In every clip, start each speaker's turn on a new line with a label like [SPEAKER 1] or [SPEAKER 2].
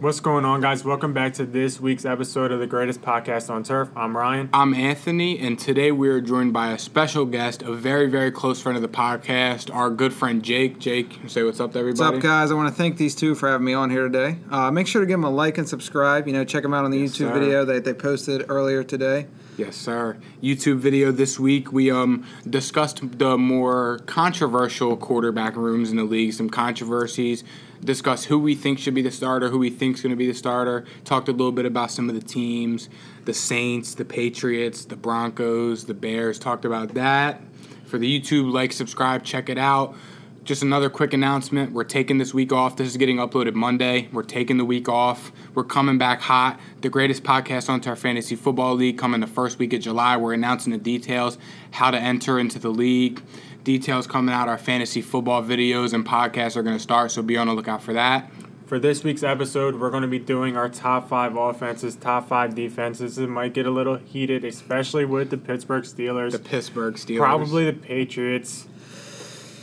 [SPEAKER 1] What's going on, guys? Welcome back to this week's episode of the greatest podcast on turf. I'm Ryan.
[SPEAKER 2] I'm Anthony, and today we are joined by a special guest, a very, very close friend of the podcast, our good friend Jake. Jake, say what's up to
[SPEAKER 3] What's
[SPEAKER 2] everybody.
[SPEAKER 3] up, guys? I want to thank these two for having me on here today. Uh, make sure to give them a like and subscribe. You know, check them out on the YouTube
[SPEAKER 1] sir.
[SPEAKER 3] video that they posted earlier today.
[SPEAKER 2] Yes, sir. YouTube video this week. We um discussed the more controversial quarterback rooms in the league, some controversies, discussed who we think should be the starter, who we think's going to be the starter, talked a little bit about some of the teams, the Saints, the Patriots, the Broncos, the Bears, talked about that. For the YouTube, like, subscribe, check it out. Just another quick announcement. We're taking this week off. This is getting uploaded Monday. We're taking the week off. We're coming back hot. The greatest podcast on our fantasy football league coming the first week of July. We're announcing the details, how to enter into the league. Details coming out. Our fantasy football videos and podcasts are going to start, so be on the lookout for that.
[SPEAKER 1] For this week's episode, we're going to be doing our top five offenses, top five defenses. It might get a little heated, especially with the Pittsburgh Steelers,
[SPEAKER 2] The Pittsburgh Steelers.
[SPEAKER 1] probably the Patriots.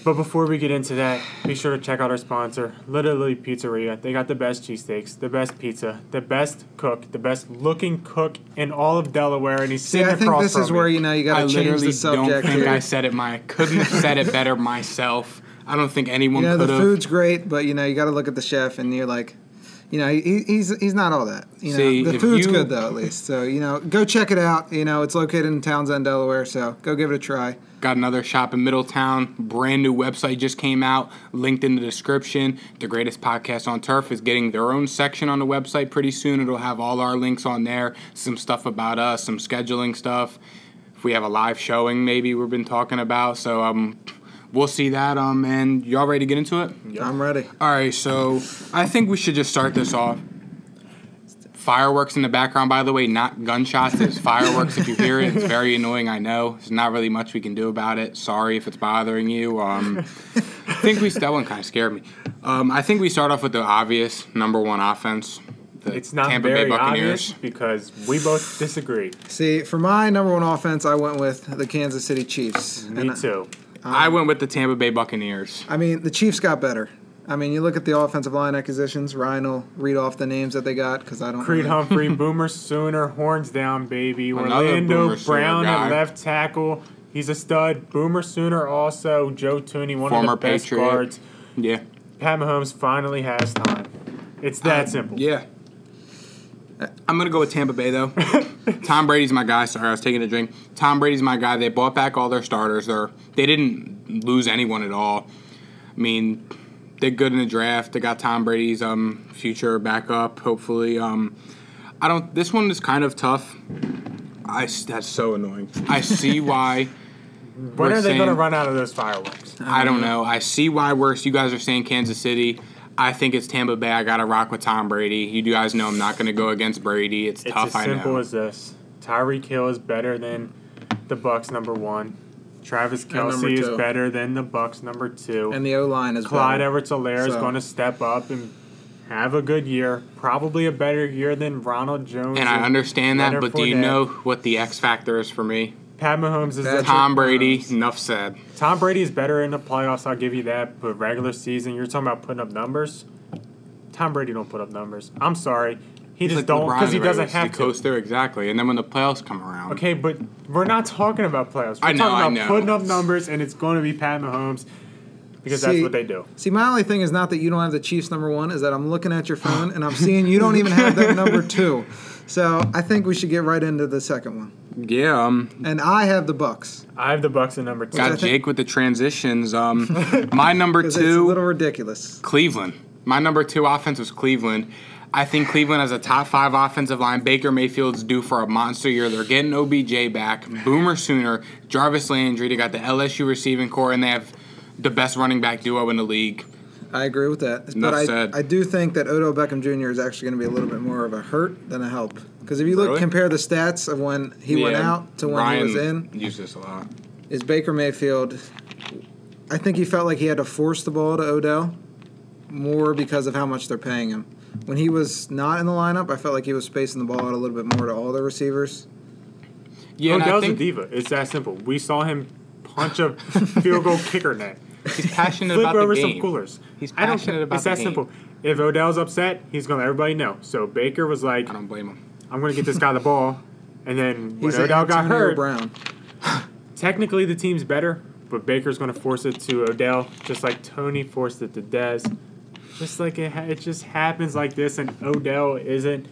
[SPEAKER 1] But before we get into that, be sure to check out our sponsor, Literally Pizzeria. They got the best cheesesteaks, the best pizza, the best cook, the best looking cook in all of Delaware, and he's
[SPEAKER 3] See,
[SPEAKER 1] sitting
[SPEAKER 3] I think
[SPEAKER 1] across
[SPEAKER 3] this
[SPEAKER 1] from
[SPEAKER 3] is
[SPEAKER 1] me.
[SPEAKER 3] where you know you
[SPEAKER 2] I
[SPEAKER 3] got to change
[SPEAKER 2] literally
[SPEAKER 3] the
[SPEAKER 2] don't
[SPEAKER 3] subject
[SPEAKER 2] think I
[SPEAKER 3] here.
[SPEAKER 2] said it. My couldn't have said it better myself. I don't think anyone
[SPEAKER 3] You know, the
[SPEAKER 2] could have.
[SPEAKER 3] food's great, but you know you got to look at the chef, and you're like, you know, he, he's he's not all that. You know,
[SPEAKER 2] See,
[SPEAKER 3] the
[SPEAKER 2] if
[SPEAKER 3] food's
[SPEAKER 2] you-
[SPEAKER 3] good though, at least. So you know, go check it out. You know, it's located in Townsend, Delaware. So go give it a try.
[SPEAKER 2] Got another shop in Middletown. Brand new website just came out. Linked in the description. The greatest podcast on turf is getting their own section on the website pretty soon. It'll have all our links on there. Some stuff about us. Some scheduling stuff. If we have a live showing, maybe we've been talking about. So um, we'll see that. Um, and y'all ready to get into it?
[SPEAKER 3] I'm ready.
[SPEAKER 2] All right. So I think we should just start this off. Fireworks in the background, by the way, not gunshots. It's fireworks if you hear it. It's very annoying, I know. There's not really much we can do about it. Sorry if it's bothering you. Um, I think we that one kind of scared me. Um, I think we start off with the obvious number one offense. The
[SPEAKER 1] It's not
[SPEAKER 2] Tampa
[SPEAKER 1] very
[SPEAKER 2] Bay Buccaneers.
[SPEAKER 1] obvious because we both disagree.
[SPEAKER 3] See, for my number one offense, I went with the Kansas City Chiefs.
[SPEAKER 1] Me
[SPEAKER 3] And I-
[SPEAKER 1] too.
[SPEAKER 2] I
[SPEAKER 1] Um,
[SPEAKER 2] went with the Tampa Bay Buccaneers.
[SPEAKER 3] I mean, the Chiefs got better. I mean, you look at the offensive line acquisitions. Ryan will read off the names that they got because I don't.
[SPEAKER 1] Creed
[SPEAKER 3] really-
[SPEAKER 1] Humphrey, Boomer Sooner, horns down, baby.
[SPEAKER 2] Another
[SPEAKER 1] Orlando
[SPEAKER 2] Boomer Sooner
[SPEAKER 1] Brown
[SPEAKER 2] guy.
[SPEAKER 1] at left tackle. He's a stud. Boomer Sooner also. Joe Tooney, one
[SPEAKER 2] Former
[SPEAKER 1] of the best
[SPEAKER 2] Patriot.
[SPEAKER 1] guards.
[SPEAKER 2] Yeah.
[SPEAKER 1] Pat Mahomes finally has time. It's that simple.
[SPEAKER 2] Yeah. Uh, I'm gonna go with Tampa Bay though. Tom Brady's my guy. Sorry, I was taking a drink. Tom Brady's my guy. They bought back all their starters. They're they didn't lose anyone at all. I mean, they're good in the draft. They got Tom Brady's um future backup. Hopefully, um, I don't. This one is kind of tough. I s- that's so annoying. I see why.
[SPEAKER 1] when
[SPEAKER 2] we're
[SPEAKER 1] are they going to
[SPEAKER 2] saying-
[SPEAKER 1] run out of those fireworks?
[SPEAKER 2] I don't know. I see why worse. You guys are saying Kansas City. I think it's Tampa Bay. I got to rock with Tom Brady. You guys know I'm not going to go against Brady. It's,
[SPEAKER 1] It's
[SPEAKER 2] tough.
[SPEAKER 1] as
[SPEAKER 2] I
[SPEAKER 1] simple
[SPEAKER 2] know.
[SPEAKER 1] as this. Tyreek Hill is better than the Bucks number one. Travis
[SPEAKER 3] number
[SPEAKER 1] Kelsey is
[SPEAKER 3] two.
[SPEAKER 1] better than the Bucks number two.
[SPEAKER 3] and the O line is
[SPEAKER 1] Clyde
[SPEAKER 3] better.
[SPEAKER 1] Edwards Alaire is
[SPEAKER 3] So-
[SPEAKER 1] going to step up and have a good year. Probably a better year than Ronald Jones.
[SPEAKER 2] and I understand that,
[SPEAKER 1] Leonard
[SPEAKER 2] but do you
[SPEAKER 1] Fournette.
[SPEAKER 2] know what the X factor is for me?
[SPEAKER 1] Pat Mahomes is.
[SPEAKER 3] That's-
[SPEAKER 1] A,
[SPEAKER 2] Tom Brady.
[SPEAKER 3] Mahomes.
[SPEAKER 2] Enough said.
[SPEAKER 1] Tom Brady is better in the playoffs. I'll give you that. But regular season, you're talking about putting up numbers. Tom Brady don't put up numbers. I'm sorry, he just don't
[SPEAKER 2] LeBron
[SPEAKER 1] because he
[SPEAKER 2] in the
[SPEAKER 1] doesn't
[SPEAKER 2] regular
[SPEAKER 1] have
[SPEAKER 2] season.
[SPEAKER 1] to.
[SPEAKER 2] goes there exactly, and then when the playoffs come around,
[SPEAKER 1] Okay, but we're not talking about playoffs. We're
[SPEAKER 2] I know,
[SPEAKER 1] talking
[SPEAKER 2] I
[SPEAKER 1] about
[SPEAKER 2] know.
[SPEAKER 1] putting up numbers, and it's going to be Pat Mahomes because that's
[SPEAKER 3] See-
[SPEAKER 1] what they do.
[SPEAKER 3] See, my only thing is not that you don't have the Chiefs number one, is that I'm looking at your phone and I'm seeing you don't even have their number two. So I think we should get right into the second one.
[SPEAKER 2] yeah, um,
[SPEAKER 3] And I have the Bucks
[SPEAKER 1] I have the Bucks at number two.
[SPEAKER 2] got
[SPEAKER 3] think-
[SPEAKER 2] Jake with the transitions. Um, my number
[SPEAKER 3] because it's a
[SPEAKER 2] two.
[SPEAKER 3] little ridiculous.
[SPEAKER 2] Cleveland. My number two offense was Cleveland. I think Cleveland has a top five offensive line. Baker Mayfield's due for a monster year. They're getting OBJ back, Boomer Sooner, Jarvis Landry. They got the LSU receiving core, and they have the best running back duo in the league.
[SPEAKER 3] I agree with that.
[SPEAKER 2] Enough
[SPEAKER 3] but I,
[SPEAKER 2] said.
[SPEAKER 3] I do think that Odo Beckham Jr. is actually going to be a little bit more of a hurt than a help. Because if you look,
[SPEAKER 2] Really?
[SPEAKER 3] compare the stats of when he went
[SPEAKER 2] Yeah,
[SPEAKER 3] out to when
[SPEAKER 2] Ryan
[SPEAKER 3] he was in,
[SPEAKER 2] Used this a lot.
[SPEAKER 1] Oh,
[SPEAKER 3] is Baker Mayfield. I think he felt like he had to force the ball to Odell more because of how much they're paying him. When he was not in the lineup, I felt like he was spacing the ball out a little bit more to all the receivers.
[SPEAKER 2] Yeah, and I
[SPEAKER 1] Odell's a
[SPEAKER 2] think
[SPEAKER 1] diva. It's Oh, that simple. We saw him punch a field goal kicker net,
[SPEAKER 2] he's passionate
[SPEAKER 1] flip
[SPEAKER 2] about the
[SPEAKER 1] over some
[SPEAKER 2] game.
[SPEAKER 1] coolers.
[SPEAKER 2] He's
[SPEAKER 1] I don't
[SPEAKER 2] passionate
[SPEAKER 1] care.
[SPEAKER 2] about
[SPEAKER 1] It's
[SPEAKER 2] the
[SPEAKER 1] that
[SPEAKER 2] game.
[SPEAKER 1] simple. If Odell's upset, he's gonna let everybody know. So Baker was like,
[SPEAKER 2] I don't blame him.
[SPEAKER 1] "I'm gonna get this guy the ball," and then when
[SPEAKER 3] He's
[SPEAKER 1] Odell
[SPEAKER 3] Antonio
[SPEAKER 1] got hurt,
[SPEAKER 3] Brown.
[SPEAKER 1] technically the team's better, but Baker's gonna force it to Odell, just like Tony forced it to Dez. Just like it, ha- it just happens like this, and Odell isn't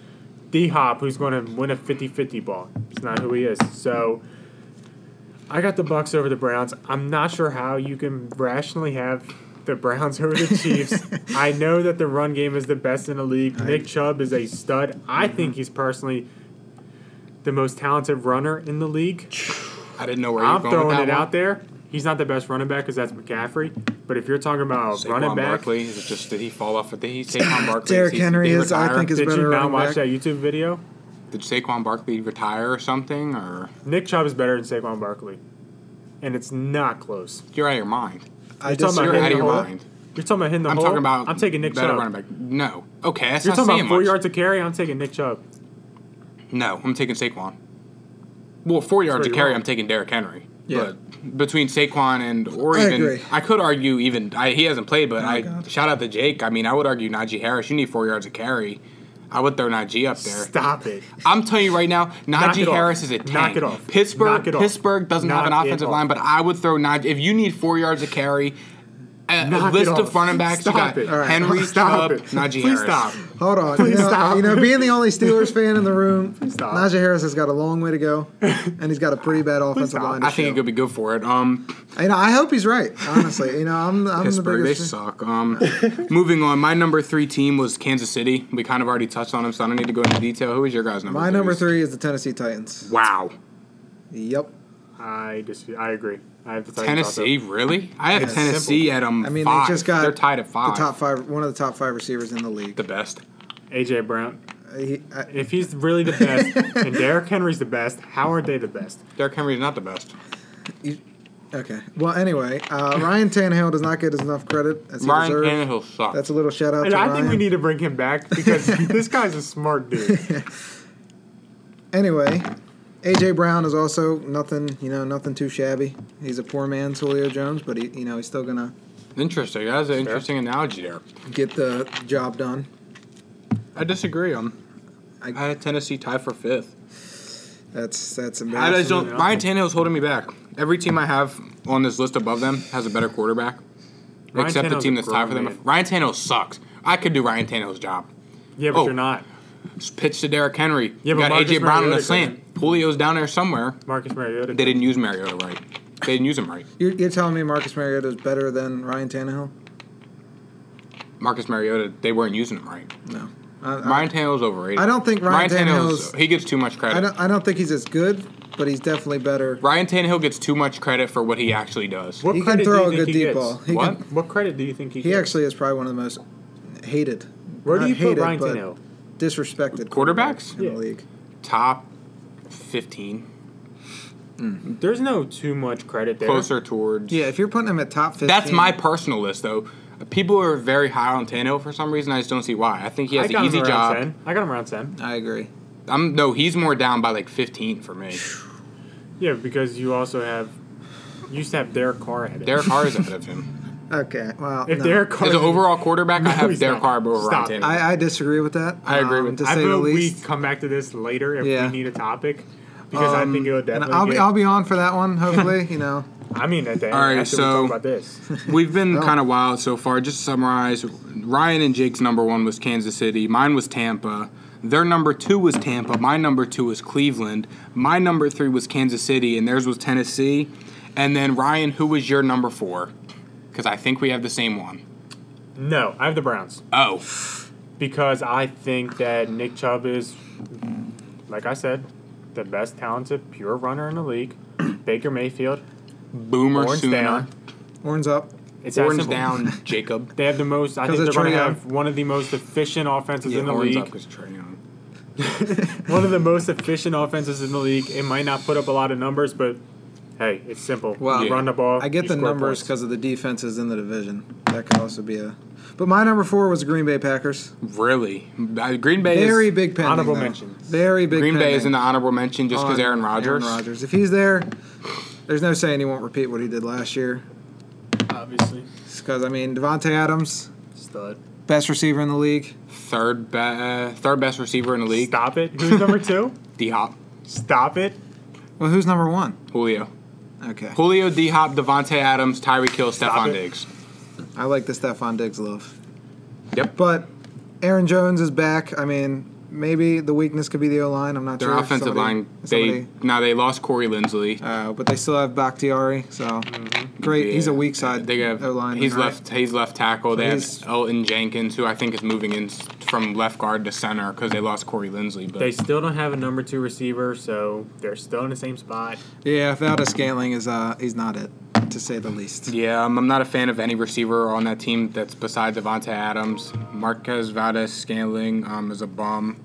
[SPEAKER 1] D Hop who's gonna win a 50-50 ball. It's not who he is. So. I got the Bucks over the Browns. I'm not sure how you can rationally have the Browns over the Chiefs. I know that the run game is the best in the league. Nick Chubb is a stud. I think he's personally the most talented runner in the league.
[SPEAKER 2] I didn't know where
[SPEAKER 1] I'm
[SPEAKER 2] you were going with
[SPEAKER 1] throwing
[SPEAKER 2] that
[SPEAKER 1] it
[SPEAKER 2] one.
[SPEAKER 1] out there. He's not the best running back because that's McCaffrey. But if you're talking about
[SPEAKER 2] Saquon
[SPEAKER 1] running back,
[SPEAKER 2] Barkley is it just did he fall off? Did he Saquon Barkley?
[SPEAKER 3] Derrick
[SPEAKER 2] did he- did
[SPEAKER 3] Henry
[SPEAKER 2] he
[SPEAKER 3] is, I
[SPEAKER 2] retire?
[SPEAKER 3] think, is-
[SPEAKER 1] did you
[SPEAKER 3] better
[SPEAKER 1] not
[SPEAKER 3] running
[SPEAKER 1] watch
[SPEAKER 3] back.
[SPEAKER 1] that YouTube video?
[SPEAKER 2] Did Saquon Barkley retire or something? Or
[SPEAKER 1] Nick Chubb is better than Saquon Barkley, and it's not close.
[SPEAKER 2] you're out of your mind.
[SPEAKER 3] I
[SPEAKER 1] You're talking about
[SPEAKER 2] You're out of
[SPEAKER 1] hitting
[SPEAKER 2] your
[SPEAKER 1] the hole?
[SPEAKER 2] mind.
[SPEAKER 1] You're talking about hitting the
[SPEAKER 2] I'm
[SPEAKER 1] hole.
[SPEAKER 2] talking about.
[SPEAKER 1] I'm taking Nick
[SPEAKER 2] better
[SPEAKER 1] Chubb.
[SPEAKER 2] running back. No. Okay, that's
[SPEAKER 1] You're
[SPEAKER 2] not
[SPEAKER 1] talking
[SPEAKER 2] saying
[SPEAKER 1] about four
[SPEAKER 2] much.
[SPEAKER 1] yards to carry. I'm taking Nick Chubb.
[SPEAKER 2] No, I'm taking Saquon. Well, four yards
[SPEAKER 1] where
[SPEAKER 2] to
[SPEAKER 1] you
[SPEAKER 2] carry,
[SPEAKER 1] are.
[SPEAKER 2] I'm taking Derrick Henry.
[SPEAKER 3] Yeah.
[SPEAKER 2] But between Saquon and or
[SPEAKER 3] I
[SPEAKER 2] even
[SPEAKER 3] agree.
[SPEAKER 2] I could argue even I, he hasn't played, but
[SPEAKER 3] Oh,
[SPEAKER 2] I
[SPEAKER 3] God.
[SPEAKER 2] shout out to Jake. I mean, I would argue Najee Harris. You need four yards to carry. I would throw Najee up there.
[SPEAKER 1] Stop it.
[SPEAKER 2] I'm telling you right now,
[SPEAKER 1] Knock
[SPEAKER 2] Najee
[SPEAKER 1] it off.
[SPEAKER 2] Harris is a
[SPEAKER 1] Knock
[SPEAKER 2] tank.
[SPEAKER 1] it off.
[SPEAKER 2] Pittsburgh,
[SPEAKER 1] Knock it off.
[SPEAKER 2] Pittsburgh doesn't have an
[SPEAKER 1] Knock it
[SPEAKER 2] offensive
[SPEAKER 1] off.
[SPEAKER 2] line, but I would throw Najee. If you need four yards to carry, a
[SPEAKER 1] Knock it
[SPEAKER 2] list
[SPEAKER 1] off.
[SPEAKER 2] of running backs,
[SPEAKER 1] Stop
[SPEAKER 2] you got
[SPEAKER 1] it. All
[SPEAKER 3] right.
[SPEAKER 2] Henry,
[SPEAKER 1] Stop
[SPEAKER 2] Chubb,
[SPEAKER 1] it.
[SPEAKER 2] Najee
[SPEAKER 1] Please
[SPEAKER 2] Harris.
[SPEAKER 1] stop.
[SPEAKER 3] Hold on.
[SPEAKER 1] Please
[SPEAKER 3] you know,
[SPEAKER 1] stop.
[SPEAKER 3] You know, being the only Steelers fan in the room,
[SPEAKER 1] stop.
[SPEAKER 3] Najee Harris has got a long way to go, and he's got a pretty bad offensive
[SPEAKER 1] stop.
[SPEAKER 3] line. To
[SPEAKER 2] I think
[SPEAKER 3] show.
[SPEAKER 2] it could be good for it. Um,
[SPEAKER 3] You know, I hope he's right. Honestly, you know, I'm, I'm the
[SPEAKER 2] Pittsburgh, they
[SPEAKER 3] biggest.
[SPEAKER 2] suck. Um, moving on, my number three team was Kansas City. We kind of already touched on them, so I don't need to go into detail. Who was your guys' number?
[SPEAKER 3] My number
[SPEAKER 2] threes?
[SPEAKER 3] three is the Tennessee Titans.
[SPEAKER 2] Wow,
[SPEAKER 3] Yep.
[SPEAKER 1] I just I agree. I have the Titans
[SPEAKER 2] Tennessee, really? I have
[SPEAKER 1] It's
[SPEAKER 2] Tennessee at um
[SPEAKER 3] I mean,
[SPEAKER 2] five.
[SPEAKER 3] they just got
[SPEAKER 2] They're tied at five.
[SPEAKER 3] The top five, one of the top five receivers in the league.
[SPEAKER 2] The best.
[SPEAKER 1] also. AJ Brown.
[SPEAKER 3] Uh, he- I-
[SPEAKER 1] If he's really the best and Derrick Henry's the best, how are they the best?
[SPEAKER 2] Derrick Henry's not the best.
[SPEAKER 3] okay. Well, anyway, uh, Ryan Tannehill does not get as enough credit as he
[SPEAKER 2] Ryan
[SPEAKER 3] deserves.
[SPEAKER 2] Tannehill sucks.
[SPEAKER 3] That's a little shout out
[SPEAKER 1] And
[SPEAKER 3] to
[SPEAKER 1] I
[SPEAKER 3] Ryan.
[SPEAKER 1] think we need to bring him back because this guy's a smart dude.
[SPEAKER 3] anyway, AJ Brown is also nothing. You know, nothing too shabby. He's a poor man's Julio Jones, but he, you know, he's still gonna
[SPEAKER 2] interesting. That was an interesting analogy there.
[SPEAKER 3] get the job done.
[SPEAKER 2] I disagree. Um,
[SPEAKER 3] I-
[SPEAKER 2] I, had Tennessee tied for fifth.
[SPEAKER 3] That's that's
[SPEAKER 2] I
[SPEAKER 3] embarrassing.
[SPEAKER 2] just don't. Ryan Tannehill's holding me back. Every team I have on this list above them has a better quarterback,
[SPEAKER 1] Ryan
[SPEAKER 2] except the
[SPEAKER 1] Tannehill's
[SPEAKER 2] team
[SPEAKER 1] a
[SPEAKER 2] that's tied for
[SPEAKER 1] grown
[SPEAKER 2] them.
[SPEAKER 1] man.
[SPEAKER 2] Ryan Tannehill sucks. I could do Ryan Tannehill's job.
[SPEAKER 1] Yeah, but
[SPEAKER 2] Oh.
[SPEAKER 1] you're not.
[SPEAKER 2] pitch to Derrick Henry.
[SPEAKER 1] Yeah,
[SPEAKER 2] you
[SPEAKER 1] but
[SPEAKER 2] got
[SPEAKER 1] Marcus
[SPEAKER 2] AJ Brown on
[SPEAKER 1] Mariota
[SPEAKER 2] the slant. Julio's down there somewhere.
[SPEAKER 1] Marcus Mariota.
[SPEAKER 2] They didn't use Mariota right. They didn't use him right.
[SPEAKER 3] You're, you're telling me Marcus Mariota is better than Ryan Tannehill?
[SPEAKER 2] Marcus Mariota, they weren't using him right.
[SPEAKER 3] No. I, I-
[SPEAKER 2] Ryan Tannehill's overrated.
[SPEAKER 3] I don't think Ryan
[SPEAKER 2] Tannehill's-
[SPEAKER 3] Tannehill's-
[SPEAKER 2] he gets too much
[SPEAKER 3] I
[SPEAKER 2] credit.
[SPEAKER 3] don't, I don't think he's as good, but he's definitely better.
[SPEAKER 2] Ryan Tannehill gets too much credit for what he actually does.
[SPEAKER 1] What
[SPEAKER 3] He can
[SPEAKER 1] credit do
[SPEAKER 3] throw
[SPEAKER 1] you
[SPEAKER 3] a
[SPEAKER 1] think
[SPEAKER 3] good
[SPEAKER 1] he
[SPEAKER 3] deep
[SPEAKER 1] gets?
[SPEAKER 3] ball. He,
[SPEAKER 2] What?
[SPEAKER 3] Can,
[SPEAKER 1] What credit do you think he
[SPEAKER 3] he
[SPEAKER 1] gets?
[SPEAKER 3] actually is probably one of the most hated.
[SPEAKER 1] Where do
[SPEAKER 3] not
[SPEAKER 1] you put
[SPEAKER 3] hated,
[SPEAKER 1] Ryan
[SPEAKER 3] but
[SPEAKER 1] Tannehill?
[SPEAKER 3] Disrespected
[SPEAKER 2] Quarterbacks?
[SPEAKER 3] in
[SPEAKER 1] Yeah.
[SPEAKER 3] the league.
[SPEAKER 2] Top fifteen,
[SPEAKER 1] There's no too much credit there.
[SPEAKER 2] closer towards.
[SPEAKER 3] Yeah, if you're putting him at top 15,
[SPEAKER 2] That's my personal list though. People are very high on Tannehill for some reason. I just don't see why. I think he
[SPEAKER 1] I
[SPEAKER 2] has
[SPEAKER 1] got
[SPEAKER 2] an easy
[SPEAKER 1] him around
[SPEAKER 2] job.
[SPEAKER 1] ten. I got him around ten.
[SPEAKER 3] I agree.
[SPEAKER 2] I'm no, he's more down by like 15 for me.
[SPEAKER 1] Yeah, because you also have you used to have Derek Carr ahead.
[SPEAKER 2] Derek Carr is ahead of him.
[SPEAKER 3] Okay, well,
[SPEAKER 1] If
[SPEAKER 3] no.
[SPEAKER 1] Derek Carr
[SPEAKER 2] As an overall quarterback,
[SPEAKER 1] No,
[SPEAKER 2] I have
[SPEAKER 1] he's
[SPEAKER 2] Derek Carr
[SPEAKER 1] not.
[SPEAKER 2] over
[SPEAKER 1] Stop.
[SPEAKER 2] Ryan Tannehill.
[SPEAKER 3] I, I disagree with that.
[SPEAKER 2] I agree
[SPEAKER 3] um,
[SPEAKER 2] with
[SPEAKER 3] to
[SPEAKER 2] that.
[SPEAKER 1] I
[SPEAKER 3] say the
[SPEAKER 1] vote
[SPEAKER 3] least.
[SPEAKER 1] we come back to this later if
[SPEAKER 3] Yeah. Um,
[SPEAKER 1] we need a topic because I think it would
[SPEAKER 3] And
[SPEAKER 1] definitely.
[SPEAKER 3] I'll be,
[SPEAKER 1] get-
[SPEAKER 3] I'll be on for that one. Hopefully, you know.
[SPEAKER 1] I mean, at the end,
[SPEAKER 2] All right,
[SPEAKER 1] after
[SPEAKER 2] so-
[SPEAKER 1] we talk about this,
[SPEAKER 2] We've been
[SPEAKER 3] Oh.
[SPEAKER 2] kind of wild so far. Just to summarize, Ryan and Jake's number one was Kansas City. Mine was Tampa. Their number two was Tampa. My number two was Cleveland. My number three was Kansas City, and theirs was Tennessee. And then Ryan, who was your number four? Because I think we have the same one.
[SPEAKER 1] no, I have the Browns
[SPEAKER 2] Oh,
[SPEAKER 1] because I think that Nick Chubb is, like I said, the best talented pure runner in the league. Baker Mayfield,
[SPEAKER 2] boomer
[SPEAKER 1] horns
[SPEAKER 2] sooner.
[SPEAKER 1] down.
[SPEAKER 3] Horns up.
[SPEAKER 1] It's that
[SPEAKER 2] Horns
[SPEAKER 1] simple.
[SPEAKER 2] down, Jacob.
[SPEAKER 1] They have the most. I think
[SPEAKER 3] of
[SPEAKER 1] they're going to
[SPEAKER 3] Trae Young.
[SPEAKER 1] have one of the most efficient offenses
[SPEAKER 2] Yeah,
[SPEAKER 1] in the
[SPEAKER 2] horns up
[SPEAKER 1] league.
[SPEAKER 2] 'cause Trae Young.
[SPEAKER 1] One of the most efficient offenses in the league. It might not put up a lot of numbers, but hey, it's simple.
[SPEAKER 3] Well,
[SPEAKER 1] you run the ball.
[SPEAKER 3] I get
[SPEAKER 1] you
[SPEAKER 3] the
[SPEAKER 1] score
[SPEAKER 3] numbers
[SPEAKER 1] points.
[SPEAKER 3] because of the defenses in the division. That could also be a. But my number four was the Green Bay Packers.
[SPEAKER 2] Really, Uh, Green Bay is-
[SPEAKER 3] Very big pending.
[SPEAKER 1] honorable
[SPEAKER 3] though.
[SPEAKER 1] mention.
[SPEAKER 3] Very big.
[SPEAKER 2] Green Bay is
[SPEAKER 3] pending
[SPEAKER 2] in the honorable mention just because
[SPEAKER 3] on
[SPEAKER 2] Aaron Rodgers.
[SPEAKER 3] Aaron Rodgers. If he's there, there's no saying he won't repeat what he did last year.
[SPEAKER 1] obviously
[SPEAKER 3] Because I mean, Devonte Adams,
[SPEAKER 1] stud.
[SPEAKER 3] Best receiver in the league.
[SPEAKER 2] Third be- uh, third best receiver in the league.
[SPEAKER 1] Stop it. Who's number two?
[SPEAKER 2] D Hop,
[SPEAKER 1] Stop it.
[SPEAKER 3] Well, who's number one?
[SPEAKER 2] Julio,
[SPEAKER 3] Okay.
[SPEAKER 2] Julio, D Hop, Devonte Adams, Tyreek Hill, Stephon
[SPEAKER 1] it.
[SPEAKER 2] Diggs.
[SPEAKER 3] I like the Stephon Diggs love.
[SPEAKER 2] Yep.
[SPEAKER 3] But Aaron Jones is back. I mean, maybe the weakness could be the O line. I'm not
[SPEAKER 2] Their
[SPEAKER 3] sure.
[SPEAKER 2] offensive
[SPEAKER 3] Somebody-
[SPEAKER 2] line,
[SPEAKER 3] somebody-
[SPEAKER 2] they now they lost Corey Lindsley.
[SPEAKER 3] Uh, but they still have Bakhtiari, so great. He's a
[SPEAKER 2] Mm-hmm. Yeah.
[SPEAKER 3] weak side.
[SPEAKER 2] They have
[SPEAKER 3] O-lineman,
[SPEAKER 2] He's
[SPEAKER 3] right?
[SPEAKER 2] left. He's left tackle. They
[SPEAKER 3] he's-
[SPEAKER 2] have Elton Jenkins, who I think is moving in s- from left guard to center because they lost Corey Lindsley. But
[SPEAKER 1] They still don't have a number two receiver, so they're still in the same spot.
[SPEAKER 3] Yeah, Valdez Scantling is uh he's not it to say the least.
[SPEAKER 2] yeah, um, I'm, I'm not a fan of any receiver on that team that's besides Devonta Adams. Marquez Valdez Scantling um, is a bum.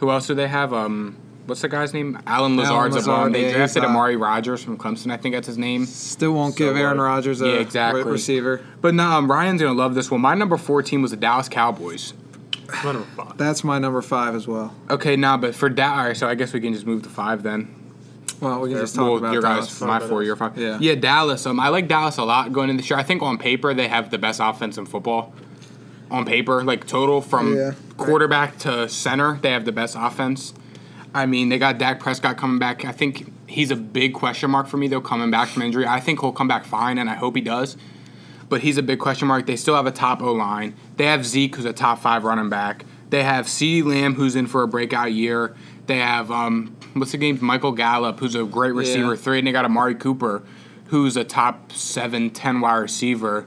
[SPEAKER 2] Who else do they have? Um, what's the guy's name? Alan Lazard's a bum.
[SPEAKER 3] Lazard, yeah,
[SPEAKER 2] They
[SPEAKER 3] he's
[SPEAKER 2] drafted
[SPEAKER 3] not-
[SPEAKER 2] Amari Rogers from Clemson. I think that's his name.
[SPEAKER 3] Still won't give Aaron
[SPEAKER 1] like-
[SPEAKER 3] Rodgers a
[SPEAKER 2] Yeah,
[SPEAKER 3] re-
[SPEAKER 2] exactly.
[SPEAKER 3] receiver.
[SPEAKER 2] But no, um, Ryan's gonna love this one. My number four team was the Dallas Cowboys.
[SPEAKER 1] Son of a fuck.
[SPEAKER 3] That's my number five as well.
[SPEAKER 2] Okay, nah, but for Dallas, all right, so I guess we can just move to five then.
[SPEAKER 3] Well, we can just talk
[SPEAKER 2] well,
[SPEAKER 3] about
[SPEAKER 2] your
[SPEAKER 3] Dallas.
[SPEAKER 2] guys, my
[SPEAKER 1] Talk about
[SPEAKER 2] four,
[SPEAKER 1] us.
[SPEAKER 2] your five.
[SPEAKER 3] Yeah.
[SPEAKER 2] Dallas. Um, I like Dallas a lot going into this year. I think on paper they have the best offense in football. On paper, like total from
[SPEAKER 3] Yeah.
[SPEAKER 2] quarterback to center, they have the best offense. I mean, they got Dak Prescott coming back. I think he's a big question mark for me though, coming back from injury. I think he'll come back fine, and I hope he does. But he's a big question mark. They still have a top O line. They have Zeke, who's a top five running back. They have CeeDee Lamb, who's in for a breakout year. They have um, what's the name? Michael Gallup, who's a great receiver
[SPEAKER 3] Yeah.
[SPEAKER 2] three, and they got Amari Cooper, who's a top seven, ten wide receiver.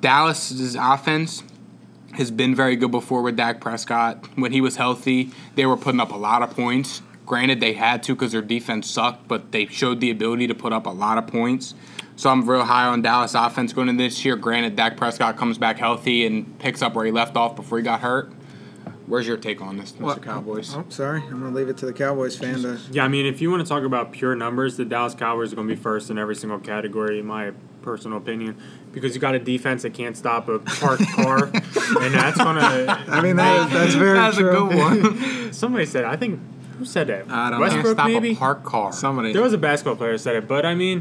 [SPEAKER 2] Dallas's offense has been very good before with Dak Prescott. When he was healthy, they were putting up a lot of points. Granted, they had to because their defense sucked, but they showed the ability to put up a lot of points. So I'm real high on Dallas offense going into this year. Granted, Dak Prescott comes back healthy and picks up where he left off before he got hurt. Where's your take on this, Mr.
[SPEAKER 3] What?
[SPEAKER 2] Cowboys?
[SPEAKER 3] Oh, sorry. I'm gonna leave it to the Cowboys fan to.
[SPEAKER 1] Yeah, I mean, if you want to talk about pure numbers, the Dallas Cowboys are going to be first in every single category, in my personal opinion, because you got a defense that can't stop a parked car, and that's going
[SPEAKER 3] I
[SPEAKER 1] to.
[SPEAKER 3] mean, that, that's very
[SPEAKER 2] That's
[SPEAKER 3] true.
[SPEAKER 2] a good one.
[SPEAKER 1] Somebody said, I think, who said that?
[SPEAKER 3] I don't know.
[SPEAKER 2] Can't
[SPEAKER 1] Westbrook,
[SPEAKER 2] stop
[SPEAKER 1] maybe.
[SPEAKER 2] a parked car.
[SPEAKER 3] Somebody.
[SPEAKER 1] There was a basketball player that said it, but I mean,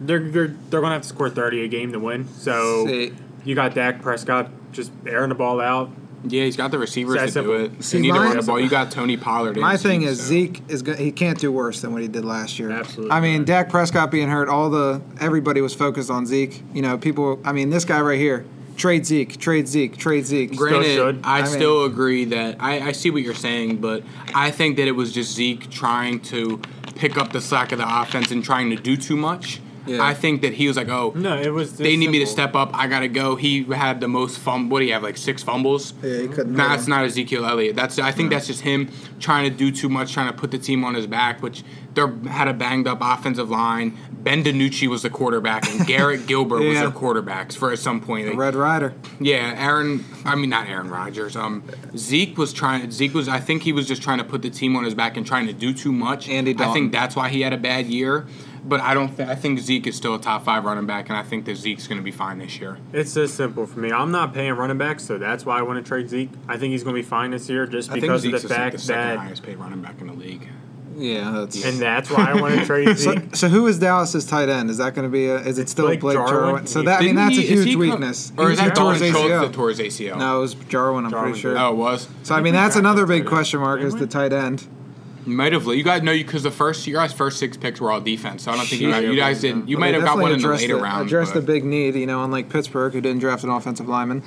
[SPEAKER 1] they're they're, they're going to have to score thirty a game to win. So
[SPEAKER 3] See.
[SPEAKER 1] you got Dak Prescott just airing the ball out.
[SPEAKER 2] Yeah, he's got the receivers
[SPEAKER 1] That's
[SPEAKER 2] to do
[SPEAKER 1] simple.
[SPEAKER 2] it.
[SPEAKER 3] See,
[SPEAKER 2] you need to
[SPEAKER 3] my-
[SPEAKER 2] run the ball. You got Tony Pollard.
[SPEAKER 3] My
[SPEAKER 2] and
[SPEAKER 3] thing
[SPEAKER 2] Zeke,
[SPEAKER 3] is
[SPEAKER 2] so-
[SPEAKER 3] Zeke is go- he can't do worse than what he did last year.
[SPEAKER 1] Absolutely
[SPEAKER 3] I mean,
[SPEAKER 1] not.
[SPEAKER 3] Dak Prescott being hurt, all the everybody was focused on Zeke. You know, people. I mean, this guy right here, trade Zeke, trade Zeke, trade Zeke.
[SPEAKER 1] should.
[SPEAKER 2] Granted, I,
[SPEAKER 3] I mean-
[SPEAKER 2] still agree that I, I see what you're saying, but I think that it was just Zeke trying to pick up the slack of the offense and trying to do too much.
[SPEAKER 3] Yeah.
[SPEAKER 2] I think that he was like, oh,
[SPEAKER 1] No, it was.
[SPEAKER 2] they need me to
[SPEAKER 1] simple.
[SPEAKER 2] step up. I gotta go. He had the most fumble. What do you have? Like six fumbles.
[SPEAKER 3] Yeah, he couldn't
[SPEAKER 2] Nah,
[SPEAKER 3] hold
[SPEAKER 2] it's
[SPEAKER 3] him.
[SPEAKER 2] not Ezekiel Elliott. That's I think that's just him trying to do too much, trying to put the team on his back. Which they are had a banged up offensive line. Ben DiNucci was the quarterback, and Garrett Gilbert was
[SPEAKER 3] Yeah.
[SPEAKER 2] their quarterbacks for at some point. Like,
[SPEAKER 3] Red Rider.
[SPEAKER 2] yeah, Aaron. I mean, not Aaron Rodgers. Um, Zeke was trying. Zeke was. I think he was just trying to put the team on his back and trying to do too much.
[SPEAKER 3] Andy
[SPEAKER 2] I
[SPEAKER 3] Dalton.
[SPEAKER 2] think that's why he had a bad year. But I don't. Th- I think Zeke is still a top five running back, and I think that Zeke's going to be fine this year.
[SPEAKER 1] It's just simple for me. I'm not paying running backs, so that's why I want to trade Zeke. I think he's going to be fine this year, just
[SPEAKER 2] I think
[SPEAKER 1] because of
[SPEAKER 2] Zeke's
[SPEAKER 1] the
[SPEAKER 2] is, like,
[SPEAKER 1] fact
[SPEAKER 2] the second
[SPEAKER 1] that,
[SPEAKER 2] highest paid running back in the league.
[SPEAKER 3] Yeah, that's.
[SPEAKER 1] and that's why I want to trade
[SPEAKER 3] So,
[SPEAKER 1] Zeke.
[SPEAKER 3] so who is Dallas' tight end? Is that going to be? A, is it still Blake,
[SPEAKER 1] Blake
[SPEAKER 3] Jarwin?
[SPEAKER 1] Jarwin.
[SPEAKER 3] So that I
[SPEAKER 2] Didn't
[SPEAKER 3] mean that's
[SPEAKER 2] he-
[SPEAKER 3] a
[SPEAKER 2] is he
[SPEAKER 3] huge
[SPEAKER 2] co-
[SPEAKER 3] weakness.
[SPEAKER 2] Or is
[SPEAKER 3] He
[SPEAKER 2] that
[SPEAKER 3] tore his
[SPEAKER 2] Dalvin Schultz
[SPEAKER 3] ACL.
[SPEAKER 2] that tore his ACL?
[SPEAKER 3] No, it was Jarwin. I'm
[SPEAKER 1] Jarwin did.
[SPEAKER 3] pretty sure.
[SPEAKER 2] Oh, it was.
[SPEAKER 3] So I mean
[SPEAKER 1] He
[SPEAKER 3] that's another
[SPEAKER 1] drafted tight
[SPEAKER 3] big
[SPEAKER 1] end.
[SPEAKER 3] question mark is the
[SPEAKER 1] Didn't
[SPEAKER 3] tight end.
[SPEAKER 2] Might have. You guys know you because the first your guys first six picks were all defense. So I don't think you
[SPEAKER 1] Shit.
[SPEAKER 2] guys, you guys didn't. You
[SPEAKER 3] But
[SPEAKER 2] might
[SPEAKER 3] they
[SPEAKER 2] have got
[SPEAKER 3] definitely
[SPEAKER 2] one in the
[SPEAKER 3] addressed
[SPEAKER 2] later
[SPEAKER 3] it-
[SPEAKER 2] round.
[SPEAKER 3] Addressed the
[SPEAKER 2] but-
[SPEAKER 3] big need, you know, unlike Pittsburgh, who didn't draft an offensive lineman.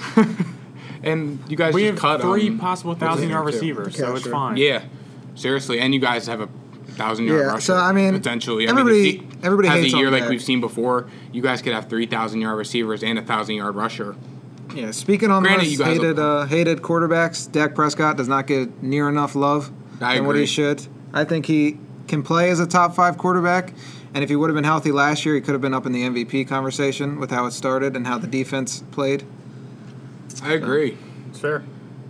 [SPEAKER 2] and you guys
[SPEAKER 1] We
[SPEAKER 2] just
[SPEAKER 1] have
[SPEAKER 2] cut
[SPEAKER 1] three
[SPEAKER 2] um,
[SPEAKER 1] possible
[SPEAKER 2] his
[SPEAKER 1] thousand yard
[SPEAKER 2] name, too?
[SPEAKER 1] receivers, so it's
[SPEAKER 3] Casher.
[SPEAKER 1] fine.
[SPEAKER 2] Yeah, seriously, and you guys have a thousand yard
[SPEAKER 3] Yeah,
[SPEAKER 2] rusher.
[SPEAKER 3] so, I mean,
[SPEAKER 2] potentially,
[SPEAKER 3] everybody-
[SPEAKER 2] I mean, if Zeke
[SPEAKER 3] everybody
[SPEAKER 2] has
[SPEAKER 3] hates
[SPEAKER 2] a
[SPEAKER 3] on
[SPEAKER 2] year like
[SPEAKER 3] Dak.
[SPEAKER 2] we've seen before. You guys could have three thousand yard receivers and a thousand yard rusher.
[SPEAKER 3] yeah, speaking on
[SPEAKER 2] Granted,
[SPEAKER 3] those
[SPEAKER 2] you guys
[SPEAKER 3] hated uh, hated quarterbacks, Dak Prescott does not get near enough love
[SPEAKER 2] I
[SPEAKER 3] than what he
[SPEAKER 2] agree.
[SPEAKER 3] should. I think he can play as a top five quarterback, and if he would have been healthy last year, he could have been up in the MVP conversation with how it started and how the defense played.
[SPEAKER 2] I agree.
[SPEAKER 1] It's fair.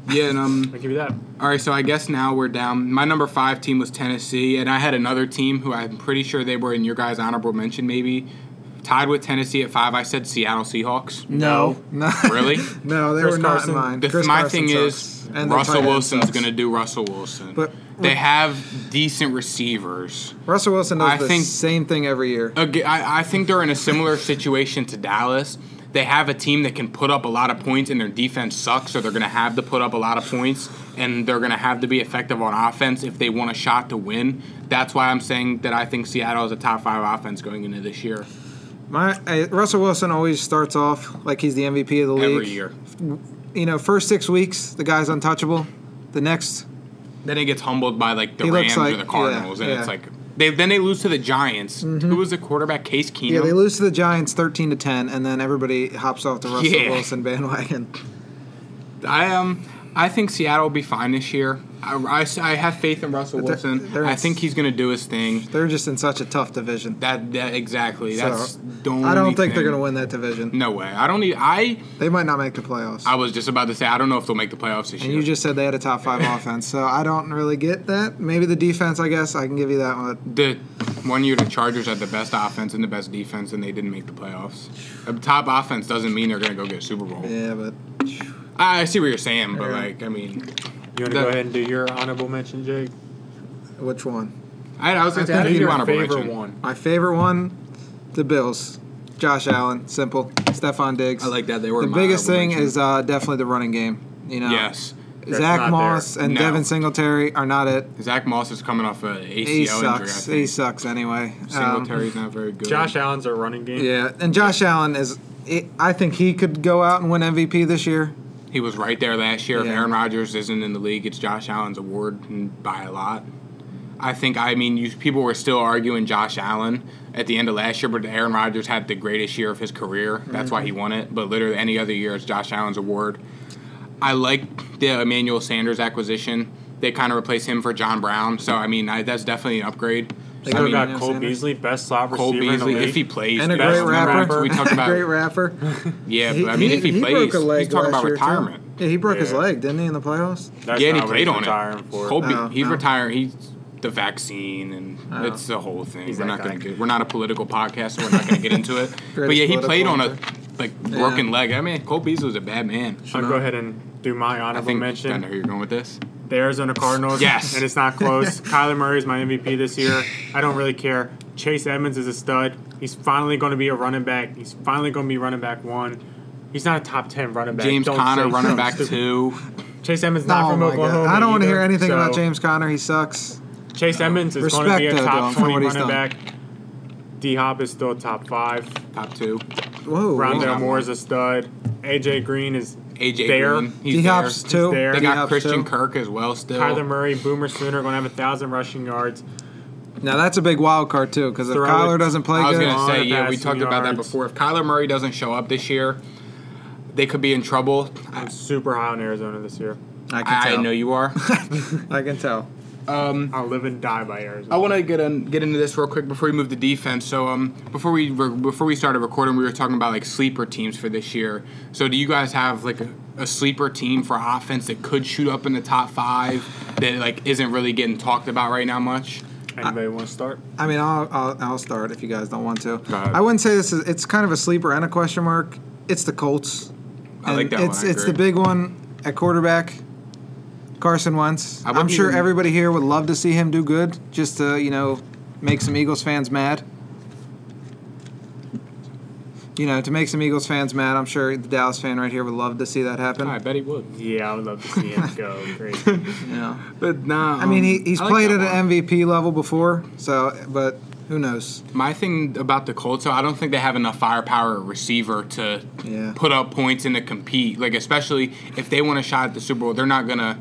[SPEAKER 2] Yeah, and um,
[SPEAKER 1] I give you that.
[SPEAKER 2] all right. So I guess now we're down. My number five team was Tennessee, and I had another team who I'm pretty sure they were in your guys' honorable mention, maybe tied with Tennessee at five. I said Seattle Seahawks.
[SPEAKER 1] No.
[SPEAKER 3] No,
[SPEAKER 2] Really?
[SPEAKER 3] no, they
[SPEAKER 1] Chris
[SPEAKER 3] were not
[SPEAKER 1] Carson-
[SPEAKER 3] in mine.
[SPEAKER 2] The,
[SPEAKER 3] Chris
[SPEAKER 2] my
[SPEAKER 3] Carson
[SPEAKER 2] thing
[SPEAKER 3] sucks.
[SPEAKER 2] is
[SPEAKER 3] And their tight
[SPEAKER 2] Russell
[SPEAKER 3] end
[SPEAKER 2] Wilson's
[SPEAKER 3] sucks.
[SPEAKER 2] going to do Russell Wilson.
[SPEAKER 3] But-
[SPEAKER 2] they have decent receivers.
[SPEAKER 3] Russell Wilson does
[SPEAKER 2] I
[SPEAKER 3] the
[SPEAKER 2] think-
[SPEAKER 3] same thing every year.
[SPEAKER 2] Aga I, I think they're in a similar situation to Dallas. they have a team that can put up a lot of points, and their defense sucks, so they're going to have to put up a lot of points, and they're going to have to be effective on offense if they want a shot to win. That's why I'm saying that I think Seattle is a top five offense going into this year
[SPEAKER 3] My I, Russell Wilson always starts off like he's the MVP of the league.
[SPEAKER 2] every year.
[SPEAKER 3] You know, first six weeks the guy's untouchable. The next,
[SPEAKER 2] Then it gets humbled by like the
[SPEAKER 3] He
[SPEAKER 2] Rams
[SPEAKER 3] looks like-
[SPEAKER 2] or the Cardinals,
[SPEAKER 3] yeah,
[SPEAKER 2] and it's
[SPEAKER 3] yeah. Mm-hmm.
[SPEAKER 2] like they then they lose to the Giants. Who was the quarterback? Case Keenum.
[SPEAKER 3] yeah, they lose to the Giants thirteen to ten, and then everybody hops off the Russell
[SPEAKER 2] Yeah.
[SPEAKER 3] Wilson bandwagon.
[SPEAKER 2] I um, I think Seattle will be fine this year. I, I s- I have faith in Russell
[SPEAKER 3] They're-
[SPEAKER 2] Wilson.
[SPEAKER 3] they're-
[SPEAKER 2] I think he's going to do his thing.
[SPEAKER 3] They're just in such a tough division.
[SPEAKER 2] That, that exactly. That's
[SPEAKER 3] So,
[SPEAKER 2] the only
[SPEAKER 3] I don't think they're
[SPEAKER 2] thing.
[SPEAKER 3] going to win that division.
[SPEAKER 2] No way. I don't. Need, I
[SPEAKER 3] They might not make the playoffs.
[SPEAKER 2] I was just about to say I don't know if they'll make the playoffs this
[SPEAKER 3] and
[SPEAKER 2] year.
[SPEAKER 3] you just said they had a top five offense, so I don't really get that. Maybe the defense, I guess, I can give you that one.
[SPEAKER 2] the one year the Chargers had the best offense and the best defense, and they didn't make the playoffs. A top offense doesn't mean they're going to go get a Super Bowl.
[SPEAKER 3] Yeah, but
[SPEAKER 2] I, I see what you're saying, but
[SPEAKER 3] Yeah.
[SPEAKER 2] like I mean,
[SPEAKER 1] You want to
[SPEAKER 2] That-
[SPEAKER 1] go ahead and do your honorable mention, Jake?
[SPEAKER 3] which one?
[SPEAKER 2] I, I was going to
[SPEAKER 3] I think
[SPEAKER 2] say I think
[SPEAKER 3] your
[SPEAKER 2] you want to
[SPEAKER 1] favorite
[SPEAKER 2] mention.
[SPEAKER 1] one.
[SPEAKER 3] My favorite one, the Bills. Josh Allen, simple. Stefan Diggs.
[SPEAKER 2] I like that they were
[SPEAKER 3] The
[SPEAKER 2] my
[SPEAKER 3] biggest
[SPEAKER 2] honorable
[SPEAKER 3] thing
[SPEAKER 2] mention.
[SPEAKER 3] is uh, definitely the running game. You know,
[SPEAKER 2] Yes,
[SPEAKER 1] That's
[SPEAKER 3] Zach
[SPEAKER 1] not
[SPEAKER 3] Moss
[SPEAKER 1] there.
[SPEAKER 3] and
[SPEAKER 2] No.
[SPEAKER 3] Devin Singletary are not it.
[SPEAKER 2] Zach Moss is coming off an ACL
[SPEAKER 3] He
[SPEAKER 2] injury. I
[SPEAKER 3] sucks. He
[SPEAKER 2] think.
[SPEAKER 3] sucks anyway. Um,
[SPEAKER 2] Singletary's not very good.
[SPEAKER 1] Josh Allen's a running game.
[SPEAKER 3] yeah, and Josh Allen is. It, I think he could go out and win MVP this year.
[SPEAKER 2] He was right there last year. If
[SPEAKER 3] Yeah.
[SPEAKER 2] Aaron Rodgers isn't in the league, it's Josh Allen's award and by a lot. I think I mean you, people were still arguing Josh Allen at the end of last year, but Aaron Rodgers had the greatest year of his career. That's why he
[SPEAKER 3] Mm-hmm.
[SPEAKER 2] won it. But literally any other year, it's Josh Allen's award. I like the Emmanuel Sanders acquisition. They kind of replaced him for John Brown, so I mean I, that's definitely an upgrade. I
[SPEAKER 3] They
[SPEAKER 1] Still
[SPEAKER 2] mean,
[SPEAKER 1] got
[SPEAKER 3] Emmanuel
[SPEAKER 1] Cole
[SPEAKER 3] Sanders.
[SPEAKER 1] Beasley, best slot
[SPEAKER 2] Cole
[SPEAKER 1] receiver in the
[SPEAKER 2] Beasley,
[SPEAKER 1] league.
[SPEAKER 2] if he plays,
[SPEAKER 3] And a
[SPEAKER 1] That's
[SPEAKER 3] great
[SPEAKER 2] best
[SPEAKER 1] the
[SPEAKER 3] rapper.
[SPEAKER 1] number
[SPEAKER 2] We talked about
[SPEAKER 3] great rapper.
[SPEAKER 2] yeah, but I mean if he, plays, he's talking about
[SPEAKER 3] last year, too.
[SPEAKER 2] retirement.
[SPEAKER 3] Yeah, he broke his
[SPEAKER 1] Yeah.
[SPEAKER 3] leg, didn't he, in the playoffs?
[SPEAKER 1] That's
[SPEAKER 2] yeah, and
[SPEAKER 1] not
[SPEAKER 2] he
[SPEAKER 1] what
[SPEAKER 2] played
[SPEAKER 1] he's
[SPEAKER 2] on
[SPEAKER 1] retiring
[SPEAKER 2] it.
[SPEAKER 1] For.
[SPEAKER 2] Kobe,
[SPEAKER 3] Oh,
[SPEAKER 2] he's
[SPEAKER 3] no. Oh.
[SPEAKER 2] retiring. He's the vaccine, and it's the whole thing.
[SPEAKER 1] He's
[SPEAKER 2] we're
[SPEAKER 1] that
[SPEAKER 2] not going
[SPEAKER 1] guy.
[SPEAKER 2] to get. We're not a political podcast, so we're not going to get into it. but yeah, he
[SPEAKER 3] political
[SPEAKER 2] played on a
[SPEAKER 3] actor.
[SPEAKER 2] like broken leg. I mean, Cole Beasley was a bad man.
[SPEAKER 1] I'll go ahead and do my
[SPEAKER 2] I
[SPEAKER 1] honorable
[SPEAKER 2] think I
[SPEAKER 1] mention.
[SPEAKER 2] know where you're going with this.
[SPEAKER 1] The Arizona Cardinals.
[SPEAKER 2] Yes.
[SPEAKER 1] And it's not close. Kyler Murray is my MVP this year. I don't really care. Chase Edmonds is a stud. He's finally going to be a running back. He's finally going to be running back one. He's not a top 10 running back.
[SPEAKER 2] James
[SPEAKER 1] Don't
[SPEAKER 2] Conner,
[SPEAKER 1] say
[SPEAKER 2] running
[SPEAKER 1] something
[SPEAKER 2] back
[SPEAKER 1] stupid.
[SPEAKER 2] two.
[SPEAKER 1] Chase Edmonds not
[SPEAKER 3] oh
[SPEAKER 1] from
[SPEAKER 3] my
[SPEAKER 1] Oklahoma.
[SPEAKER 3] God. I don't want to
[SPEAKER 1] either,
[SPEAKER 3] hear anything about
[SPEAKER 1] so
[SPEAKER 3] James Conner. He sucks.
[SPEAKER 1] Chase Edmonds is going to
[SPEAKER 3] Respect,
[SPEAKER 1] be a
[SPEAKER 3] though,
[SPEAKER 1] top
[SPEAKER 3] Dylan, for
[SPEAKER 1] 20
[SPEAKER 3] what he's
[SPEAKER 1] running
[SPEAKER 3] done.
[SPEAKER 1] back. D Hop is still top five.
[SPEAKER 2] Top two.
[SPEAKER 3] Whoa.
[SPEAKER 1] Rondell
[SPEAKER 2] not
[SPEAKER 1] Moore
[SPEAKER 2] one.
[SPEAKER 1] is a stud. AJ Green is
[SPEAKER 2] AJ
[SPEAKER 1] there.
[SPEAKER 2] Green. He's
[SPEAKER 3] D hops
[SPEAKER 2] there.
[SPEAKER 3] too.
[SPEAKER 1] there.
[SPEAKER 2] They
[SPEAKER 3] D-Hop's
[SPEAKER 2] got Christian
[SPEAKER 3] too.
[SPEAKER 2] Kirk as well still.
[SPEAKER 1] Kyler Murray, Boomer Sooner, going to have a thousand rushing yards.
[SPEAKER 3] Now that's a big wild card too, because if
[SPEAKER 1] Throw
[SPEAKER 3] Kyler
[SPEAKER 1] it.
[SPEAKER 3] doesn't play
[SPEAKER 2] I was
[SPEAKER 3] good,
[SPEAKER 2] going to
[SPEAKER 1] on
[SPEAKER 2] say,
[SPEAKER 1] the
[SPEAKER 2] yeah, we
[SPEAKER 1] passing
[SPEAKER 2] talked about that
[SPEAKER 1] yards.
[SPEAKER 2] before. If Kyler Murray doesn't show up this year, they could be in trouble. I,
[SPEAKER 1] I'm super high on Arizona this year.
[SPEAKER 3] I can
[SPEAKER 2] I
[SPEAKER 3] tell.
[SPEAKER 2] know you are.
[SPEAKER 3] I can tell.
[SPEAKER 2] Um,
[SPEAKER 1] I'll live and die by Arizona.
[SPEAKER 2] I want to get in, get into this real quick before we move to defense. So, um, before we re- before we started recording, we were talking about like sleeper teams for this year. So, do you guys have like a, a sleeper team for offense that could shoot up in the top five that like isn't really getting talked about right now much?
[SPEAKER 1] Anybody want to start?
[SPEAKER 3] I mean, I'll, I'll I'll start if you guys don't want to.
[SPEAKER 2] ahead.
[SPEAKER 3] I wouldn't say this is. It's kind of a sleeper and a question mark. It's the Colts.
[SPEAKER 2] I like
[SPEAKER 3] And
[SPEAKER 2] that one,
[SPEAKER 3] It's
[SPEAKER 2] I
[SPEAKER 3] it's the
[SPEAKER 2] agree.
[SPEAKER 3] big one at quarterback. Carson Wentz.
[SPEAKER 2] I
[SPEAKER 3] I'm
[SPEAKER 2] wouldn't
[SPEAKER 3] sure
[SPEAKER 2] even-
[SPEAKER 3] everybody here would love to see him do good, just to you know make some Eagles fans mad. You know, to make some Eagles fans mad. I'm sure the Dallas fan right here would love to see that happen.
[SPEAKER 2] I bet he would.
[SPEAKER 1] Yeah, I would love to see him go crazy.
[SPEAKER 3] You know.
[SPEAKER 2] But nah, um,
[SPEAKER 3] Um, I mean, he, he's played at
[SPEAKER 2] an
[SPEAKER 3] an MVP level before, so but who knows?
[SPEAKER 2] My thing about the Colts, though, I don't think they have enough firepower at receiver to
[SPEAKER 3] Yeah.
[SPEAKER 2] put up points and to compete. Like especially if they want a shot at the Super Bowl, they're not gonna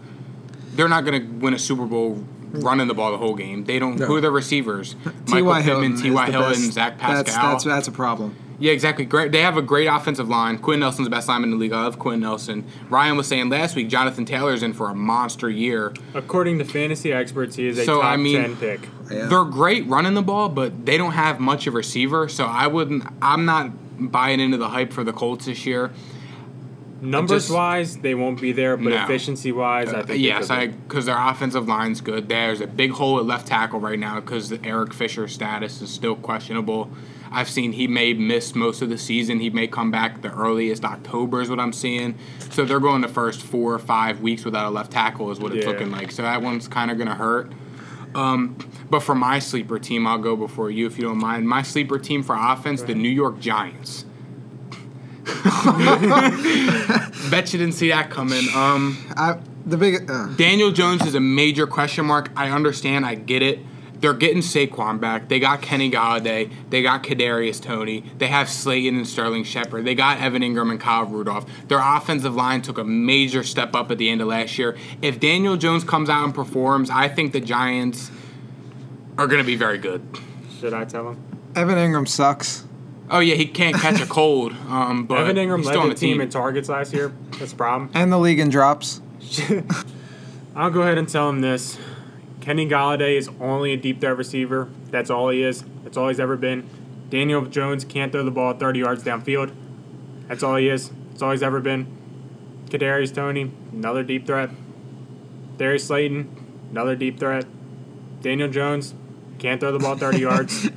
[SPEAKER 2] they're not gonna win a Super Bowl running the ball the whole game. they don't. Who are their receivers? Michael
[SPEAKER 3] T.Y. Hilton,
[SPEAKER 2] Pittman,
[SPEAKER 3] is
[SPEAKER 2] T.Y.
[SPEAKER 3] the
[SPEAKER 2] Hilton,
[SPEAKER 3] best.
[SPEAKER 2] Zach Pascal.
[SPEAKER 3] That's, that's that's a problem.
[SPEAKER 2] Yeah, exactly. Great. They have a great offensive line. Quinn Nelson's the best lineman in the league. I love Quinn Nelson. Ryan was saying last week, Jonathan Taylor's in for a monster year.
[SPEAKER 1] According to fantasy experts, he is a
[SPEAKER 2] So,
[SPEAKER 1] top
[SPEAKER 2] I mean-
[SPEAKER 1] 10 pick.
[SPEAKER 3] Yeah.
[SPEAKER 2] They're great running the ball, but they don't have much of a receiver. So I wouldn't. I'm not buying into the hype for the Colts this year.
[SPEAKER 1] Numbers
[SPEAKER 2] just-
[SPEAKER 1] wise, they won't be there, but
[SPEAKER 2] No. Uh,
[SPEAKER 1] efficiency wise, I think. they
[SPEAKER 2] yes,
[SPEAKER 1] could be.
[SPEAKER 2] I because their offensive line's good. There's a big hole at left tackle right now because Eric Fisher's status is still questionable. I've seen he may miss most of the season. He may come back the earliest October is what I'm seeing. So they're going the first four or five weeks without a left tackle is what it's
[SPEAKER 1] Yeah.
[SPEAKER 2] looking like. So that one's kind of going to hurt. Um, but for my sleeper team, I'll go before you if you don't mind. My sleeper team for offense, the New York Giants. Bet you didn't see that coming. Um,
[SPEAKER 3] I, the big. Uh,
[SPEAKER 2] Daniel Jones is a major question mark. I understand. I get it. They're getting Saquon back. They got Kenny Galladay. They got Kadarius Tony. They have Slayton and Sterling Shepard. They got Evan Ingram and Kyle Rudolph. Their offensive line took a major step up at the end of last year. If Daniel Jones comes out and performs, I think the Giants are going to be very good.
[SPEAKER 1] Should I tell him?
[SPEAKER 3] Evan Ingram sucks.
[SPEAKER 2] Oh yeah, he can't catch a cold. Um, but
[SPEAKER 1] Evan Ingram
[SPEAKER 2] he's
[SPEAKER 1] led
[SPEAKER 2] still on
[SPEAKER 1] the team in targets last year. That's a problem.
[SPEAKER 3] And the league in drops.
[SPEAKER 1] I'll go ahead and tell him this. Kenny Galladay is only a deep threat receiver. That's all he is. That's all he's ever been. Daniel Jones can't throw the ball 30 yards downfield. That's all he is. That's all he's ever been. Kadarius Tony, another deep threat. Darius Slayton, another deep threat. Daniel Jones can't throw the ball 30 yards.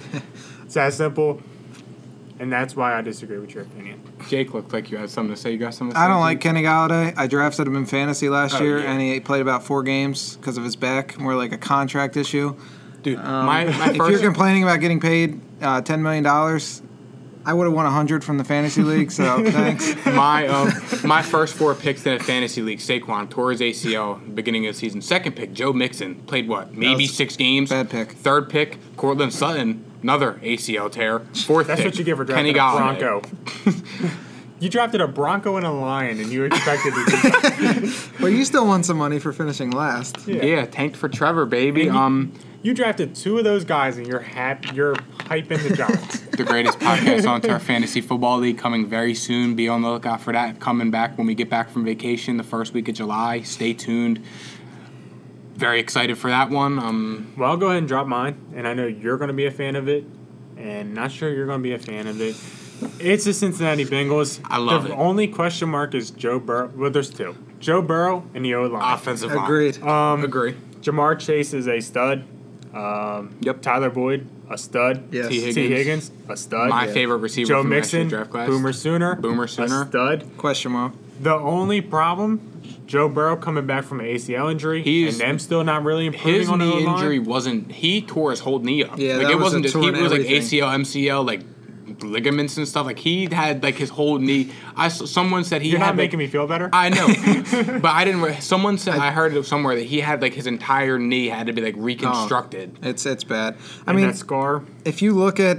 [SPEAKER 1] It's that simple. And that's why I disagree with your opinion.
[SPEAKER 2] Jake looked like you had something to say. You got something? To
[SPEAKER 3] I
[SPEAKER 2] say
[SPEAKER 3] don't
[SPEAKER 2] Jake?
[SPEAKER 3] like Kenny Galladay. I drafted him in fantasy last
[SPEAKER 2] Oh,
[SPEAKER 3] year,
[SPEAKER 2] yeah.
[SPEAKER 3] and he played about four games because of his back, more like a contract issue.
[SPEAKER 2] dude. my my
[SPEAKER 3] Um, if you're
[SPEAKER 2] first
[SPEAKER 3] complaining about getting paid uh, ten million dollars, I would have won hundred from the fantasy league. So thanks.
[SPEAKER 2] my um, my first four picks in a fantasy league: Saquon tore his ACL beginning of the season. Second pick, Joe Mixon played what? Maybe
[SPEAKER 3] was
[SPEAKER 2] six games.
[SPEAKER 3] bad pick.
[SPEAKER 2] Third pick, Cortland Sutton, another ACL tear. Fourth
[SPEAKER 1] That's
[SPEAKER 2] pick,
[SPEAKER 1] what you get for
[SPEAKER 2] Kenny
[SPEAKER 1] drafting a
[SPEAKER 2] Galladay.
[SPEAKER 1] Bronco. you drafted a Bronco and a Lion, and you expected to do
[SPEAKER 3] But you still won some money for finishing last.
[SPEAKER 2] Yeah. tanked for Trevor, baby.
[SPEAKER 1] And he-
[SPEAKER 2] Um,
[SPEAKER 1] You drafted two of those guys, and you're hap- you're hyping the Giants.
[SPEAKER 2] the greatest podcast onto our fantasy football league coming very soon. Be on the lookout for that coming back when we get back from vacation the first week of July. Stay tuned. Very excited for that one. Um,
[SPEAKER 1] well, I'll go ahead and drop mine, and I know you're going to be a fan of it, and not sure you're going to be a fan of it. It's the Cincinnati Bengals.
[SPEAKER 2] I love
[SPEAKER 1] the
[SPEAKER 2] it.
[SPEAKER 1] only question mark is Joe Burrow. Well, there's two: Joe Burrow and the O line.
[SPEAKER 2] offensive line.
[SPEAKER 3] Agreed.
[SPEAKER 1] Um,
[SPEAKER 2] Agree.
[SPEAKER 1] Jamar Chase is a stud. Um,
[SPEAKER 2] Yep.
[SPEAKER 1] Tyler Boyd, a sud.
[SPEAKER 3] Yes.
[SPEAKER 2] T.
[SPEAKER 1] T. Higgins, a stud.
[SPEAKER 2] My favorite receiver
[SPEAKER 1] Joe
[SPEAKER 2] from last year's
[SPEAKER 1] Mixon,
[SPEAKER 2] draft class.
[SPEAKER 1] Boomer Sooner,
[SPEAKER 2] Boomer Sooner.
[SPEAKER 1] a stud.
[SPEAKER 3] Question mark.
[SPEAKER 1] The only problem, Joe Burrow coming back from an ACL injury,
[SPEAKER 2] He's-
[SPEAKER 1] and them still not really improving
[SPEAKER 2] His
[SPEAKER 1] on the
[SPEAKER 2] knee
[SPEAKER 1] O-line.
[SPEAKER 2] injury wasn't. He tore his whole knee up.
[SPEAKER 3] Yeah,
[SPEAKER 2] like
[SPEAKER 3] that
[SPEAKER 2] it
[SPEAKER 3] was
[SPEAKER 2] wasn't
[SPEAKER 3] a
[SPEAKER 2] just. He
[SPEAKER 3] torn
[SPEAKER 2] it was like
[SPEAKER 3] everything.
[SPEAKER 2] ACL, MCL, like ligaments and stuff. Like he had like his whole knee. I s- someone said he
[SPEAKER 1] You're
[SPEAKER 2] had
[SPEAKER 1] not
[SPEAKER 2] like,
[SPEAKER 1] making me feel better.
[SPEAKER 2] I know, but I didn't. Re- someone said I, heard it somewhere that he had like his entire knee had to be like reconstructed.
[SPEAKER 3] It's it's bad. I
[SPEAKER 1] and
[SPEAKER 3] mean,
[SPEAKER 1] that scar.
[SPEAKER 3] if you look at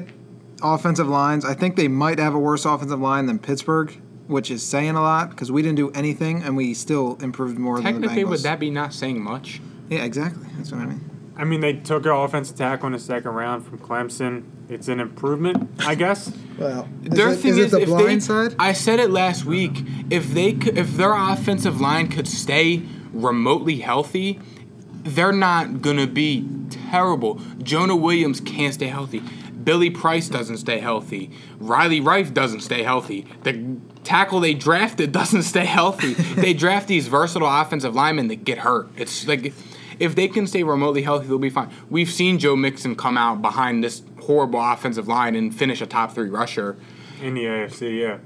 [SPEAKER 3] offensive lines, I think they might have a worse offensive line than Pittsburgh, which is saying a lot because we didn't do anything and we still improved more than the
[SPEAKER 2] Technically,
[SPEAKER 3] Bengals.
[SPEAKER 2] would that be not saying much?
[SPEAKER 3] yeah, exactly. That's what I mean.
[SPEAKER 1] I mean, they took an offensive tackle in the second round from Clemson. It's an improvement, I guess.
[SPEAKER 3] Well, is,
[SPEAKER 2] Their thing is,
[SPEAKER 3] the
[SPEAKER 2] if
[SPEAKER 3] blind
[SPEAKER 2] they,
[SPEAKER 3] side?
[SPEAKER 2] I said it last week. If they, could, if their offensive line could stay remotely healthy, they're not gonna be terrible. Jonah Williams can't stay healthy. Billy Price doesn't stay healthy. Riley Rife doesn't stay healthy. The tackle they drafted doesn't stay healthy. they draft these versatile offensive linemen that get hurt. It's like if they can stay remotely healthy, they'll be fine. We've seen Joe Mixon come out behind this horrible offensive line and finish a top three rusher.
[SPEAKER 1] In the AFC, yeah.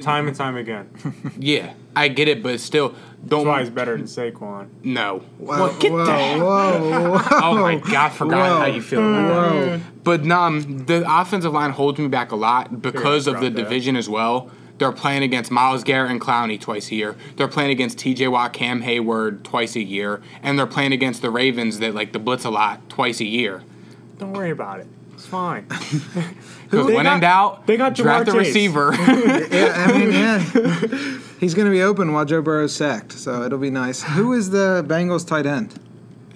[SPEAKER 1] Time and time again. That's
[SPEAKER 2] Yeah, I get it, but still, don't.
[SPEAKER 1] why he's better than Saquon.
[SPEAKER 2] No.
[SPEAKER 3] Wow,
[SPEAKER 2] Well, get
[SPEAKER 3] whoa,
[SPEAKER 2] that.
[SPEAKER 3] whoa, whoa.
[SPEAKER 2] Oh my God, I forgot
[SPEAKER 3] Whoa.
[SPEAKER 2] how you feel about that. But um, the offensive line holds me back a lot because
[SPEAKER 1] Yeah,
[SPEAKER 2] of the
[SPEAKER 1] drop that.
[SPEAKER 2] division as well. They're playing against Miles Garrett and Clowney twice a year. They're playing against T.J. Watt, Cam Hayward twice a year, and they're playing against the Ravens that like the blitz a lot twice a year.
[SPEAKER 1] Don't worry about it. It's fine.
[SPEAKER 2] Because
[SPEAKER 1] They
[SPEAKER 2] when in
[SPEAKER 1] got-
[SPEAKER 2] doubt,
[SPEAKER 1] they got
[SPEAKER 2] draft
[SPEAKER 1] Jamar
[SPEAKER 2] a
[SPEAKER 1] Chase.
[SPEAKER 2] receiver.
[SPEAKER 3] yeah, I mean, yeah. He's going to be open while Joe Burrow's sacked, so it'll be nice. Who is the Bengals tight end?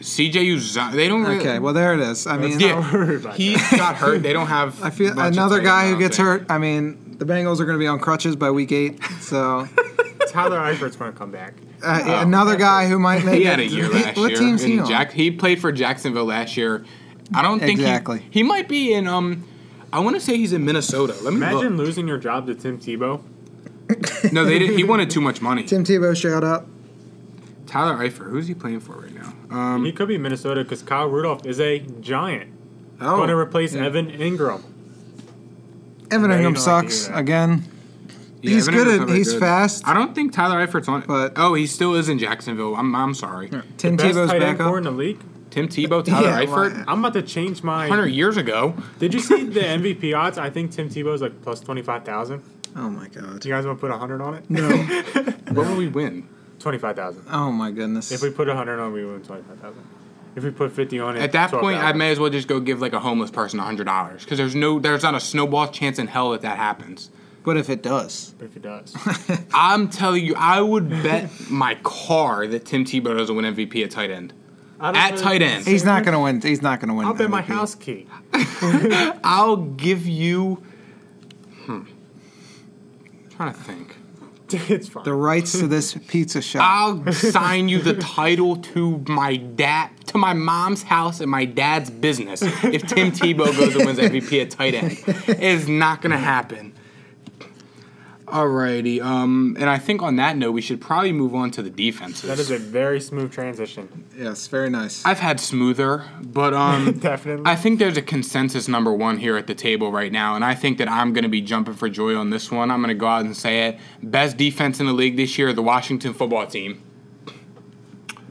[SPEAKER 2] C.J. Uzama, they don't. really-
[SPEAKER 3] Okay, well there it is. I mean,
[SPEAKER 1] Don't
[SPEAKER 2] yeah,
[SPEAKER 1] worry about
[SPEAKER 2] he got hurt. They don't have.
[SPEAKER 3] I feel
[SPEAKER 2] much of
[SPEAKER 3] another
[SPEAKER 2] tight
[SPEAKER 3] guy
[SPEAKER 2] end, I
[SPEAKER 3] who
[SPEAKER 2] don't
[SPEAKER 3] gets
[SPEAKER 2] think.
[SPEAKER 3] hurt. I mean, the Bengals are going to be on crutches by week eight. So
[SPEAKER 2] Oh,
[SPEAKER 1] that. Tyler Eifert's going to come back.
[SPEAKER 3] uh, another guy who might make
[SPEAKER 2] He had
[SPEAKER 3] it-
[SPEAKER 2] a year last
[SPEAKER 3] what
[SPEAKER 2] year.
[SPEAKER 3] team's he
[SPEAKER 2] in
[SPEAKER 3] on?
[SPEAKER 2] Jack- he played for Jacksonville last year. I don't think he-
[SPEAKER 3] Exactly.
[SPEAKER 2] He, might be in. Um, I want to say he's in Minnesota. Let me
[SPEAKER 1] Imagine losing your job to Tim Tebow.
[SPEAKER 2] look. No, they did, he wanted too much money.
[SPEAKER 3] Tim Tebow shout out.
[SPEAKER 2] Tyler Eifert, who's he playing for right now? Uh,
[SPEAKER 1] He could be Minnesota because Kyle Rudolph is a giant.
[SPEAKER 3] Oh,
[SPEAKER 1] going to replace
[SPEAKER 3] yeah.
[SPEAKER 1] Evan Ingram.
[SPEAKER 3] Evan
[SPEAKER 1] Yeah, you
[SPEAKER 3] Ingram
[SPEAKER 1] don't like to
[SPEAKER 3] sucks
[SPEAKER 1] hear that.
[SPEAKER 3] again.
[SPEAKER 2] Yeah,
[SPEAKER 3] he's
[SPEAKER 2] Evan Ingram's
[SPEAKER 3] good
[SPEAKER 2] not
[SPEAKER 3] at
[SPEAKER 2] very
[SPEAKER 3] he's
[SPEAKER 2] good.
[SPEAKER 3] fast.
[SPEAKER 2] I don't think Tyler Eifert's on it.
[SPEAKER 3] But-
[SPEAKER 2] oh, he still is in Jacksonville. I'm, I'm sorry.
[SPEAKER 3] Tim
[SPEAKER 1] Best
[SPEAKER 3] Tebow's
[SPEAKER 1] tight end
[SPEAKER 3] back
[SPEAKER 1] core
[SPEAKER 3] up.
[SPEAKER 1] in the league.
[SPEAKER 2] Tim Tebow, Tyler
[SPEAKER 3] Yeah,
[SPEAKER 2] Eifert.
[SPEAKER 3] why-
[SPEAKER 1] I'm about to change my.
[SPEAKER 2] 100 years ago.
[SPEAKER 1] Did you see the MVP odds? I think Tim Tebow's like plus twenty five thousand.
[SPEAKER 3] Oh my god.
[SPEAKER 1] Do you guys want to put a hundred on it?
[SPEAKER 3] No.
[SPEAKER 2] What would we win?
[SPEAKER 1] Twenty five thousand.
[SPEAKER 3] oh my goodness.
[SPEAKER 1] If we put a hundred on, we win twenty five thousand. If we put fifty on it,
[SPEAKER 2] At that point, I
[SPEAKER 1] 12,000.
[SPEAKER 2] may as well just go give like a homeless person a hundred dollars because there's no, there's not a snowball chance in hell that that happens.
[SPEAKER 3] but if it does,
[SPEAKER 1] If it does,
[SPEAKER 2] I'm telling you, I would bet my car that Tim Tebow doesn't win MVP at tight end.
[SPEAKER 1] I don't
[SPEAKER 2] At
[SPEAKER 1] know.
[SPEAKER 2] tight end.
[SPEAKER 3] he's not gonna win. He's not gonna win.
[SPEAKER 1] I'll bet my
[SPEAKER 3] MVP.
[SPEAKER 1] house key.
[SPEAKER 2] I'll give you. Hmm. trying to think.
[SPEAKER 1] it's fine.
[SPEAKER 3] the rights to this pizza shop.
[SPEAKER 2] I'll sign you the title to my dad, to my mom's house and my dad's business if Tim Tebow goes and wins MVP at tight end. It's not gonna happen. Alrighty, um, and I think on that note, we should probably move on to the defenses.
[SPEAKER 1] that is a very smooth transition.
[SPEAKER 3] yes, very nice.
[SPEAKER 2] I've had smoother, but um,
[SPEAKER 1] Definitely.
[SPEAKER 2] I think there's a consensus number one here at the table right now, and I think that I'm going to be jumping for joy on this one. I'm going to go out and say it: best defense in the league this year, the Washington football team.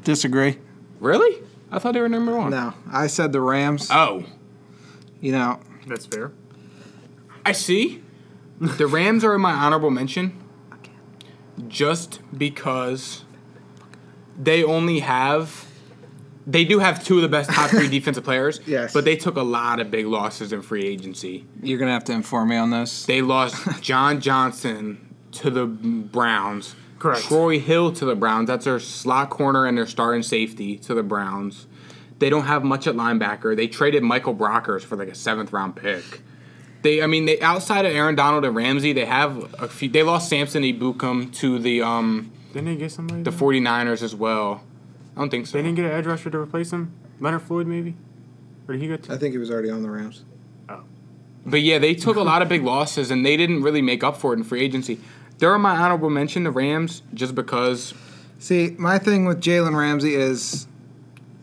[SPEAKER 3] Disagree.
[SPEAKER 2] Really? I thought they were number one.
[SPEAKER 3] No, I said the Rams.
[SPEAKER 2] Oh,
[SPEAKER 3] you know,
[SPEAKER 1] That's fair.
[SPEAKER 2] I see. The Rams are in my honorable mention, just because they only have. They do have two of the best top three defensive players,
[SPEAKER 3] Yes.
[SPEAKER 2] but they took a lot of big losses in free agency.
[SPEAKER 3] you're gonna have to inform me on this.
[SPEAKER 2] They lost John Johnson to the Browns.
[SPEAKER 1] Correct.
[SPEAKER 2] Troy Hill to the Browns. That's their slot corner and their starting safety to the Browns. They don't have much at linebacker. They traded Michael Brockers for like a seventh round pick. They, I mean, they outside of Aaron Donald and Ramsey, they have a few. They lost Samson Ibukum to the um
[SPEAKER 1] Didn't they get somebody?
[SPEAKER 2] the 49ers as well. I don't think so.
[SPEAKER 1] They didn't get an edge rusher to replace him. Leonard Floyd maybe, or did he go?
[SPEAKER 3] I
[SPEAKER 1] To- Uh,
[SPEAKER 3] think he was already on the Rams.
[SPEAKER 2] But yeah, they took a lot of big losses and they didn't really make up for it in free agency. They're my honorable mention, the Rams, just because
[SPEAKER 3] See, my thing with Jalen Ramsey is,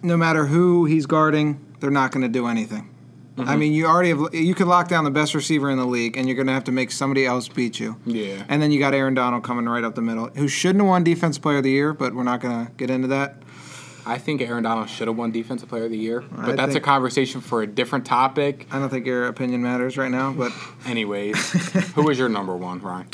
[SPEAKER 3] no matter who he's guarding, they're not gonna do anything. I mean, you already have you could lock down the best receiver in the league, and you're gonna have to make somebody else beat you.
[SPEAKER 2] Yeah.
[SPEAKER 3] And then you got Aaron Donald coming right up the middle, who shouldn't have won Defense Player of the Year, but we're not gonna get into that.
[SPEAKER 2] I think Aaron Donald should have won Defensive Player of the Year, but
[SPEAKER 3] I
[SPEAKER 2] that's a
[SPEAKER 3] think-
[SPEAKER 2] conversation for a different topic.
[SPEAKER 3] I don't think your opinion matters right now, but
[SPEAKER 2] Anyways, who was your number one, Ryan?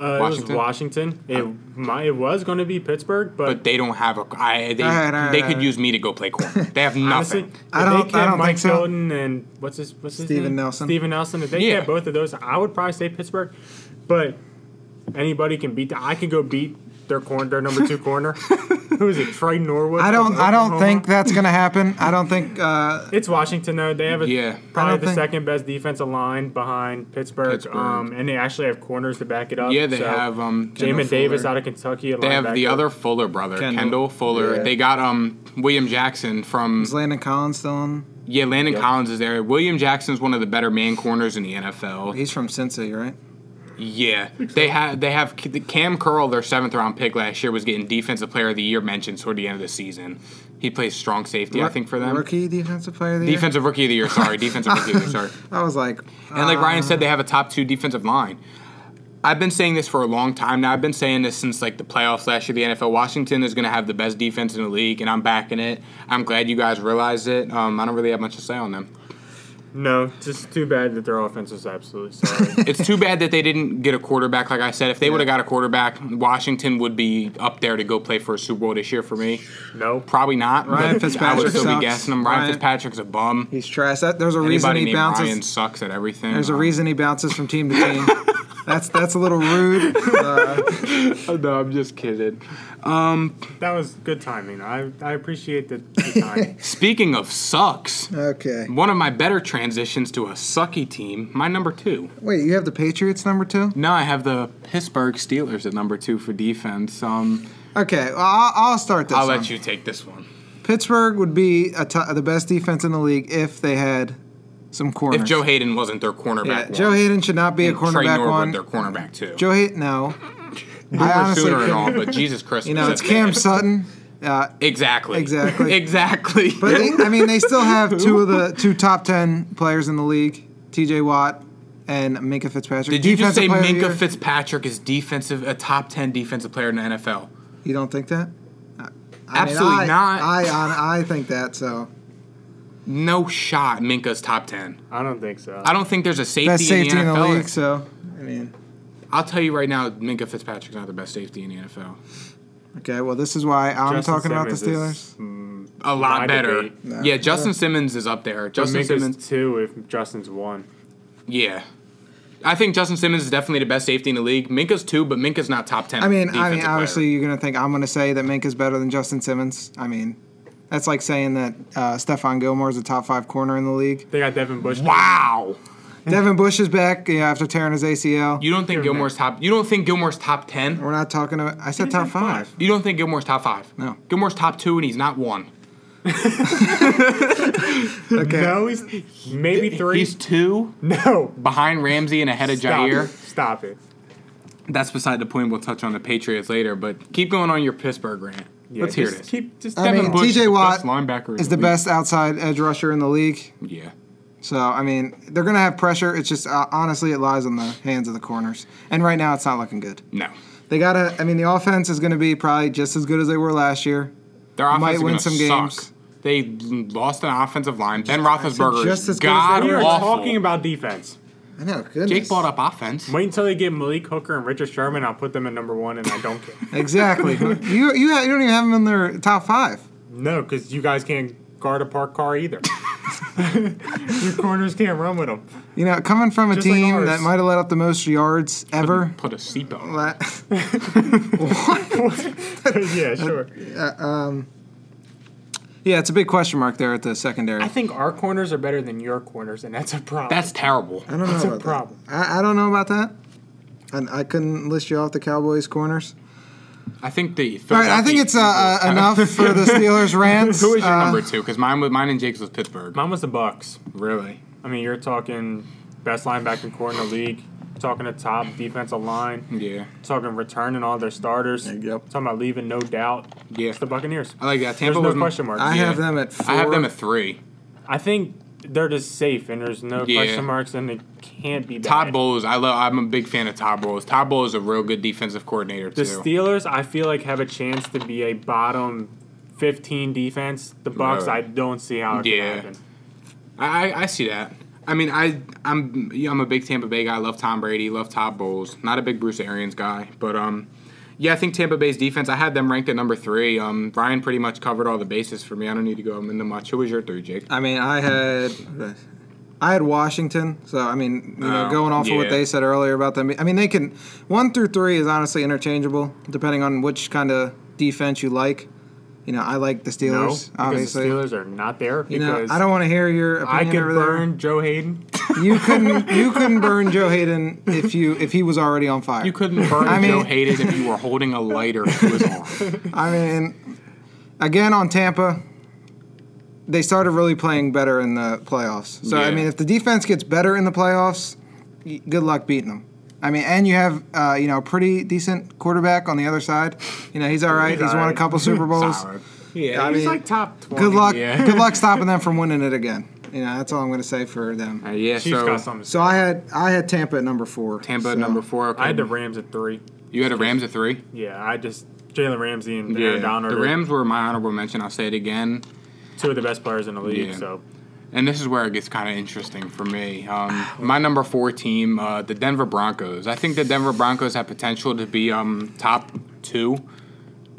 [SPEAKER 1] uh, It was Washington. It, my, it was going to be Pittsburgh, but,
[SPEAKER 2] But they don't have a. I, they
[SPEAKER 3] All right, all right,
[SPEAKER 2] they
[SPEAKER 3] all
[SPEAKER 2] could
[SPEAKER 3] right.
[SPEAKER 2] use me to go play corner. They have
[SPEAKER 1] honestly,
[SPEAKER 2] nothing.
[SPEAKER 3] I
[SPEAKER 1] if
[SPEAKER 3] don't-
[SPEAKER 1] They
[SPEAKER 3] I
[SPEAKER 1] kept
[SPEAKER 3] don't
[SPEAKER 1] Mike
[SPEAKER 3] think so.
[SPEAKER 1] Hilton and what's his what's his
[SPEAKER 3] Steven
[SPEAKER 1] name?
[SPEAKER 3] Nelson.
[SPEAKER 1] Steven Nelson. If they
[SPEAKER 2] Yeah.
[SPEAKER 1] kept both of those, I would probably say Pittsburgh. But anybody can beat. The, I can go beat their corner, their number two corner. Who is it? Troy Norwood.
[SPEAKER 3] I don't.
[SPEAKER 1] from
[SPEAKER 3] I don't
[SPEAKER 1] Oklahoma?
[SPEAKER 3] think that's gonna happen. I don't think. Uh,
[SPEAKER 1] It's Washington though. They have a,
[SPEAKER 2] Yeah.
[SPEAKER 3] I
[SPEAKER 1] probably
[SPEAKER 3] don't
[SPEAKER 1] the
[SPEAKER 3] think-
[SPEAKER 1] second best defensive line behind Pittsburgh.
[SPEAKER 2] Pittsburgh.
[SPEAKER 1] Um, and they actually have corners to back it up.
[SPEAKER 2] yeah, they
[SPEAKER 1] so-
[SPEAKER 2] have um.
[SPEAKER 1] Jamin
[SPEAKER 3] Kendall
[SPEAKER 1] Davis
[SPEAKER 3] Fuller.
[SPEAKER 1] out of Kentucky. a
[SPEAKER 2] They have the
[SPEAKER 1] linebacker.
[SPEAKER 2] other Fuller brother, Kendall,
[SPEAKER 3] Kendall.
[SPEAKER 2] Fuller.
[SPEAKER 3] Yeah.
[SPEAKER 2] They got um William Jackson from
[SPEAKER 3] is Landon Collins still on?
[SPEAKER 2] yeah Landon Collins is there. William Jackson's one of the better man corners in the NFL.
[SPEAKER 3] He's from Cincy, right?
[SPEAKER 2] Yeah, they have they have Cam Curl, their seventh round pick last year, was getting Defensive Player of the Year mentioned toward the end of the season. He plays strong safety, I think, for them.
[SPEAKER 3] Rookie defensive player of the year.
[SPEAKER 2] Defensive Rookie of the Year, sorry, Defensive Rookie of the Year, sorry.
[SPEAKER 3] I was like,
[SPEAKER 2] And like Ryan
[SPEAKER 3] Uh.
[SPEAKER 2] said, they have a top two defensive line. I've been saying this for a long time now. I've been saying this since like the playoffs last year. The NFL Washington is going to have the best defense in the league, and I'm backing it. I'm glad you guys realize it. Um, I don't really have much to say on them.
[SPEAKER 1] No, just too bad that their offense is absolutely sorry.
[SPEAKER 2] It's too bad that they didn't get a quarterback. Like I said, if they would have got a quarterback, Washington would be up there to go play for a Super Bowl this year for me.
[SPEAKER 1] no,
[SPEAKER 2] Probably not.
[SPEAKER 3] Ryan
[SPEAKER 2] but I would
[SPEAKER 3] Fitzpatrick
[SPEAKER 2] still
[SPEAKER 3] sucks.
[SPEAKER 2] be guessing him. Ryan,
[SPEAKER 3] Ryan-
[SPEAKER 2] Fitzpatrick's a bum.
[SPEAKER 3] he's trash. That, there's a reason
[SPEAKER 2] Anybody
[SPEAKER 3] he
[SPEAKER 2] named
[SPEAKER 3] bounces.
[SPEAKER 2] Ryan sucks at everything.
[SPEAKER 3] There's a
[SPEAKER 2] Um,
[SPEAKER 3] reason he bounces from team to team. that's that's a little rude. Uh,
[SPEAKER 2] No, I'm just kidding.
[SPEAKER 1] that was good timing. I I appreciate the, the time.
[SPEAKER 2] Speaking of sucks,
[SPEAKER 3] okay.
[SPEAKER 2] one of my better transitions to a sucky team, my number two.
[SPEAKER 3] Wait, you have the Patriots number two?
[SPEAKER 2] No, I have the Pittsburgh Steelers at number two for defense. Um,
[SPEAKER 3] Okay, well, I'll, I'll start this.
[SPEAKER 2] I'll
[SPEAKER 3] one.
[SPEAKER 2] let you take this one.
[SPEAKER 3] Pittsburgh would be a to the best defense in the league if they had some corners.
[SPEAKER 2] If Joe Hayden wasn't their cornerback,
[SPEAKER 3] yeah,
[SPEAKER 2] one,
[SPEAKER 3] Joe Hayden should not be a
[SPEAKER 2] Trey
[SPEAKER 3] cornerback
[SPEAKER 2] Norwood,
[SPEAKER 3] one.
[SPEAKER 2] their cornerback two.
[SPEAKER 3] Joe Hayden, no.
[SPEAKER 2] Boomer
[SPEAKER 3] I honestly,
[SPEAKER 2] Sooner and
[SPEAKER 3] couldn't-
[SPEAKER 2] all, but Jesus Christ,
[SPEAKER 3] you know, it's Cam Sutton. Uh,
[SPEAKER 2] Exactly.
[SPEAKER 3] Exactly.
[SPEAKER 2] exactly.
[SPEAKER 3] But they, I mean, they still have two of the two top ten players in the league: T.J. Watt and Minka Fitzpatrick.
[SPEAKER 2] Did you just say
[SPEAKER 3] Defensive player of the
[SPEAKER 2] Minka
[SPEAKER 3] year?
[SPEAKER 2] Fitzpatrick is defensive, a top ten defensive player in the NFL?
[SPEAKER 3] You don't think that? I- I mean,
[SPEAKER 2] Absolutely
[SPEAKER 3] I-
[SPEAKER 2] not.
[SPEAKER 3] I, I I think that. So
[SPEAKER 2] No shot. Minka's top ten.
[SPEAKER 1] I don't think so.
[SPEAKER 2] I don't think there's a safety,
[SPEAKER 3] best safety
[SPEAKER 2] in the NFL.
[SPEAKER 3] league. So I mean,
[SPEAKER 2] I'll tell you right now, Minka Fitzpatrick's not the best safety in the NFL.
[SPEAKER 3] Okay, well, this is why I'm
[SPEAKER 1] Justin
[SPEAKER 3] talking about the
[SPEAKER 1] Simmons
[SPEAKER 3] Steelers.
[SPEAKER 1] is, mm,
[SPEAKER 2] A lot
[SPEAKER 1] my
[SPEAKER 2] better.
[SPEAKER 1] debate.
[SPEAKER 3] No.
[SPEAKER 2] Yeah, Justin Simmons is up there.
[SPEAKER 1] But
[SPEAKER 2] Justin
[SPEAKER 1] Minka's
[SPEAKER 2] Simmons.
[SPEAKER 1] two if Justin's one.
[SPEAKER 2] Yeah. I think Justin Simmons is definitely the best safety in the league. Minka's two, but Minka's not top ten.
[SPEAKER 3] I mean, I
[SPEAKER 2] defensive
[SPEAKER 3] mean,
[SPEAKER 2] player.
[SPEAKER 3] obviously, you're gonna think I'm gonna say that Mink is better than Justin Simmons. I mean, that's like saying that uh, Stefan Gilmore is a top five corner in the league.
[SPEAKER 1] They got Devin Bush.
[SPEAKER 2] Wow.
[SPEAKER 3] Devin Bush is back you know, after tearing his ACL.
[SPEAKER 2] You don't think
[SPEAKER 1] You're
[SPEAKER 2] Gilmore's top? You don't think Gilmore's top ten?
[SPEAKER 3] We're not talking. About, I said
[SPEAKER 1] He
[SPEAKER 3] top
[SPEAKER 1] said five.
[SPEAKER 3] five.
[SPEAKER 2] You don't think Gilmore's top five?
[SPEAKER 3] No.
[SPEAKER 2] Gilmore's top two, and he's not one.
[SPEAKER 3] Okay.
[SPEAKER 1] No, he's maybe three.
[SPEAKER 2] He's two
[SPEAKER 1] no.
[SPEAKER 2] behind Ramsey and ahead of
[SPEAKER 1] Stop
[SPEAKER 2] Jair.
[SPEAKER 1] it. Stop it.
[SPEAKER 2] That's beside the point. We'll touch on the Patriots later, but keep going on your Pittsburgh rant.
[SPEAKER 1] Yeah,
[SPEAKER 2] Let's hear
[SPEAKER 1] just
[SPEAKER 2] this.
[SPEAKER 1] Keep just
[SPEAKER 3] I
[SPEAKER 1] Devin
[SPEAKER 3] mean,
[SPEAKER 1] Bush.
[SPEAKER 3] T.J.
[SPEAKER 2] is the
[SPEAKER 3] Watt
[SPEAKER 2] best linebacker in
[SPEAKER 3] Is the
[SPEAKER 2] league.
[SPEAKER 3] best outside edge rusher in the league.
[SPEAKER 2] Yeah.
[SPEAKER 3] So I mean, they're gonna have pressure. It's just uh, honestly, it lies on the hands of the corners. And right now, it's not looking good.
[SPEAKER 2] No.
[SPEAKER 3] They gotta. I mean, the offense is gonna be probably just as good as they were last year.
[SPEAKER 2] Their offense
[SPEAKER 3] Might
[SPEAKER 2] is
[SPEAKER 3] win
[SPEAKER 2] gonna
[SPEAKER 3] some
[SPEAKER 2] suck.
[SPEAKER 3] games.
[SPEAKER 2] They lost an offensive line. Ben Roethlisberger
[SPEAKER 3] just
[SPEAKER 2] is
[SPEAKER 3] as good as they
[SPEAKER 2] god
[SPEAKER 3] were.
[SPEAKER 1] we are
[SPEAKER 2] awful.
[SPEAKER 1] talking about defense.
[SPEAKER 3] I know. Goodness.
[SPEAKER 2] Jake brought up offense.
[SPEAKER 1] Wait until they get Malik Hooker and Richard Sherman. I'll put them in number one, and I don't care.
[SPEAKER 3] Exactly. you you ha- you don't even have them in their top five.
[SPEAKER 1] no, because you guys can't guard a parked car either. Your corners can't run with them.
[SPEAKER 3] You know, coming from a
[SPEAKER 1] Just like
[SPEAKER 3] team
[SPEAKER 1] ours.
[SPEAKER 3] that might have let up the most yards ever.
[SPEAKER 2] Put a seatbelt. on.
[SPEAKER 3] la-
[SPEAKER 1] yeah, sure.
[SPEAKER 3] yeah, it's a big question mark there at the secondary.
[SPEAKER 1] I
[SPEAKER 3] I,
[SPEAKER 1] think our corners are better than your corners, and that's a problem.
[SPEAKER 2] That's terrible.
[SPEAKER 3] don't know
[SPEAKER 1] that's a
[SPEAKER 3] about
[SPEAKER 1] problem.
[SPEAKER 3] that. I, I don't know about that. And I couldn't list you off the Cowboys corners.
[SPEAKER 2] I think the.
[SPEAKER 3] All right, I think it's uh, uh, enough for the Steelers rants.
[SPEAKER 2] Who is your
[SPEAKER 3] Uh,
[SPEAKER 2] number two? Because mine, was- mine and Jake's was Pittsburgh.
[SPEAKER 1] Mine was the Bucks.
[SPEAKER 2] Really?
[SPEAKER 1] I mean, you're talking best linebacker core in the league, talking the top defensive line,
[SPEAKER 2] Yeah.
[SPEAKER 1] talking returning all their starters,
[SPEAKER 3] Yep.
[SPEAKER 1] talking about leaving no doubt.
[SPEAKER 2] Yeah.
[SPEAKER 1] It's the Buccaneers.
[SPEAKER 2] I like
[SPEAKER 1] There's
[SPEAKER 2] that. Tampa
[SPEAKER 1] no
[SPEAKER 2] was m-
[SPEAKER 1] question mark.
[SPEAKER 3] I
[SPEAKER 1] I,
[SPEAKER 2] Yeah.
[SPEAKER 3] have them at four.
[SPEAKER 2] I have them at three.
[SPEAKER 1] think they're just safe, and there's no
[SPEAKER 2] Yeah.
[SPEAKER 1] question marks, and they can't be bad.
[SPEAKER 2] Todd Bowles, I love. I'm a big fan of Todd Bowles. Todd Bowles is a real good defensive coordinator
[SPEAKER 1] The
[SPEAKER 2] too.
[SPEAKER 1] Steelers, I feel like, have a chance to be a bottom 15 defense. The Bucks,
[SPEAKER 2] Right.
[SPEAKER 1] I don't see how it
[SPEAKER 2] Yeah.
[SPEAKER 1] can happen.
[SPEAKER 2] I, I I see that. I mean, I I'm yeah, I'm a big Tampa Bay guy. I love Tom Brady. Love Todd Bowles. Not a big Bruce Arians guy, but um, yeah, I think Tampa Bay's defense. I had them ranked at number three. Um, Ryan pretty much covered all the bases for me. I don't need to go into much. Who was your three, Jake?
[SPEAKER 3] I mean, I had. I had Washington, so I mean, you know,
[SPEAKER 2] Oh,
[SPEAKER 3] going off of
[SPEAKER 2] yeah.
[SPEAKER 3] what they said earlier about them. I mean, they can one through three is honestly interchangeable depending on which kind of defense you like. You know, I like the
[SPEAKER 1] No, because
[SPEAKER 3] Steelers, obviously.
[SPEAKER 1] the Steelers are not there.
[SPEAKER 3] you know,
[SPEAKER 1] Because
[SPEAKER 3] I don't want to hear your
[SPEAKER 1] I
[SPEAKER 3] opinion
[SPEAKER 1] could
[SPEAKER 3] over there.
[SPEAKER 1] burn Joe Hayden.
[SPEAKER 3] You couldn't, you couldn't burn Joe Hayden if you if he was already on fire.
[SPEAKER 2] You couldn't burn
[SPEAKER 3] I
[SPEAKER 2] Joe
[SPEAKER 3] mean-
[SPEAKER 2] Hayden if you were holding a lighter to his arm.
[SPEAKER 3] I mean, again on Tampa, they started really playing better in the playoffs. So I
[SPEAKER 2] Yeah.
[SPEAKER 3] mean, if the defense gets better in the playoffs, y- good luck beating them. I mean, and you have uh, you know a pretty decent quarterback on the other side. You know he's all right.
[SPEAKER 1] He's
[SPEAKER 3] He's,
[SPEAKER 1] all
[SPEAKER 3] won a
[SPEAKER 1] right.
[SPEAKER 3] couple Super Bowls.
[SPEAKER 2] Solid. Yeah,
[SPEAKER 3] I
[SPEAKER 1] He's
[SPEAKER 3] mean,
[SPEAKER 1] like top 20.
[SPEAKER 3] good luck.
[SPEAKER 2] yeah.
[SPEAKER 3] Good luck stopping them from winning it again. You know that's all I'm going to say for them.
[SPEAKER 2] Uh, yeah.
[SPEAKER 1] Chiefs
[SPEAKER 2] So
[SPEAKER 1] got something. to
[SPEAKER 3] So I had I had Tampa at number four.
[SPEAKER 2] Tampa
[SPEAKER 3] so.
[SPEAKER 2] at number four. Okay.
[SPEAKER 1] I had the Rams at three.
[SPEAKER 2] you had the Rams at three.
[SPEAKER 1] Yeah, I just Jalen Ramsey and
[SPEAKER 2] Yeah.
[SPEAKER 1] Aaron Donald.
[SPEAKER 2] the
[SPEAKER 1] are
[SPEAKER 2] Rams were my honorable mention. I'll say it again.
[SPEAKER 1] two of the best players in the league.
[SPEAKER 2] Yeah.
[SPEAKER 1] So
[SPEAKER 2] And this is where it gets kind of interesting for me. Um, my number four team, uh, the Denver Broncos. I think the Denver Broncos have potential to be um, top two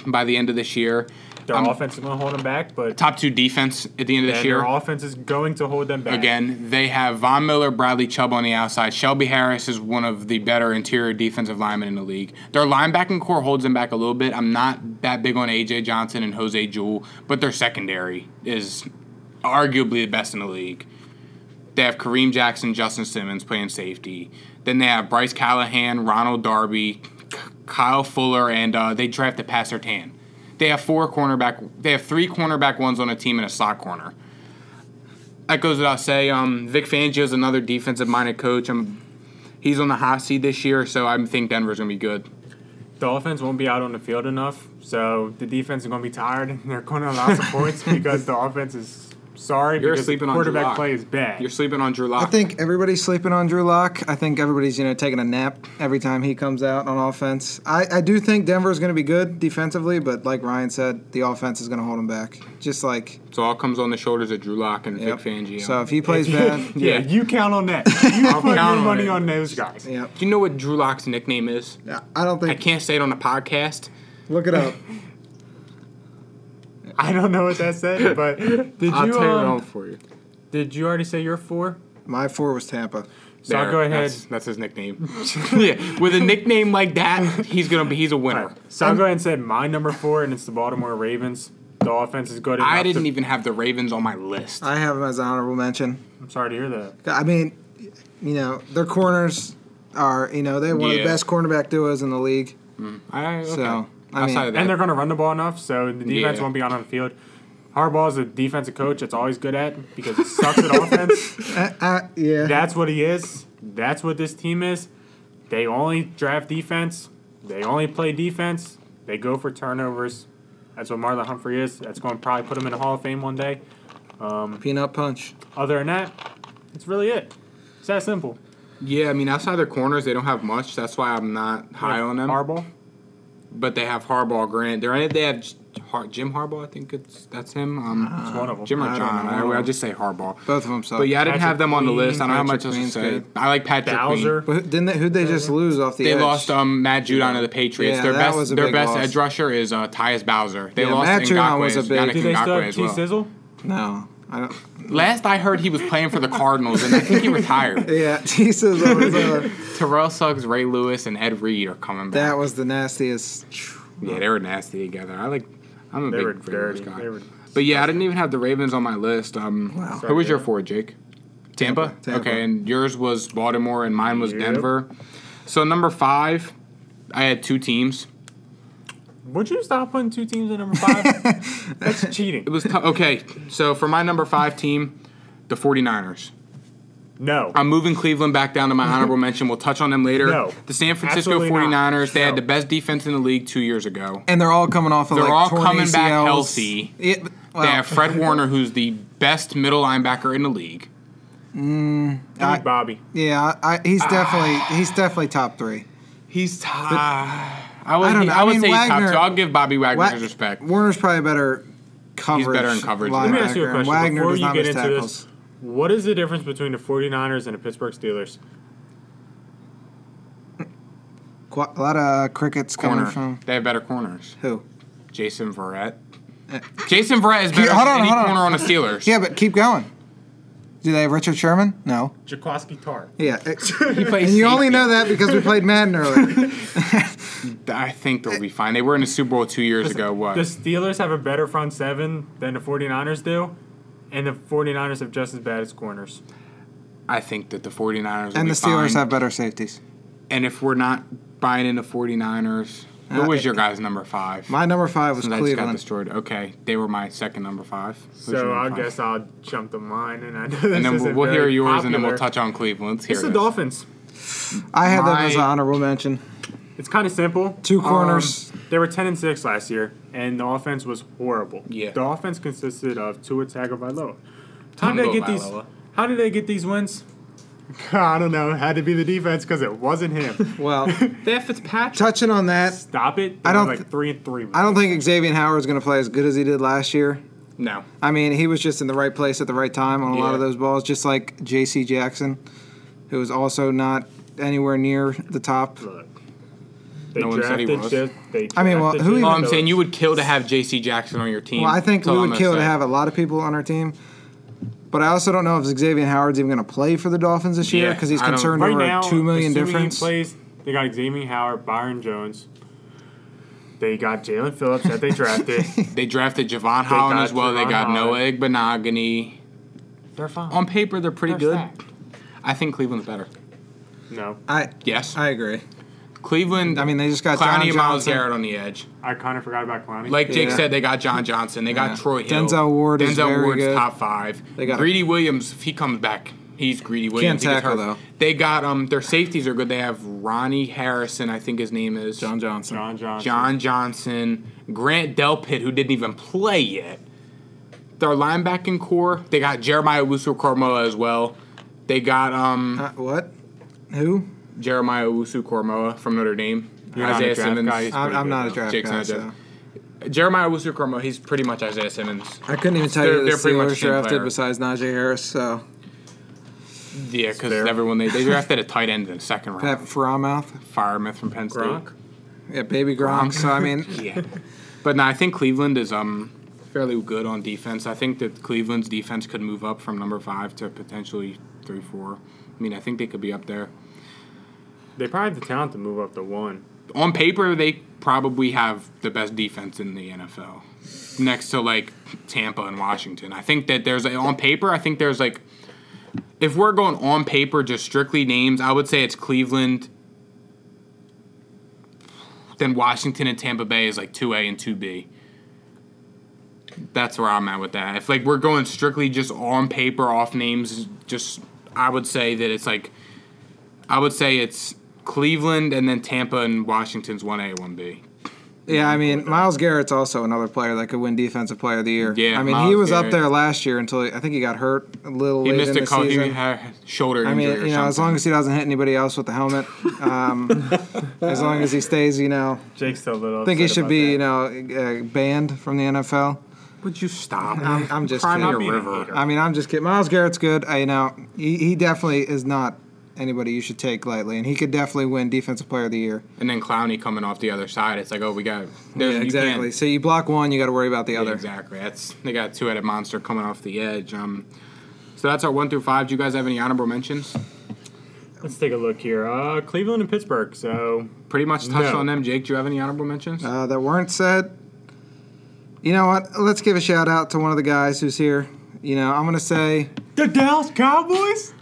[SPEAKER 2] by the end of this year.
[SPEAKER 1] their
[SPEAKER 2] Um,
[SPEAKER 1] offense is going to hold them back, but
[SPEAKER 2] Top two defense at the end of this
[SPEAKER 1] and
[SPEAKER 2] year.
[SPEAKER 1] their offense is going to hold them back.
[SPEAKER 2] Again, they have Von Miller, Bradley Chubb on the outside. Shelby Harris is one of the better interior defensive linemen in the league. Their linebacking core holds them back a little bit. I'm not that big on AJ Johnson and Jose Jewell, but their secondary is arguably the best in the league. They have Kareem Jackson, Justin Simmons playing safety. Then they have Bryce Callahan, Ronald Darby, K- Kyle Fuller, and uh, they draft a pass Sertan. They have four cornerback. They have three cornerback ones on a team and a slot corner that goes without say. Um, Vic Fangio is another defensive minded coach. I'm, he's on the hot seat this year, so I think Denver's gonna be good.
[SPEAKER 1] the offense won't be out on the field enough, so the defense is going to be tired and they're going to allow some points because the offense is Sorry,
[SPEAKER 2] You're
[SPEAKER 1] because the
[SPEAKER 2] sleeping on Drew
[SPEAKER 1] quarterback
[SPEAKER 2] Lock.
[SPEAKER 1] play is bad.
[SPEAKER 2] You're sleeping on Drew Lock.
[SPEAKER 3] I think everybody's sleeping on Drew Lock. I think everybody's, you know, taking a nap every time he comes out on offense. I, I do think Denver's going to be good defensively, but like Ryan said, the offense is going to hold him back. Just like
[SPEAKER 2] so all comes on the shoulders of Drew Lock and
[SPEAKER 3] yep.
[SPEAKER 2] Vic Fangio.
[SPEAKER 3] So if he plays bad,
[SPEAKER 1] yeah,
[SPEAKER 2] Yeah.
[SPEAKER 1] you count on that. You
[SPEAKER 2] I'll
[SPEAKER 1] put your
[SPEAKER 2] count on
[SPEAKER 1] money
[SPEAKER 2] it.
[SPEAKER 1] on those guys.
[SPEAKER 3] yep.
[SPEAKER 2] Do you know what Drew Lock's nickname is?
[SPEAKER 3] I don't
[SPEAKER 2] I
[SPEAKER 3] think.
[SPEAKER 2] can't say it on the podcast.
[SPEAKER 3] Look it up.
[SPEAKER 1] I don't know what that said, but did
[SPEAKER 2] I'll
[SPEAKER 1] you
[SPEAKER 2] tear it
[SPEAKER 1] um,
[SPEAKER 2] on for you.
[SPEAKER 1] did you already say you're four?
[SPEAKER 3] My four was Tampa.
[SPEAKER 1] So I'll
[SPEAKER 2] There,
[SPEAKER 1] go ahead.
[SPEAKER 2] That's, that's his nickname. yeah, with a nickname like that, he's gonna be he's a winner.
[SPEAKER 1] So I'll go ahead and say my number four, and it's the Baltimore Ravens. The offense is good.
[SPEAKER 2] I
[SPEAKER 1] enough
[SPEAKER 2] didn't
[SPEAKER 1] to,
[SPEAKER 2] even have the Ravens on my list.
[SPEAKER 3] I have him as an honorable mention.
[SPEAKER 1] I'm sorry to hear that.
[SPEAKER 3] I mean, you know, their corners are, you know, they have one
[SPEAKER 2] Yeah.
[SPEAKER 3] of the best cornerback duos in the league.
[SPEAKER 2] I, okay.
[SPEAKER 3] So, I mean-
[SPEAKER 2] outside of that,
[SPEAKER 1] And they're going to run the ball enough, so the defense
[SPEAKER 2] Yeah.
[SPEAKER 1] won't be on on the field. Harbaugh is a defensive coach that's always good at because he sucks at offense.
[SPEAKER 3] Uh, uh, yeah.
[SPEAKER 1] That's what he is. That's what this team is. They only draft defense. They only play defense. They go for turnovers. That's what Marlon Humphrey is. That's going to probably put him in the Hall of Fame one day.
[SPEAKER 3] Peanut punch.
[SPEAKER 1] Other than that, it's really it. It's that simple.
[SPEAKER 2] yeah, I mean outside their corners, they don't have much. That's why I'm not high on them.
[SPEAKER 1] Harbaugh.
[SPEAKER 2] but they have Harbaugh, Grant. They're they have J- Har- Jim Harbaugh. I think it's that's him. Um,
[SPEAKER 1] It's one of them.
[SPEAKER 2] Jim or
[SPEAKER 3] Uh, I don't
[SPEAKER 2] John?
[SPEAKER 3] know.
[SPEAKER 2] I, I'll just say Harbaugh.
[SPEAKER 3] Both of them suck.
[SPEAKER 2] But yeah, I didn't
[SPEAKER 1] Patrick
[SPEAKER 2] have them on the list. I don't have
[SPEAKER 3] Queen.
[SPEAKER 2] much else to
[SPEAKER 3] Patrick
[SPEAKER 2] say.
[SPEAKER 3] Queen's good.
[SPEAKER 2] I like Patrick Queen.
[SPEAKER 1] Bowser.
[SPEAKER 3] But who- didn't they, who'd they just lose off the
[SPEAKER 2] They
[SPEAKER 3] edge?
[SPEAKER 2] lost um, Matt Judon to the Patriots.
[SPEAKER 3] Yeah,
[SPEAKER 2] their
[SPEAKER 3] that
[SPEAKER 2] best,
[SPEAKER 3] was a
[SPEAKER 2] their
[SPEAKER 3] big
[SPEAKER 2] best
[SPEAKER 3] loss.
[SPEAKER 2] edge rusher is uh, Tyus Bowser. They
[SPEAKER 3] Yeah,
[SPEAKER 2] lost
[SPEAKER 3] Matt Judon
[SPEAKER 2] Ngakwe,
[SPEAKER 3] was a big-
[SPEAKER 2] Yannick
[SPEAKER 1] Do they still
[SPEAKER 2] Ngakwe
[SPEAKER 1] have
[SPEAKER 2] as
[SPEAKER 1] T
[SPEAKER 2] well.
[SPEAKER 1] Sizzle?
[SPEAKER 3] No, I don't.
[SPEAKER 2] Last I heard, he was playing for the Cardinals, and I think he retired.
[SPEAKER 3] Yeah, Jesus, that was, uh,
[SPEAKER 2] Terrell Suggs, Ray Lewis, and Ed Reed are coming back.
[SPEAKER 3] that was the nastiest.
[SPEAKER 2] yeah, they were nasty together. I like. I'm a
[SPEAKER 1] They
[SPEAKER 2] big
[SPEAKER 1] were
[SPEAKER 2] Ray Lewis
[SPEAKER 1] dirty.
[SPEAKER 2] guy.
[SPEAKER 1] They were
[SPEAKER 2] But yeah, I didn't even have the Ravens on my list. Um,
[SPEAKER 3] Wow.
[SPEAKER 2] Who was your four, Jake? Tampa?
[SPEAKER 3] Tampa. Tampa.
[SPEAKER 2] Okay, and yours was Baltimore, and mine was
[SPEAKER 1] Yep.
[SPEAKER 2] Denver. So number five, I had two teams.
[SPEAKER 1] Would you stop putting two teams in number five? That's cheating.
[SPEAKER 2] It was t- okay. So for my number five team, the 49ers.
[SPEAKER 1] No.
[SPEAKER 2] I'm moving Cleveland back down to my honorable mention. We'll touch on them later.
[SPEAKER 1] No.
[SPEAKER 2] The San Francisco
[SPEAKER 1] Absolutely not.
[SPEAKER 2] 49ers, they had
[SPEAKER 1] No.
[SPEAKER 2] the best defense in the league two years ago.
[SPEAKER 3] And they're all coming off of
[SPEAKER 2] They're
[SPEAKER 3] like
[SPEAKER 2] all
[SPEAKER 3] torn
[SPEAKER 2] coming back
[SPEAKER 3] ACLs.
[SPEAKER 2] healthy.
[SPEAKER 3] Yeah, but- well,
[SPEAKER 2] They have Fred Warner, who's the best middle linebacker in the league.
[SPEAKER 1] Give me Bobby.
[SPEAKER 3] yeah, I, he's
[SPEAKER 2] Ah.
[SPEAKER 3] definitely he's definitely top three.
[SPEAKER 2] He's top. I would,
[SPEAKER 3] I
[SPEAKER 2] I
[SPEAKER 3] don't know.
[SPEAKER 2] would
[SPEAKER 3] I mean,
[SPEAKER 2] say he's top
[SPEAKER 3] Wagner-
[SPEAKER 2] two. I'll give Bobby Wagner
[SPEAKER 3] Wa-
[SPEAKER 2] his respect.
[SPEAKER 3] Warner's probably a better coverage.
[SPEAKER 2] better in coverage.
[SPEAKER 3] Linebacker.
[SPEAKER 1] Let
[SPEAKER 2] Let
[SPEAKER 1] me ask you a
[SPEAKER 3] and
[SPEAKER 1] question
[SPEAKER 3] Wagner
[SPEAKER 1] before
[SPEAKER 3] does
[SPEAKER 1] you
[SPEAKER 3] not
[SPEAKER 1] get
[SPEAKER 3] miss
[SPEAKER 1] into
[SPEAKER 3] tackles.
[SPEAKER 1] this. What is the difference between the 49ers and the Pittsburgh Steelers?
[SPEAKER 3] Qu- a lot of crickets
[SPEAKER 2] corner.
[SPEAKER 3] coming from
[SPEAKER 2] They have better corners.
[SPEAKER 3] who?
[SPEAKER 2] Jason Verrett. Jason Verrett is better
[SPEAKER 3] Uh, hold
[SPEAKER 2] than
[SPEAKER 3] on,
[SPEAKER 2] any
[SPEAKER 3] hold on.
[SPEAKER 2] corner on the Steelers.
[SPEAKER 3] Yeah, but keep going. Do they have Richard Sherman? No.
[SPEAKER 1] Jaquaski Tar.
[SPEAKER 3] Yeah.
[SPEAKER 2] He
[SPEAKER 3] and
[SPEAKER 2] plays
[SPEAKER 3] you only
[SPEAKER 2] safety.
[SPEAKER 3] know that because we played Madden earlier.
[SPEAKER 2] I think
[SPEAKER 3] Uh,
[SPEAKER 2] they'll be fine. They were in the Super Bowl two years ago. What?
[SPEAKER 1] The Steelers have a better front seven than the 49ers do, and the 49ers have just as bad as corners.
[SPEAKER 2] I think that the 49ers will
[SPEAKER 3] and
[SPEAKER 2] be
[SPEAKER 3] the Steelers
[SPEAKER 2] fine.
[SPEAKER 3] have better safeties.
[SPEAKER 2] And if we're not buying into 49ers, who
[SPEAKER 3] Uh,
[SPEAKER 2] was your guys number five?
[SPEAKER 3] My number five was
[SPEAKER 2] Since I just got
[SPEAKER 3] Cleveland.
[SPEAKER 2] destroyed. Okay, they were my second number five. Who's your
[SPEAKER 1] so
[SPEAKER 2] number
[SPEAKER 1] I
[SPEAKER 2] five?
[SPEAKER 1] guess I'll jump to mine, and I know this
[SPEAKER 2] And then we'll,
[SPEAKER 1] isn't
[SPEAKER 2] we'll hear
[SPEAKER 1] very
[SPEAKER 2] yours, and then
[SPEAKER 1] popular.
[SPEAKER 2] we'll touch on Cleveland. Here
[SPEAKER 1] It's the
[SPEAKER 2] it is.
[SPEAKER 1] Dolphins.
[SPEAKER 3] I had them as an
[SPEAKER 2] My-
[SPEAKER 3] honorable mention.
[SPEAKER 1] It's kind of simple.
[SPEAKER 3] Two corners.
[SPEAKER 1] Um, they were ten and six last year, and the offense was horrible.
[SPEAKER 2] Yeah.
[SPEAKER 1] The offense consisted of Tua Tagovailoa. How did
[SPEAKER 2] Tua
[SPEAKER 1] they get these?
[SPEAKER 2] Tagovailoa.
[SPEAKER 1] How did they get these wins? I don't know. It had to be the defense because it wasn't him.
[SPEAKER 3] Well,
[SPEAKER 2] They have Fitzpatrick.
[SPEAKER 3] touching on that,
[SPEAKER 1] Stop it! They
[SPEAKER 3] I
[SPEAKER 1] I
[SPEAKER 3] don't
[SPEAKER 1] don't like
[SPEAKER 3] th-
[SPEAKER 1] three and three.
[SPEAKER 3] I don't think Xavier Howard's going to play as good as he did last year.
[SPEAKER 2] No.
[SPEAKER 3] I mean, he was just in the right place at the right time on a lot
[SPEAKER 2] Yeah.
[SPEAKER 3] of those balls, just like J.C. Jackson, who was also not anywhere near the top.
[SPEAKER 1] Look, they
[SPEAKER 2] No one said he
[SPEAKER 1] drafted.
[SPEAKER 2] was.
[SPEAKER 1] just, they
[SPEAKER 3] I mean, well,
[SPEAKER 1] drafted
[SPEAKER 3] who
[SPEAKER 1] Jalen
[SPEAKER 3] even-
[SPEAKER 2] Well, I'm
[SPEAKER 1] Phillips.
[SPEAKER 2] saying you would kill to have J.C. Jackson on your team.
[SPEAKER 3] Well, I think
[SPEAKER 2] That's all
[SPEAKER 3] we
[SPEAKER 2] I'm
[SPEAKER 3] would
[SPEAKER 2] gonna
[SPEAKER 3] kill to
[SPEAKER 2] say.
[SPEAKER 3] have a lot of people on our team. But I also don't know if Xavier Howard's even going to play for the Dolphins this year
[SPEAKER 2] Yeah,
[SPEAKER 3] because he's
[SPEAKER 2] I don't-
[SPEAKER 3] concerned
[SPEAKER 1] right
[SPEAKER 3] over
[SPEAKER 1] now.
[SPEAKER 3] a two million
[SPEAKER 1] assuming He
[SPEAKER 3] difference.
[SPEAKER 1] plays. They got Xavier Howard, Byron Jones. They got Jalen Phillips that they drafted.
[SPEAKER 2] They drafted Javon Holland
[SPEAKER 1] got
[SPEAKER 2] as well.
[SPEAKER 1] Javon
[SPEAKER 2] they got Noah
[SPEAKER 1] Holland.
[SPEAKER 2] Igbenogany.
[SPEAKER 1] They're fine.
[SPEAKER 2] On paper, they're pretty
[SPEAKER 1] They're
[SPEAKER 2] good.
[SPEAKER 1] stacked.
[SPEAKER 2] I think Cleveland's better.
[SPEAKER 1] No,
[SPEAKER 3] I
[SPEAKER 2] Yes,
[SPEAKER 3] I agree.
[SPEAKER 2] Cleveland.
[SPEAKER 3] I mean, they just got John
[SPEAKER 2] Clowney and Miles
[SPEAKER 3] Johnson.
[SPEAKER 2] Garrett on the edge.
[SPEAKER 1] I kind of forgot about Kalani.
[SPEAKER 2] Like Jake
[SPEAKER 3] Yeah.
[SPEAKER 2] said, they got John Johnson. They
[SPEAKER 3] Yeah.
[SPEAKER 2] got Troy Hill.
[SPEAKER 3] Denzel Ward is
[SPEAKER 2] Denzel
[SPEAKER 3] very
[SPEAKER 2] Ward's
[SPEAKER 3] good.
[SPEAKER 2] top five.
[SPEAKER 3] They got-
[SPEAKER 2] Greedy Williams. If he comes back, he's Greedy Williams. He gets
[SPEAKER 3] tackle,
[SPEAKER 2] hurt.
[SPEAKER 3] though.
[SPEAKER 2] They got um. Their safeties are good. They have Ronnie Harrison. I think his name is
[SPEAKER 3] John Johnson.
[SPEAKER 1] John Johnson.
[SPEAKER 2] John Johnson, Grant Delpit, who didn't even play yet. Their linebacking core, they got Jeremiah Owusu Kormoa as well. They got um
[SPEAKER 3] Uh, what? Who?
[SPEAKER 2] Jeremiah Owusu Kormoa from Notre Dame.
[SPEAKER 1] You're not a draft guy, he's-
[SPEAKER 3] I'm,
[SPEAKER 1] pretty
[SPEAKER 3] I'm
[SPEAKER 1] good,
[SPEAKER 3] not a
[SPEAKER 1] though.
[SPEAKER 3] draft
[SPEAKER 2] Jake's
[SPEAKER 3] guy.
[SPEAKER 2] not a
[SPEAKER 3] So.
[SPEAKER 2] draft. Uh, Jeremiah Owusu Kormoa, he's pretty much Isaiah Simmons.
[SPEAKER 3] I couldn't even tell you
[SPEAKER 2] They're-
[SPEAKER 3] who the
[SPEAKER 2] they're pretty much
[SPEAKER 3] Steelers
[SPEAKER 2] the same
[SPEAKER 3] drafted
[SPEAKER 2] player.
[SPEAKER 3] besides Najee Harris. So
[SPEAKER 2] Yeah, because everyone they, they drafted a tight end in the second
[SPEAKER 3] Pat
[SPEAKER 2] round.
[SPEAKER 3] Fromouth,
[SPEAKER 2] Firemouth from Penn State.
[SPEAKER 1] Gronk?
[SPEAKER 3] yeah, baby Gronk. So I mean,
[SPEAKER 2] yeah. But no, I think Cleveland is um fairly good on defense. I think that Cleveland's defense could move up from number five to potentially three, four. I mean, I think they could be up there.
[SPEAKER 1] They probably have the talent to move up to one.
[SPEAKER 2] On paper, they probably have the best defense in the NFL, next to like Tampa and Washington. I think that there's on paper. I think there's like, if we're going on paper, just strictly names, I would say it's Cleveland. Then Washington and Tampa Bay is like two A and two B. That's where I'm at with that. If like we're going strictly just on paper, off names, just I would say that it's like I would say it's Cleveland and then Tampa and Washington's one A, one B.
[SPEAKER 3] yeah, I mean, Miles Garrett's also another player that could win Defensive Player of the Year.
[SPEAKER 2] Yeah,
[SPEAKER 3] I mean, he
[SPEAKER 2] Myles
[SPEAKER 3] was up
[SPEAKER 2] Garrett.
[SPEAKER 3] there last year until he, I think he got hurt a little
[SPEAKER 2] He
[SPEAKER 3] late
[SPEAKER 2] missed
[SPEAKER 3] in
[SPEAKER 2] a
[SPEAKER 3] the
[SPEAKER 2] call. He
[SPEAKER 3] season.
[SPEAKER 2] had a shoulder
[SPEAKER 3] I mean,
[SPEAKER 2] injury.
[SPEAKER 3] you know, as long as he doesn't hit anybody else with the helmet, um, as long as he stays, you know,
[SPEAKER 1] Jake's still a little.
[SPEAKER 3] I think he
[SPEAKER 1] upset
[SPEAKER 3] should
[SPEAKER 1] about
[SPEAKER 3] be, you
[SPEAKER 1] that.
[SPEAKER 3] know, uh, banned from the NFL.
[SPEAKER 2] would you stop?
[SPEAKER 3] I'm, I'm just
[SPEAKER 2] Cry not
[SPEAKER 3] kidding. You're
[SPEAKER 2] being a
[SPEAKER 1] river.
[SPEAKER 2] hater.
[SPEAKER 3] I mean, I'm just kidding. Miles Garrett's good. I, you know, he, he definitely is not anybody you should take lightly, and he could definitely win Defensive Player of the Year.
[SPEAKER 2] and then Clowney coming off the other side. It's like, oh, we got there's-
[SPEAKER 3] yeah,
[SPEAKER 2] you
[SPEAKER 3] exactly.
[SPEAKER 2] can't-
[SPEAKER 3] So you block one, you got to worry about the
[SPEAKER 2] Yeah,
[SPEAKER 3] other.
[SPEAKER 2] exactly. That's they got a two-headed monster coming off the edge. Um, so that's our one through five. Do you guys have any honorable mentions?
[SPEAKER 1] Let's take a look here. Uh, Cleveland and Pittsburgh. So
[SPEAKER 2] Pretty much touched
[SPEAKER 1] No.
[SPEAKER 2] on them. Jake, do you have any honorable mentions?
[SPEAKER 3] Uh, that weren't said. You know what? Let's give a shout out to one of the guys who's here. You know, I'm gonna say
[SPEAKER 1] the Dallas Cowboys.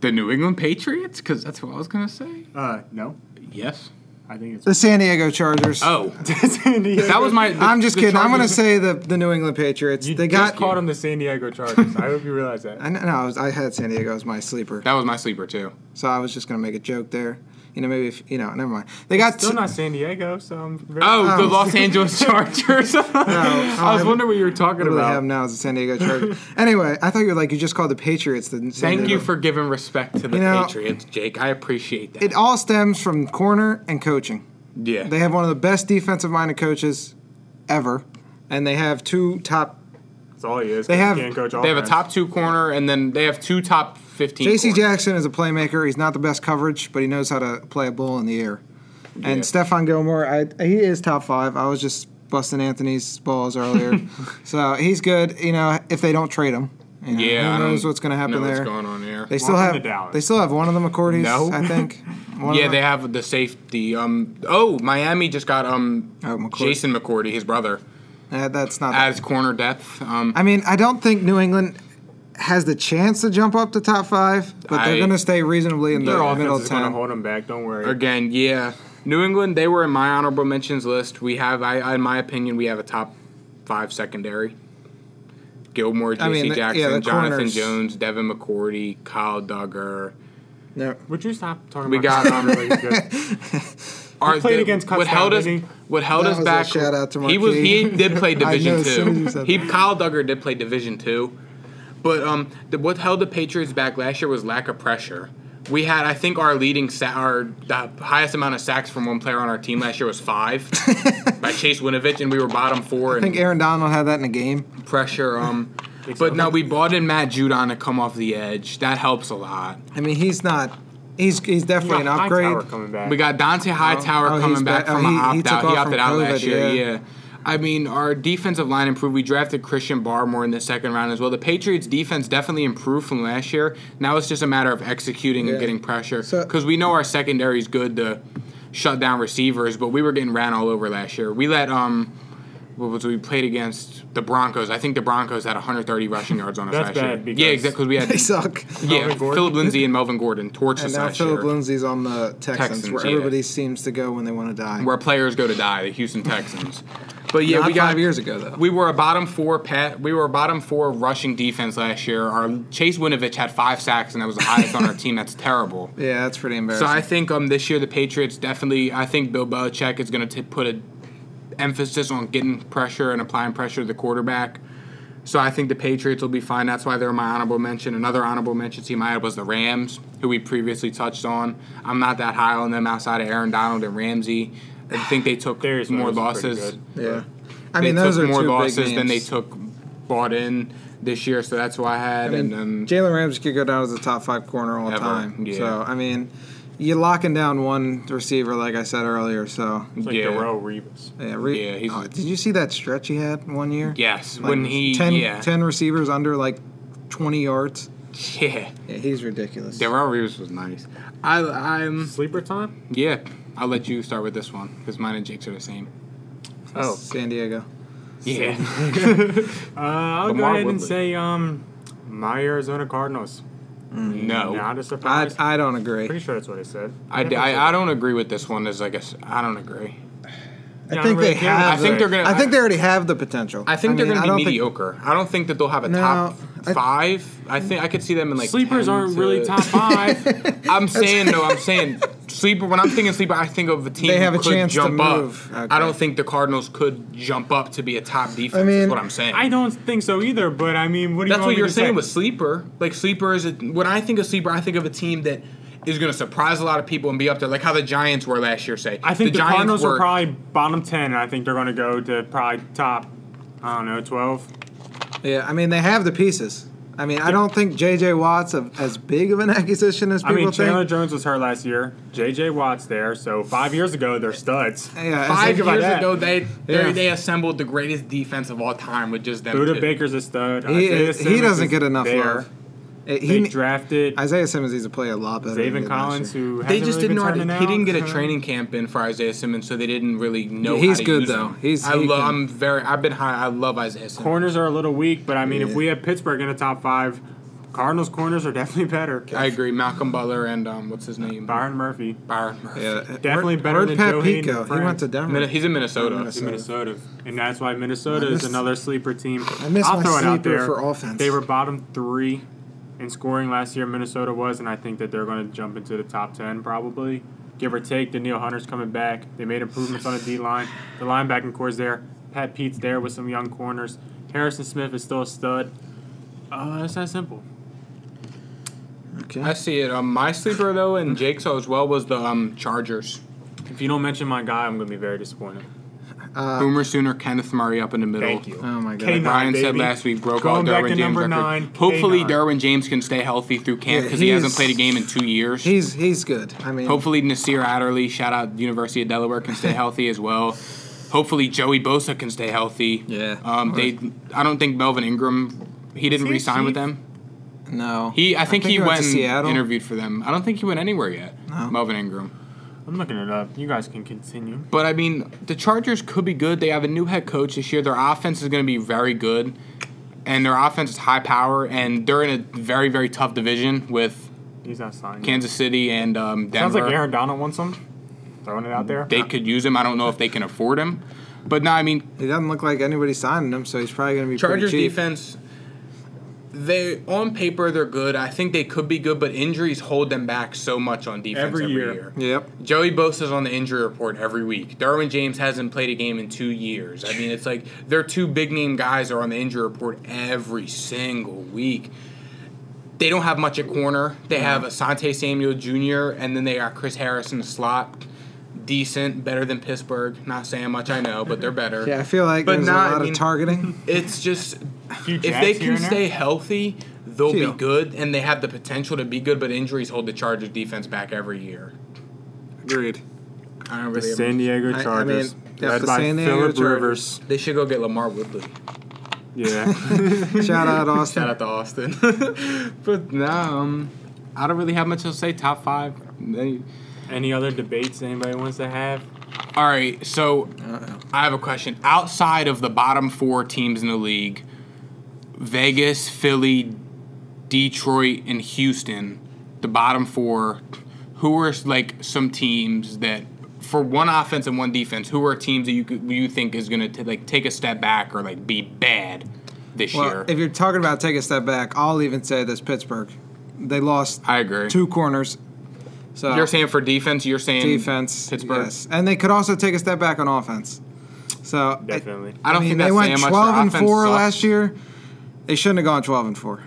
[SPEAKER 2] the New England Patriots, because that's what I was gonna say.
[SPEAKER 1] Uh, no,
[SPEAKER 2] Yes.
[SPEAKER 1] I think
[SPEAKER 3] the San Diego Chargers.
[SPEAKER 2] Oh,
[SPEAKER 1] it's San Diego.
[SPEAKER 2] that was my. the-
[SPEAKER 3] I'm just
[SPEAKER 2] the
[SPEAKER 3] kidding. I'm gonna
[SPEAKER 2] Chargers-
[SPEAKER 3] say the the New England Patriots.
[SPEAKER 1] You
[SPEAKER 3] they
[SPEAKER 1] just
[SPEAKER 3] got.
[SPEAKER 1] called them the San Diego Chargers. I hope you realize that.
[SPEAKER 3] I know. no, I, was, I had San Diego as my sleeper,
[SPEAKER 2] That was my sleeper too.
[SPEAKER 3] so I was just gonna make a joke there. You know, maybe if you know, never mind. They got
[SPEAKER 1] Still not San Diego, so I'm. Very
[SPEAKER 2] Oh, the
[SPEAKER 3] Oh.
[SPEAKER 2] Los Angeles Chargers. I was
[SPEAKER 3] I'm-
[SPEAKER 2] wondering what you were talking
[SPEAKER 3] What do they um, have
[SPEAKER 2] about.
[SPEAKER 3] now is the San Diego Chargers. anyway, I thought you were like you just called the Patriots. The San
[SPEAKER 2] Thank you
[SPEAKER 3] Diego-
[SPEAKER 2] for giving respect to the
[SPEAKER 3] You know-
[SPEAKER 2] Patriots, Jake. I appreciate that.
[SPEAKER 3] It all stems from corner and coaching.
[SPEAKER 2] yeah.
[SPEAKER 3] They have one of the best defensive-minded coaches ever, and they have two top.
[SPEAKER 1] that's all he is.
[SPEAKER 3] They
[SPEAKER 1] They
[SPEAKER 3] have-
[SPEAKER 1] have. Can't coach
[SPEAKER 2] They have a
[SPEAKER 1] offense.
[SPEAKER 2] top two corner, and then they have two top fifteen.
[SPEAKER 3] J.C.
[SPEAKER 2] corners.
[SPEAKER 3] Jackson is a playmaker. He's not the best coverage, but he knows how to play a ball in the air.
[SPEAKER 2] Yeah.
[SPEAKER 3] And Stefan Gilmore, I, he is top five. I was just busting Anthony's balls earlier, so he's good. You know, if they don't trade him, you know,
[SPEAKER 2] Yeah, I
[SPEAKER 3] who knows
[SPEAKER 2] don't
[SPEAKER 3] what's going to happen
[SPEAKER 2] know
[SPEAKER 3] there.
[SPEAKER 2] What's going on there?
[SPEAKER 3] They still
[SPEAKER 1] Welcome to
[SPEAKER 3] have
[SPEAKER 1] Dallas.
[SPEAKER 3] they still have one of them McCourties,
[SPEAKER 2] No.
[SPEAKER 3] I think. One
[SPEAKER 2] yeah,
[SPEAKER 3] of
[SPEAKER 2] they
[SPEAKER 3] them.
[SPEAKER 2] have the safety. Um. Oh, Miami just got um
[SPEAKER 3] Oh, McCourty.
[SPEAKER 2] Jason McCourty, his brother,
[SPEAKER 3] Uh, that's not.
[SPEAKER 2] as corner depth. Um.
[SPEAKER 3] I mean, I don't think New England has the chance to jump up to top five, but they're
[SPEAKER 2] I-
[SPEAKER 3] going to stay reasonably in
[SPEAKER 1] Their
[SPEAKER 3] the
[SPEAKER 1] offense
[SPEAKER 3] middle of
[SPEAKER 1] is going to
[SPEAKER 3] ten.
[SPEAKER 1] hold them back. Don't worry.
[SPEAKER 2] Again, yeah. New England, they were in my honorable mentions list. We have, I, I- in my opinion, we have a top five secondary. Gilmore, J.C.
[SPEAKER 3] I mean, the- yeah,
[SPEAKER 2] Jackson,
[SPEAKER 3] the
[SPEAKER 2] Jonathan
[SPEAKER 3] corners.
[SPEAKER 2] Jones, Devin McCourty, Kyle Duggar.
[SPEAKER 3] No.
[SPEAKER 1] Would you stop talking
[SPEAKER 2] We
[SPEAKER 1] about?
[SPEAKER 2] got, um,
[SPEAKER 1] got.
[SPEAKER 2] Our-
[SPEAKER 1] played against
[SPEAKER 2] what
[SPEAKER 1] Kutztown,
[SPEAKER 2] held us
[SPEAKER 1] didn't he?
[SPEAKER 2] what held
[SPEAKER 3] That
[SPEAKER 2] us
[SPEAKER 3] was a
[SPEAKER 2] back.
[SPEAKER 3] shout out to
[SPEAKER 2] he was he
[SPEAKER 3] Marquis.
[SPEAKER 2] did play
[SPEAKER 3] I
[SPEAKER 2] Division
[SPEAKER 3] know, as soon as you
[SPEAKER 2] two.
[SPEAKER 3] said
[SPEAKER 2] He
[SPEAKER 3] that.
[SPEAKER 2] Kyle Duggar did play Division two, but um, the, what held the Patriots back last year was lack of pressure. We had I think our leading sa- our the highest amount of sacks from one player on our team last year was five by Chase Winovich, and we were bottom four
[SPEAKER 3] I think
[SPEAKER 2] in
[SPEAKER 3] Aaron Donald had that in a game.
[SPEAKER 2] pressure. Um, but no, we bought in Matt Judon to come off the edge. That helps a lot.
[SPEAKER 3] I mean, he's not. He's he's definitely an
[SPEAKER 1] Hightower
[SPEAKER 3] upgrade.
[SPEAKER 1] coming back.
[SPEAKER 2] We got Dante Hightower
[SPEAKER 3] oh, he's
[SPEAKER 2] coming back
[SPEAKER 3] back. Oh,
[SPEAKER 2] from an
[SPEAKER 3] he- he
[SPEAKER 2] opt
[SPEAKER 3] took
[SPEAKER 2] out. He
[SPEAKER 3] off
[SPEAKER 2] opted
[SPEAKER 3] from
[SPEAKER 2] out
[SPEAKER 3] COVID,
[SPEAKER 2] last year.
[SPEAKER 3] yeah.
[SPEAKER 2] Yeah. I mean, our defensive line improved. We drafted Christian Barmore in the second round as well. The Patriots' defense definitely improved from last year. Now it's just a matter of executing
[SPEAKER 3] Yeah.
[SPEAKER 2] and getting pressure
[SPEAKER 3] So-
[SPEAKER 2] because we know our secondary is good to shut down receivers, but we were getting ran all over last year. We let um. What was we played against the Broncos? I think the Broncos had 130 rushing yards on us
[SPEAKER 1] That's
[SPEAKER 2] last
[SPEAKER 1] bad
[SPEAKER 2] year.
[SPEAKER 1] because-
[SPEAKER 2] Yeah, exactly. Because we had
[SPEAKER 3] They suck.
[SPEAKER 2] yeah
[SPEAKER 1] Melvin Gordon.
[SPEAKER 2] Philip Lindsay and Melvin Gordon torched
[SPEAKER 3] And
[SPEAKER 2] us
[SPEAKER 3] now
[SPEAKER 2] last year.
[SPEAKER 3] Philip Lindsay's on the Texans,
[SPEAKER 2] Texans,
[SPEAKER 3] where
[SPEAKER 2] yeah.
[SPEAKER 3] everybody seems to go when they want to die.
[SPEAKER 2] where players go to die, the Houston Texans. But yeah,
[SPEAKER 3] Not
[SPEAKER 2] we got
[SPEAKER 3] five years ago, though.
[SPEAKER 2] We were a bottom four pat. We were a bottom four rushing defense last year. Our Chase Winovich had five sacks, and that was the highest on our team. That's terrible.
[SPEAKER 3] yeah, that's pretty
[SPEAKER 2] So
[SPEAKER 3] embarrassing.
[SPEAKER 2] I think um this year the Patriots definitely. I think Bill Belichick is going to put a emphasis on getting pressure and applying pressure to the quarterback. So I think the Patriots will be fine. That's why they're my honorable mention. Another honorable mention team I had was the Rams, who we previously touched on. I'm not that high on them outside of Aaron Donald and Ramsey. I think they took
[SPEAKER 1] Darius
[SPEAKER 2] more
[SPEAKER 1] Leonard's pretty
[SPEAKER 2] losses.
[SPEAKER 1] good.
[SPEAKER 3] Yeah. I
[SPEAKER 2] they
[SPEAKER 3] mean,
[SPEAKER 2] took
[SPEAKER 3] those are
[SPEAKER 2] more
[SPEAKER 3] two
[SPEAKER 2] losses
[SPEAKER 3] big names.
[SPEAKER 2] than they took bought in this year. So that's why I had.
[SPEAKER 3] I mean,
[SPEAKER 2] and um, then
[SPEAKER 3] Jalen Ramsey could go down as a top five corner all
[SPEAKER 2] Ever,
[SPEAKER 3] time.
[SPEAKER 2] yeah.
[SPEAKER 3] So I mean, you're locking down one receiver, like I said earlier. So
[SPEAKER 1] It's like
[SPEAKER 2] yeah.
[SPEAKER 1] Darrell Reeves.
[SPEAKER 3] yeah, re-
[SPEAKER 2] Yeah, he's-
[SPEAKER 3] oh, did you see that stretch he had one year?
[SPEAKER 2] Yes,
[SPEAKER 3] Like,
[SPEAKER 2] when he
[SPEAKER 3] 10,
[SPEAKER 2] yeah
[SPEAKER 3] 10 receivers under like twenty yards.
[SPEAKER 2] yeah
[SPEAKER 3] Yeah, he's ridiculous.
[SPEAKER 2] Darrell Reeves was nice. I I'm
[SPEAKER 1] Sleeper time?
[SPEAKER 2] yeah. I'll let you start with this one because mine and Jake's are the same.
[SPEAKER 1] Oh.
[SPEAKER 3] San Diego.
[SPEAKER 2] Yeah,
[SPEAKER 1] Uh, I'll go
[SPEAKER 2] Lamar
[SPEAKER 1] ahead and
[SPEAKER 2] Woodley.
[SPEAKER 1] say um, my Arizona Cardinals.
[SPEAKER 2] no,
[SPEAKER 1] Not a
[SPEAKER 3] I
[SPEAKER 1] surprise.
[SPEAKER 3] I don't agree.
[SPEAKER 1] Pretty sure that's what I said.
[SPEAKER 2] I,
[SPEAKER 1] never said
[SPEAKER 2] I, I don't agree with this one. As I guess I don't agree.
[SPEAKER 1] Yeah,
[SPEAKER 3] I
[SPEAKER 1] I
[SPEAKER 3] think
[SPEAKER 1] don't
[SPEAKER 3] they
[SPEAKER 1] really care.
[SPEAKER 3] have.
[SPEAKER 2] I think
[SPEAKER 3] the-
[SPEAKER 2] they're gonna.
[SPEAKER 3] I think they already have the potential.
[SPEAKER 2] I think
[SPEAKER 3] mean,
[SPEAKER 2] they're
[SPEAKER 3] don't
[SPEAKER 2] gonna be
[SPEAKER 3] think-
[SPEAKER 2] mediocre. I don't think that they'll have a
[SPEAKER 3] No,
[SPEAKER 2] top
[SPEAKER 3] I-
[SPEAKER 2] five. I think I could see them in like
[SPEAKER 1] Sleepers
[SPEAKER 2] 10
[SPEAKER 1] aren't
[SPEAKER 2] to-
[SPEAKER 1] really top five.
[SPEAKER 2] I'm saying no. I'm saying sleeper. When I'm thinking sleeper, I think of a team
[SPEAKER 3] They have
[SPEAKER 2] who
[SPEAKER 3] a
[SPEAKER 2] could
[SPEAKER 3] chance to
[SPEAKER 2] jump
[SPEAKER 3] move.
[SPEAKER 2] up.
[SPEAKER 3] Okay.
[SPEAKER 2] I don't think the Cardinals could jump up to be a top defense.
[SPEAKER 3] I mean,
[SPEAKER 2] is what I'm saying.
[SPEAKER 1] I don't think so either, but I mean, what do you
[SPEAKER 2] That's
[SPEAKER 1] want
[SPEAKER 2] what
[SPEAKER 1] me
[SPEAKER 2] you're
[SPEAKER 1] to
[SPEAKER 2] saying
[SPEAKER 1] say?
[SPEAKER 2] with sleeper. Like sleeper is a, when I think of sleeper, I think of a team that is going to surprise a lot of people and be up there, like how the Giants were last year. Say
[SPEAKER 1] I think the,
[SPEAKER 2] Giants
[SPEAKER 1] Cardinals
[SPEAKER 2] were
[SPEAKER 1] are probably bottom 10, and I think they're going to go to probably top, I don't know, 12.
[SPEAKER 3] Yeah, I mean they have the pieces. I mean, I don't think J.J. Watt's a, as big of an acquisition as
[SPEAKER 1] I
[SPEAKER 3] people
[SPEAKER 1] mean,
[SPEAKER 3] think.
[SPEAKER 1] Chandler Jones was hurt last year. J.J. Watt's there, so five years ago, they're studs.
[SPEAKER 3] Yeah,
[SPEAKER 2] Five
[SPEAKER 3] think about
[SPEAKER 2] years
[SPEAKER 3] that.
[SPEAKER 2] ago, they they,
[SPEAKER 3] Yeah.
[SPEAKER 2] they assembled the greatest defense of all time with just them.
[SPEAKER 1] Buda
[SPEAKER 2] two.
[SPEAKER 1] Baker's a stud.
[SPEAKER 3] He,
[SPEAKER 1] Isaiah
[SPEAKER 3] he
[SPEAKER 1] Simmons
[SPEAKER 3] doesn't
[SPEAKER 1] is
[SPEAKER 3] get enough
[SPEAKER 1] there.
[SPEAKER 3] love. Uh,
[SPEAKER 1] They
[SPEAKER 3] He,
[SPEAKER 1] drafted
[SPEAKER 3] Isaiah Simmons needs to play a lot better. than he
[SPEAKER 1] Zayvon
[SPEAKER 3] did last
[SPEAKER 1] Collins,
[SPEAKER 3] year.
[SPEAKER 1] who
[SPEAKER 2] They
[SPEAKER 1] hasn't
[SPEAKER 2] just
[SPEAKER 1] really
[SPEAKER 2] didn't
[SPEAKER 1] been
[SPEAKER 2] know. How to,
[SPEAKER 1] turning
[SPEAKER 2] he
[SPEAKER 1] out.
[SPEAKER 2] didn't get a training camp in for Isaiah Simmons, so they didn't really know.
[SPEAKER 3] He's
[SPEAKER 2] how to
[SPEAKER 3] good,
[SPEAKER 2] use
[SPEAKER 3] though.
[SPEAKER 2] him.
[SPEAKER 3] He's-
[SPEAKER 2] I
[SPEAKER 3] he
[SPEAKER 2] love.
[SPEAKER 3] can-
[SPEAKER 2] I'm very. I've been high. I love Isaiah Simmons.
[SPEAKER 1] Corners are a little weak, but I mean,
[SPEAKER 3] Yeah.
[SPEAKER 1] if we have Pittsburgh in the top five, Cardinals corners are definitely better.
[SPEAKER 2] I agree. Malcolm Butler and um, what's his name?
[SPEAKER 1] Byron Murphy,
[SPEAKER 2] Byron Murphy.
[SPEAKER 3] Yeah, uh,
[SPEAKER 1] Definitely
[SPEAKER 3] where'd-
[SPEAKER 1] better
[SPEAKER 3] where'd
[SPEAKER 1] than
[SPEAKER 3] Pat
[SPEAKER 1] Johan
[SPEAKER 3] Pico. He
[SPEAKER 1] Frank.
[SPEAKER 3] went to Denver.
[SPEAKER 2] Min- He's in Minnesota.
[SPEAKER 3] Minnesota.
[SPEAKER 1] Minnesota, and that's why Minnesota
[SPEAKER 3] I
[SPEAKER 1] is
[SPEAKER 3] missed-
[SPEAKER 1] another sleeper team.
[SPEAKER 3] I missed
[SPEAKER 1] I'll
[SPEAKER 3] my
[SPEAKER 1] throw it out
[SPEAKER 3] sleeper
[SPEAKER 1] there.
[SPEAKER 3] for offense.
[SPEAKER 1] They were bottom three in scoring last year. Minnesota was, and I think that they're going to jump into the top ten probably, give or take. Daniil Hunter's coming back. They made improvements on the D line. The linebacking core's there. Pat Pete's there with some young corners. Harrison Smith is still a stud. Uh, it's that simple.
[SPEAKER 3] Okay.
[SPEAKER 2] I see it. Um, my sleeper though, and Jake's as well, was the um, Chargers.
[SPEAKER 1] If you don't mention my guy, I'm going to be very disappointed.
[SPEAKER 3] Uh,
[SPEAKER 2] Boomer Sooner, Kenneth Murray up in the middle.
[SPEAKER 1] Thank you.
[SPEAKER 3] oh my god.
[SPEAKER 1] K-
[SPEAKER 2] Brian said
[SPEAKER 1] baby.
[SPEAKER 2] last week broke all
[SPEAKER 1] Going back to
[SPEAKER 2] Derwin James
[SPEAKER 1] number
[SPEAKER 2] record.
[SPEAKER 1] nine,
[SPEAKER 2] Hopefully,
[SPEAKER 1] K9.
[SPEAKER 2] Derwin James can stay healthy through camp
[SPEAKER 3] Yeah,
[SPEAKER 2] because he hasn't
[SPEAKER 3] he's-
[SPEAKER 2] played a game in two years.
[SPEAKER 3] He's he's good. I mean,
[SPEAKER 2] Hopefully, Nasir Adderley, shout out University of Delaware, can stay healthy as well. Hopefully, Joey Bosa can stay healthy.
[SPEAKER 3] Yeah.
[SPEAKER 2] Um, they, I don't think Melvin Ingram, he didn't
[SPEAKER 1] he
[SPEAKER 2] re-sign
[SPEAKER 1] cheap?
[SPEAKER 2] with them.
[SPEAKER 3] no.
[SPEAKER 2] He, I think, he, went,
[SPEAKER 3] to
[SPEAKER 2] and
[SPEAKER 3] Seattle.
[SPEAKER 2] interviewed for them. I don't think he went anywhere yet.
[SPEAKER 3] No.
[SPEAKER 2] Melvin Ingram.
[SPEAKER 1] I'm looking it up. You guys can continue.
[SPEAKER 2] But I mean, the Chargers could be good. They have a new head coach this year. Their offense is going to be very good, and their offense is high power. And they're in a very, very tough division with
[SPEAKER 1] He's not signed.
[SPEAKER 2] Kansas City and um, Denver.
[SPEAKER 1] Sounds like Aaron Donald wants him. Throwing it out there.
[SPEAKER 2] They could use him. I don't know if they can afford him. But no, I mean,
[SPEAKER 3] He doesn't look like anybody signing him, so he's probably going to be
[SPEAKER 2] Chargers
[SPEAKER 3] pretty cheap.
[SPEAKER 2] defense. They on paper they're good. I think they could be good, but injuries hold them back so much on defense every,
[SPEAKER 1] Every
[SPEAKER 2] year.
[SPEAKER 1] year.
[SPEAKER 3] Yep.
[SPEAKER 2] Joey Bosa's on the injury report every week. Darwin James hasn't played a game in two years. I mean, it's like their two big name guys are on the injury report every single week. They don't have much at corner. They have Asante Samuel Jr. and then they got Chris Harris in the slot. Decent, better than Pittsburgh. Not saying much, I know, but they're better.
[SPEAKER 3] Yeah, I feel like
[SPEAKER 2] But
[SPEAKER 3] there's
[SPEAKER 2] not-
[SPEAKER 3] a
[SPEAKER 2] I
[SPEAKER 3] lot
[SPEAKER 2] mean-
[SPEAKER 3] of targeting.
[SPEAKER 2] It's just
[SPEAKER 1] Few
[SPEAKER 2] if
[SPEAKER 1] jacks
[SPEAKER 2] they
[SPEAKER 1] here
[SPEAKER 2] can
[SPEAKER 1] and there.
[SPEAKER 2] stay healthy, they'll
[SPEAKER 3] Yeah.
[SPEAKER 2] be good, and they have the potential to be good. But injuries hold the Chargers defense back every year.
[SPEAKER 3] Agreed.
[SPEAKER 2] I don't
[SPEAKER 1] The
[SPEAKER 2] really.
[SPEAKER 1] San Diego
[SPEAKER 3] I- I
[SPEAKER 1] Chargers,
[SPEAKER 3] mean, yeah,
[SPEAKER 1] led
[SPEAKER 3] the
[SPEAKER 1] by
[SPEAKER 3] San Diego
[SPEAKER 1] Philip
[SPEAKER 3] Chargers.
[SPEAKER 1] Rivers.
[SPEAKER 2] they should go get Lamar Woodley.
[SPEAKER 1] Yeah,
[SPEAKER 3] Shout out Austin.
[SPEAKER 2] Shout out to Austin. but no, um, I don't really have much to say. Top five. They-
[SPEAKER 1] Any other debates anybody wants to have?
[SPEAKER 2] All right, so
[SPEAKER 3] Uh-oh.
[SPEAKER 2] I have a question. Outside of the bottom four teams in the league, Vegas, Philly, Detroit, and Houston, the bottom four, who are like some teams that, for one offense and one defense, who are teams that you could- you think is gonna t- like take a step back or like be bad this
[SPEAKER 3] Well,
[SPEAKER 2] year?
[SPEAKER 3] if you're talking about take a step back, I'll even say this: Pittsburgh, they lost
[SPEAKER 2] I agree.
[SPEAKER 3] two corners. So
[SPEAKER 2] You're saying for defense, you're saying
[SPEAKER 3] defense,
[SPEAKER 2] Pittsburgh.
[SPEAKER 3] yes, and they could also take a step back on offense. So I-
[SPEAKER 1] Definitely.
[SPEAKER 2] I don't
[SPEAKER 3] I mean,
[SPEAKER 2] think that's
[SPEAKER 3] they went
[SPEAKER 2] saying much.
[SPEAKER 3] 12 and
[SPEAKER 2] Their offense
[SPEAKER 3] four
[SPEAKER 2] sucks.
[SPEAKER 3] last year. They shouldn't have gone 12 and 4.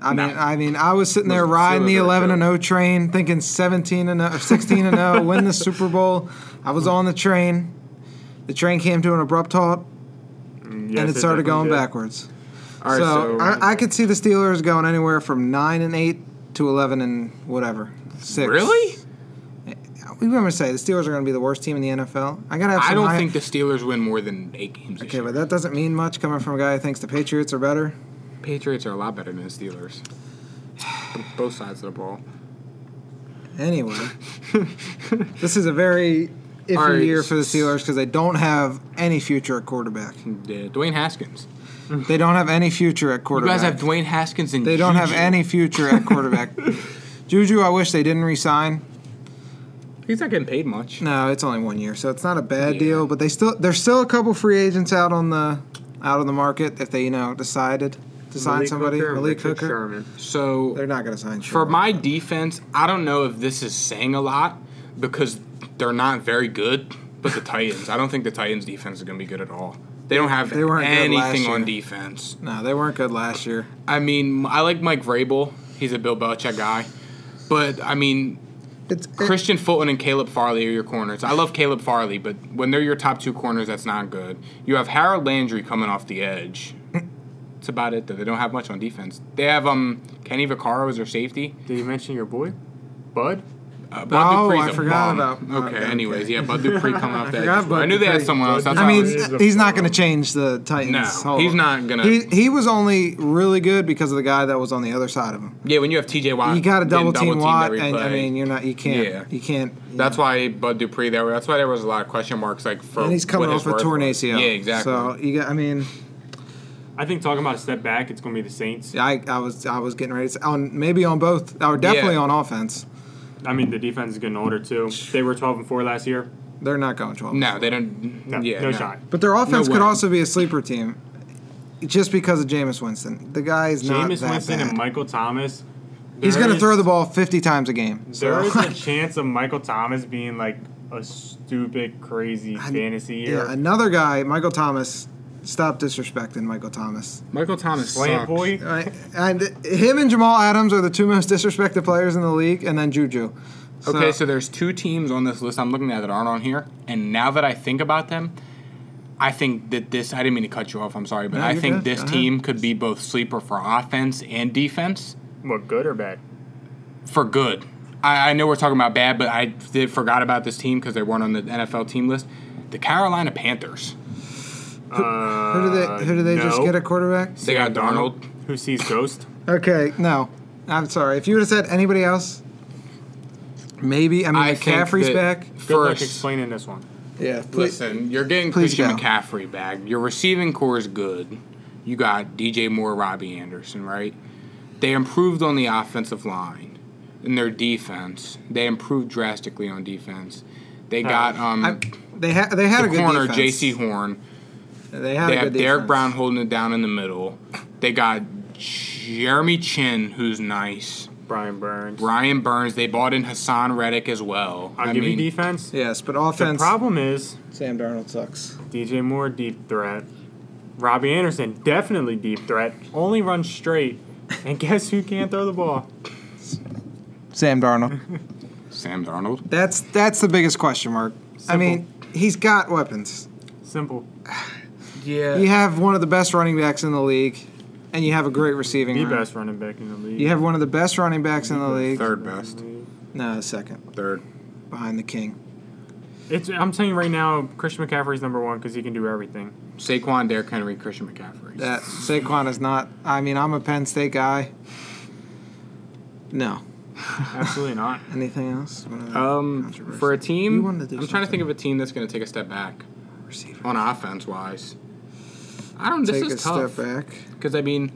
[SPEAKER 3] I
[SPEAKER 2] No.
[SPEAKER 3] mean, I mean, I was sitting there
[SPEAKER 2] Wasn't
[SPEAKER 3] riding the
[SPEAKER 2] feeling very
[SPEAKER 3] 11 and 0 train, thinking 17 and 0, 16 and 0, win the Super Bowl. I was on the train. The train came to an abrupt halt, and it started going backwards.
[SPEAKER 2] All right,
[SPEAKER 3] so
[SPEAKER 2] so,
[SPEAKER 3] I, I could see the Steelers going anywhere from nine and eight to eleven and whatever six.
[SPEAKER 2] really,
[SPEAKER 3] We remember to say the Steelers are going to be the worst team in the NFL. I gotta have. Some
[SPEAKER 2] I don't
[SPEAKER 3] high-
[SPEAKER 2] think the Steelers win more than eight games.
[SPEAKER 3] Okay, but that doesn't mean much coming from a guy who thinks the Patriots are better.
[SPEAKER 2] Patriots are a lot better than the Steelers. Both sides of the ball.
[SPEAKER 3] Anyway, this is a very iffy
[SPEAKER 2] All right.
[SPEAKER 3] year for the Steelers because they don't have any future at quarterback.
[SPEAKER 2] Yeah, Dwayne Haskins.
[SPEAKER 3] they don't have any future at
[SPEAKER 2] You
[SPEAKER 3] quarterback.
[SPEAKER 2] guys have Dwayne Haskins and
[SPEAKER 3] They don't have
[SPEAKER 2] Juju.
[SPEAKER 3] any future at quarterback. Juju, I wish they didn't resign.
[SPEAKER 2] He's not getting paid much.
[SPEAKER 3] No, it's only one year, so it's not a bad
[SPEAKER 2] Yeah.
[SPEAKER 3] deal. But they still there's still a couple free agents out on the out on the market if they you know decided to sign somebody. Malik Hooker.
[SPEAKER 2] So
[SPEAKER 3] They're not going to sign
[SPEAKER 2] For
[SPEAKER 3] Sherman.
[SPEAKER 2] my defense, I don't know if this is saying a lot because they're not very good. But the Titans, I don't think the Titans' defense is going to be good at all. They don't have
[SPEAKER 3] They weren't good last
[SPEAKER 2] anything on
[SPEAKER 3] year.
[SPEAKER 2] defense.
[SPEAKER 3] no, they weren't good last year.
[SPEAKER 2] I mean, I like Mike Vrabel. He's a Bill Belichick guy. But I mean,
[SPEAKER 3] It's it-
[SPEAKER 2] Christian Fulton and Caleb Farley are your corners. I love Caleb Farley, but when they're your top two corners, that's not good. You have Harold Landry coming off the edge. That's about it. Though they don't have much on defense. They have um Kenny Vaccaro as their safety.
[SPEAKER 1] Did you mention your boy, Bud?
[SPEAKER 2] Uh, Bud
[SPEAKER 3] Oh,
[SPEAKER 2] Dupree's
[SPEAKER 3] I
[SPEAKER 2] a
[SPEAKER 3] forgot
[SPEAKER 2] bum.
[SPEAKER 3] about-
[SPEAKER 2] Okay,
[SPEAKER 3] okay,
[SPEAKER 2] anyways,
[SPEAKER 3] okay.
[SPEAKER 2] yeah, Bud Dupree coming off that.
[SPEAKER 3] forgot
[SPEAKER 2] edge.
[SPEAKER 3] Bud
[SPEAKER 2] I knew they had
[SPEAKER 3] Dupree.
[SPEAKER 2] someone else. That's
[SPEAKER 3] I
[SPEAKER 2] why
[SPEAKER 3] mean,
[SPEAKER 2] was-
[SPEAKER 1] He's a
[SPEAKER 3] he's not going to
[SPEAKER 1] problem.
[SPEAKER 3] change the Titans.
[SPEAKER 2] No,
[SPEAKER 3] whole-
[SPEAKER 2] he's not gonna-
[SPEAKER 3] He, he was only really good because of the guy that was on the other side of him.
[SPEAKER 2] yeah, when you have T.J. Watt,
[SPEAKER 3] You got to
[SPEAKER 2] getting
[SPEAKER 3] double team
[SPEAKER 2] double-teamed
[SPEAKER 3] Watt,
[SPEAKER 2] every
[SPEAKER 3] and I
[SPEAKER 2] play.
[SPEAKER 3] mean, you're not. You can't.
[SPEAKER 2] Yeah.
[SPEAKER 3] You can't. you
[SPEAKER 2] that's why Bud Dupree. There, that's why there was a lot of question marks. Like for
[SPEAKER 3] And he's coming
[SPEAKER 2] what his
[SPEAKER 3] off a
[SPEAKER 2] worth
[SPEAKER 3] torn
[SPEAKER 2] was.
[SPEAKER 3] ACL.
[SPEAKER 2] Yeah, exactly.
[SPEAKER 3] So you got. I mean,
[SPEAKER 1] I think talking about a step back, it's going to be the Saints.
[SPEAKER 3] I, I was I was getting ready to say, on maybe on both or definitely on offense.
[SPEAKER 1] I mean, the defense is getting older too. They were 12 and 4 last year.
[SPEAKER 3] They're not going twelve.
[SPEAKER 2] no, they don't.
[SPEAKER 1] No,
[SPEAKER 2] yeah,
[SPEAKER 1] no, shot.
[SPEAKER 3] But their offense
[SPEAKER 2] No
[SPEAKER 3] could
[SPEAKER 2] way.
[SPEAKER 3] also be a sleeper team, just because of Jameis Winston. The guy is not
[SPEAKER 1] Jameis
[SPEAKER 3] that
[SPEAKER 1] Winston
[SPEAKER 3] bad.
[SPEAKER 1] and Michael Thomas.
[SPEAKER 3] He's
[SPEAKER 1] there
[SPEAKER 3] going to
[SPEAKER 1] is-
[SPEAKER 3] throw the ball fifty times a game. So
[SPEAKER 1] There is a chance of Michael Thomas being like a stupid, crazy fantasy year.
[SPEAKER 3] yeah, another guy, Michael Thomas. Stop disrespecting Michael Thomas.
[SPEAKER 2] Michael Thomas
[SPEAKER 1] Slant
[SPEAKER 2] sucks.
[SPEAKER 1] boy.
[SPEAKER 3] Right? And him and Jamal Adams are the two most disrespected players in the league, and then Juju.
[SPEAKER 2] Okay, so there's two teams on this list I'm looking at that aren't on here, and now that I think about them, I think that this. I didn't mean to cut you off. I'm sorry, but
[SPEAKER 3] No,
[SPEAKER 2] I
[SPEAKER 3] you're
[SPEAKER 2] think
[SPEAKER 3] good.
[SPEAKER 2] this
[SPEAKER 3] Go ahead.
[SPEAKER 2] team could be both sleeper for offense and defense.
[SPEAKER 1] What good or bad?
[SPEAKER 2] for good. I, I know we're talking about bad, but I did forgot about this team because they weren't on the NFL team list. The Carolina Panthers.
[SPEAKER 3] who do
[SPEAKER 2] uh,
[SPEAKER 3] they who do they just
[SPEAKER 1] no.
[SPEAKER 3] get a quarterback?
[SPEAKER 2] They got Darnold.
[SPEAKER 1] Who sees ghost?
[SPEAKER 3] Okay, no. I'm sorry. If you would have said anybody else, maybe. I mean,
[SPEAKER 2] I think
[SPEAKER 3] McCaffrey's
[SPEAKER 2] that
[SPEAKER 3] back.
[SPEAKER 1] Good luck
[SPEAKER 2] First,
[SPEAKER 1] explaining this one.
[SPEAKER 3] Yeah.
[SPEAKER 2] listen, you're getting
[SPEAKER 3] Please
[SPEAKER 2] Christian
[SPEAKER 3] go.
[SPEAKER 2] McCaffrey back. Your receiving core is good. You got DJ Moore, Robbie Anderson, right? They improved on the offensive line and their defense. They improved drastically on defense. They got um,
[SPEAKER 3] I, they had they had a
[SPEAKER 2] the
[SPEAKER 3] good
[SPEAKER 2] corner
[SPEAKER 3] defense.
[SPEAKER 2] J.C. Horn.
[SPEAKER 3] They had
[SPEAKER 2] They
[SPEAKER 3] a
[SPEAKER 2] have
[SPEAKER 3] good
[SPEAKER 2] Derek
[SPEAKER 3] defense.
[SPEAKER 2] Brown holding it down in the middle. They got Jeremy Chin, who's nice.
[SPEAKER 1] Brian Burns.
[SPEAKER 2] Brian Burns. They bought in Hassan Reddick as well.
[SPEAKER 1] I'll
[SPEAKER 2] I
[SPEAKER 1] give
[SPEAKER 2] mean,
[SPEAKER 1] you defense.
[SPEAKER 3] Yes, but
[SPEAKER 1] The
[SPEAKER 3] offense.
[SPEAKER 1] problem is
[SPEAKER 3] Sam Darnold sucks.
[SPEAKER 1] DJ Moore, deep threat. Robbie Anderson, definitely deep threat. Only runs straight. And guess who can't throw the ball?
[SPEAKER 3] Sam Darnold.
[SPEAKER 2] Sam Darnold.
[SPEAKER 3] that's that's the biggest question mark. I
[SPEAKER 1] Simple.
[SPEAKER 3] mean, he's got weapons.
[SPEAKER 1] Simple.
[SPEAKER 2] Yeah.
[SPEAKER 3] You have one of the best running backs in the league, and you have a great receiving.
[SPEAKER 1] The
[SPEAKER 3] room.
[SPEAKER 1] best running back in the league.
[SPEAKER 3] You have one of the best running backs in the league.
[SPEAKER 2] Third best.
[SPEAKER 3] No, second
[SPEAKER 2] Third.
[SPEAKER 3] behind the king.
[SPEAKER 1] It's, I'm saying right now, Christian McCaffrey's number one because he can do everything.
[SPEAKER 2] Saquon, Derrick Henry, Christian McCaffrey.
[SPEAKER 3] That Saquon is not. I mean, I'm a Penn State guy. No.
[SPEAKER 1] Absolutely not.
[SPEAKER 3] Anything else? What other
[SPEAKER 2] um,
[SPEAKER 3] controversy?
[SPEAKER 2] for a
[SPEAKER 3] You
[SPEAKER 2] team, I'm
[SPEAKER 3] wanted to do
[SPEAKER 2] trying to
[SPEAKER 3] something.
[SPEAKER 2] think of a team that's going to take a step back
[SPEAKER 3] receiver,
[SPEAKER 2] on offense wise. I don't. This
[SPEAKER 3] take a
[SPEAKER 2] is tough.
[SPEAKER 3] step back.
[SPEAKER 2] Because I mean,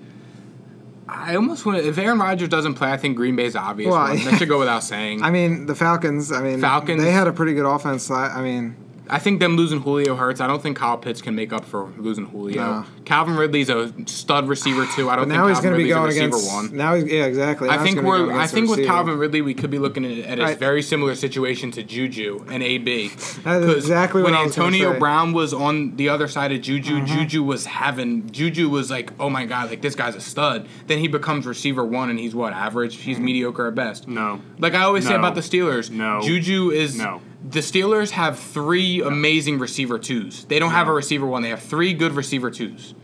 [SPEAKER 2] I almost want to. If Aaron Rodgers doesn't play, I think Green Bay's obvious.
[SPEAKER 3] Well,
[SPEAKER 2] one. That should go without saying.
[SPEAKER 3] I mean, the Falcons. I mean,
[SPEAKER 2] Falcons.
[SPEAKER 3] They had a pretty good offense. li- I mean,
[SPEAKER 2] I think them losing Julio hurts. I don't think Kyle Pitts can make up for losing Julio.
[SPEAKER 3] No.
[SPEAKER 2] Calvin Ridley's a stud receiver too. I don't
[SPEAKER 3] But now
[SPEAKER 2] think
[SPEAKER 3] he's
[SPEAKER 2] Calvin
[SPEAKER 3] going to be
[SPEAKER 2] Ridley's a
[SPEAKER 3] going
[SPEAKER 2] receiver
[SPEAKER 3] against.
[SPEAKER 2] one.
[SPEAKER 3] Now he's yeah exactly.
[SPEAKER 2] I
[SPEAKER 3] now he's
[SPEAKER 2] think
[SPEAKER 3] gonna be
[SPEAKER 2] we're.
[SPEAKER 3] going
[SPEAKER 2] I
[SPEAKER 3] against a
[SPEAKER 2] think with
[SPEAKER 3] receiver.
[SPEAKER 2] Calvin Ridley, we could be looking at, at a
[SPEAKER 3] I-
[SPEAKER 2] very similar situation to Juju and AB.
[SPEAKER 3] That is
[SPEAKER 2] 'Cause
[SPEAKER 3] exactly what
[SPEAKER 2] when
[SPEAKER 3] I was gonna
[SPEAKER 2] Antonio
[SPEAKER 3] say. Mm-hmm.
[SPEAKER 2] Brown was on the other side of Juju. Juju was having. Juju was like, oh my god, like this guy's a stud. Then he becomes receiver one, and he's what average. He's
[SPEAKER 3] Mm-hmm.
[SPEAKER 2] mediocre at best.
[SPEAKER 1] No.
[SPEAKER 2] Like I always say
[SPEAKER 1] No.
[SPEAKER 2] about the Steelers,
[SPEAKER 1] No.
[SPEAKER 2] Juju is
[SPEAKER 1] No.
[SPEAKER 2] The Steelers have three amazing receiver twos. They don't have a receiver one. They have three good receiver twos.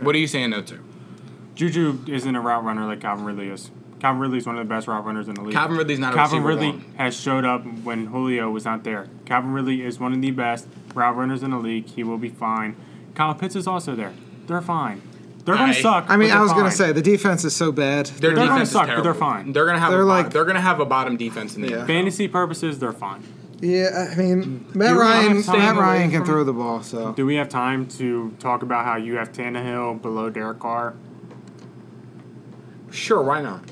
[SPEAKER 2] What are you saying no to?
[SPEAKER 1] Juju isn't a route runner like Calvin Ridley is. Calvin Ridley is one of the best route runners in the league.
[SPEAKER 2] Calvin Ridley's not a
[SPEAKER 1] Calvin
[SPEAKER 2] receiver
[SPEAKER 1] Ridley
[SPEAKER 2] one.
[SPEAKER 1] has showed up when Julio was not there. Calvin Ridley is one of the best route runners in the league. He will be fine. Kyle Pitts is also there. They're fine. They're going
[SPEAKER 2] I-
[SPEAKER 1] to suck.
[SPEAKER 3] I mean,
[SPEAKER 1] but
[SPEAKER 3] I was
[SPEAKER 1] going
[SPEAKER 3] gonna
[SPEAKER 1] to
[SPEAKER 3] say the defense is so bad.
[SPEAKER 2] Their
[SPEAKER 1] They're gonna
[SPEAKER 2] defense
[SPEAKER 1] suck, but
[SPEAKER 2] is terrible.
[SPEAKER 1] they're fine.
[SPEAKER 2] They're gonna have.
[SPEAKER 3] They're
[SPEAKER 2] a
[SPEAKER 3] like-
[SPEAKER 2] bottom, they're gonna have a bottom defense in the
[SPEAKER 3] Yeah.
[SPEAKER 1] fantasy purposes, they're fine.
[SPEAKER 3] yeah, I mean Matt
[SPEAKER 2] You want him
[SPEAKER 3] Ryan.
[SPEAKER 2] staying
[SPEAKER 3] Matt
[SPEAKER 2] away
[SPEAKER 3] Ryan can
[SPEAKER 2] from-
[SPEAKER 3] throw the ball. So
[SPEAKER 1] Do we have time to talk about how you have Tannehill below Derek Carr?
[SPEAKER 2] Sure, why not?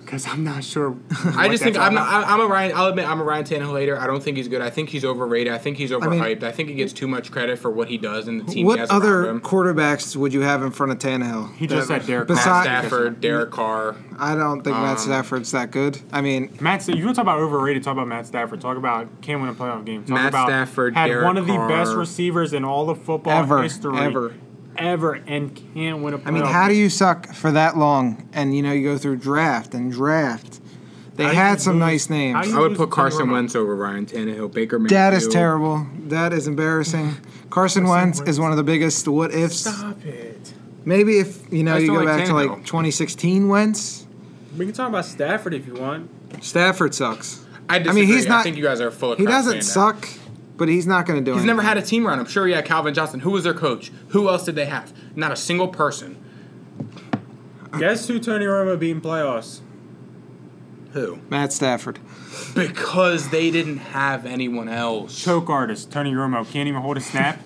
[SPEAKER 1] Because I'm not sure.
[SPEAKER 2] I just think I'm not. I- I'm a Ryan. I'll admit I'm a Ryan Tannehill hater. I don't think he's good. I think he's overrated. I think he's
[SPEAKER 3] mean-
[SPEAKER 2] overhyped. I, think he gets too much credit for what he does and the team.
[SPEAKER 3] what
[SPEAKER 2] he has
[SPEAKER 3] other
[SPEAKER 2] around him.
[SPEAKER 3] quarterbacks would you have in front of Tannehill?
[SPEAKER 1] He just said Derek Carr.
[SPEAKER 2] Matt
[SPEAKER 3] Besides-
[SPEAKER 2] Stafford, Derek Carr.
[SPEAKER 3] I don't think Matt
[SPEAKER 2] Um,
[SPEAKER 3] Stafford's that good. I mean,
[SPEAKER 1] Matt, Sta- you want to talk about overrated? Talk about Matt Stafford. Talk about can't win a playoff game. Talk
[SPEAKER 2] Matt
[SPEAKER 1] about
[SPEAKER 2] Stafford,
[SPEAKER 1] had
[SPEAKER 2] Derek
[SPEAKER 1] one of the best
[SPEAKER 2] Carr.
[SPEAKER 1] receivers in all of football
[SPEAKER 3] Ever,
[SPEAKER 1] history,
[SPEAKER 3] ever.
[SPEAKER 1] ever, and can't win a playoff.
[SPEAKER 3] I mean, how do you suck for that long? And you know, you go through draft and draft. They
[SPEAKER 1] How do you
[SPEAKER 3] had some
[SPEAKER 1] lose-
[SPEAKER 3] nice
[SPEAKER 1] how
[SPEAKER 3] names.
[SPEAKER 1] do you
[SPEAKER 2] I would
[SPEAKER 1] lose
[SPEAKER 2] put
[SPEAKER 1] to
[SPEAKER 2] Carson
[SPEAKER 1] Tannehill?
[SPEAKER 2] Wentz over Ryan Tannehill. Baker Mayfield.
[SPEAKER 3] That is terrible. That is embarrassing. Carson Wentz is one of the biggest what ifs.
[SPEAKER 1] Stop it.
[SPEAKER 3] Maybe if you know
[SPEAKER 2] I
[SPEAKER 3] you
[SPEAKER 2] still
[SPEAKER 3] go
[SPEAKER 2] like
[SPEAKER 3] back to like
[SPEAKER 2] Tannehill.
[SPEAKER 3] 2016 Wentz,
[SPEAKER 1] We can talk about Stafford if you want.
[SPEAKER 3] Stafford sucks.
[SPEAKER 2] I,
[SPEAKER 3] mean, he's
[SPEAKER 2] disagree. I
[SPEAKER 3] not-
[SPEAKER 2] think you guys are full of.
[SPEAKER 3] He
[SPEAKER 2] crap
[SPEAKER 3] doesn't
[SPEAKER 2] saying that.
[SPEAKER 3] suck, but he's not going to do
[SPEAKER 2] He's
[SPEAKER 3] anything.
[SPEAKER 2] never had a team around him. Sure, yeah, Calvin Johnson. Who was their coach? Who else did they have? Not a single person.
[SPEAKER 3] Uh,
[SPEAKER 1] Guess who Tony Romo beat in playoffs?
[SPEAKER 2] Who?
[SPEAKER 3] Matt Stafford.
[SPEAKER 2] Because they didn't have anyone else.
[SPEAKER 1] Choke artist Tony Romo can't even hold a snap.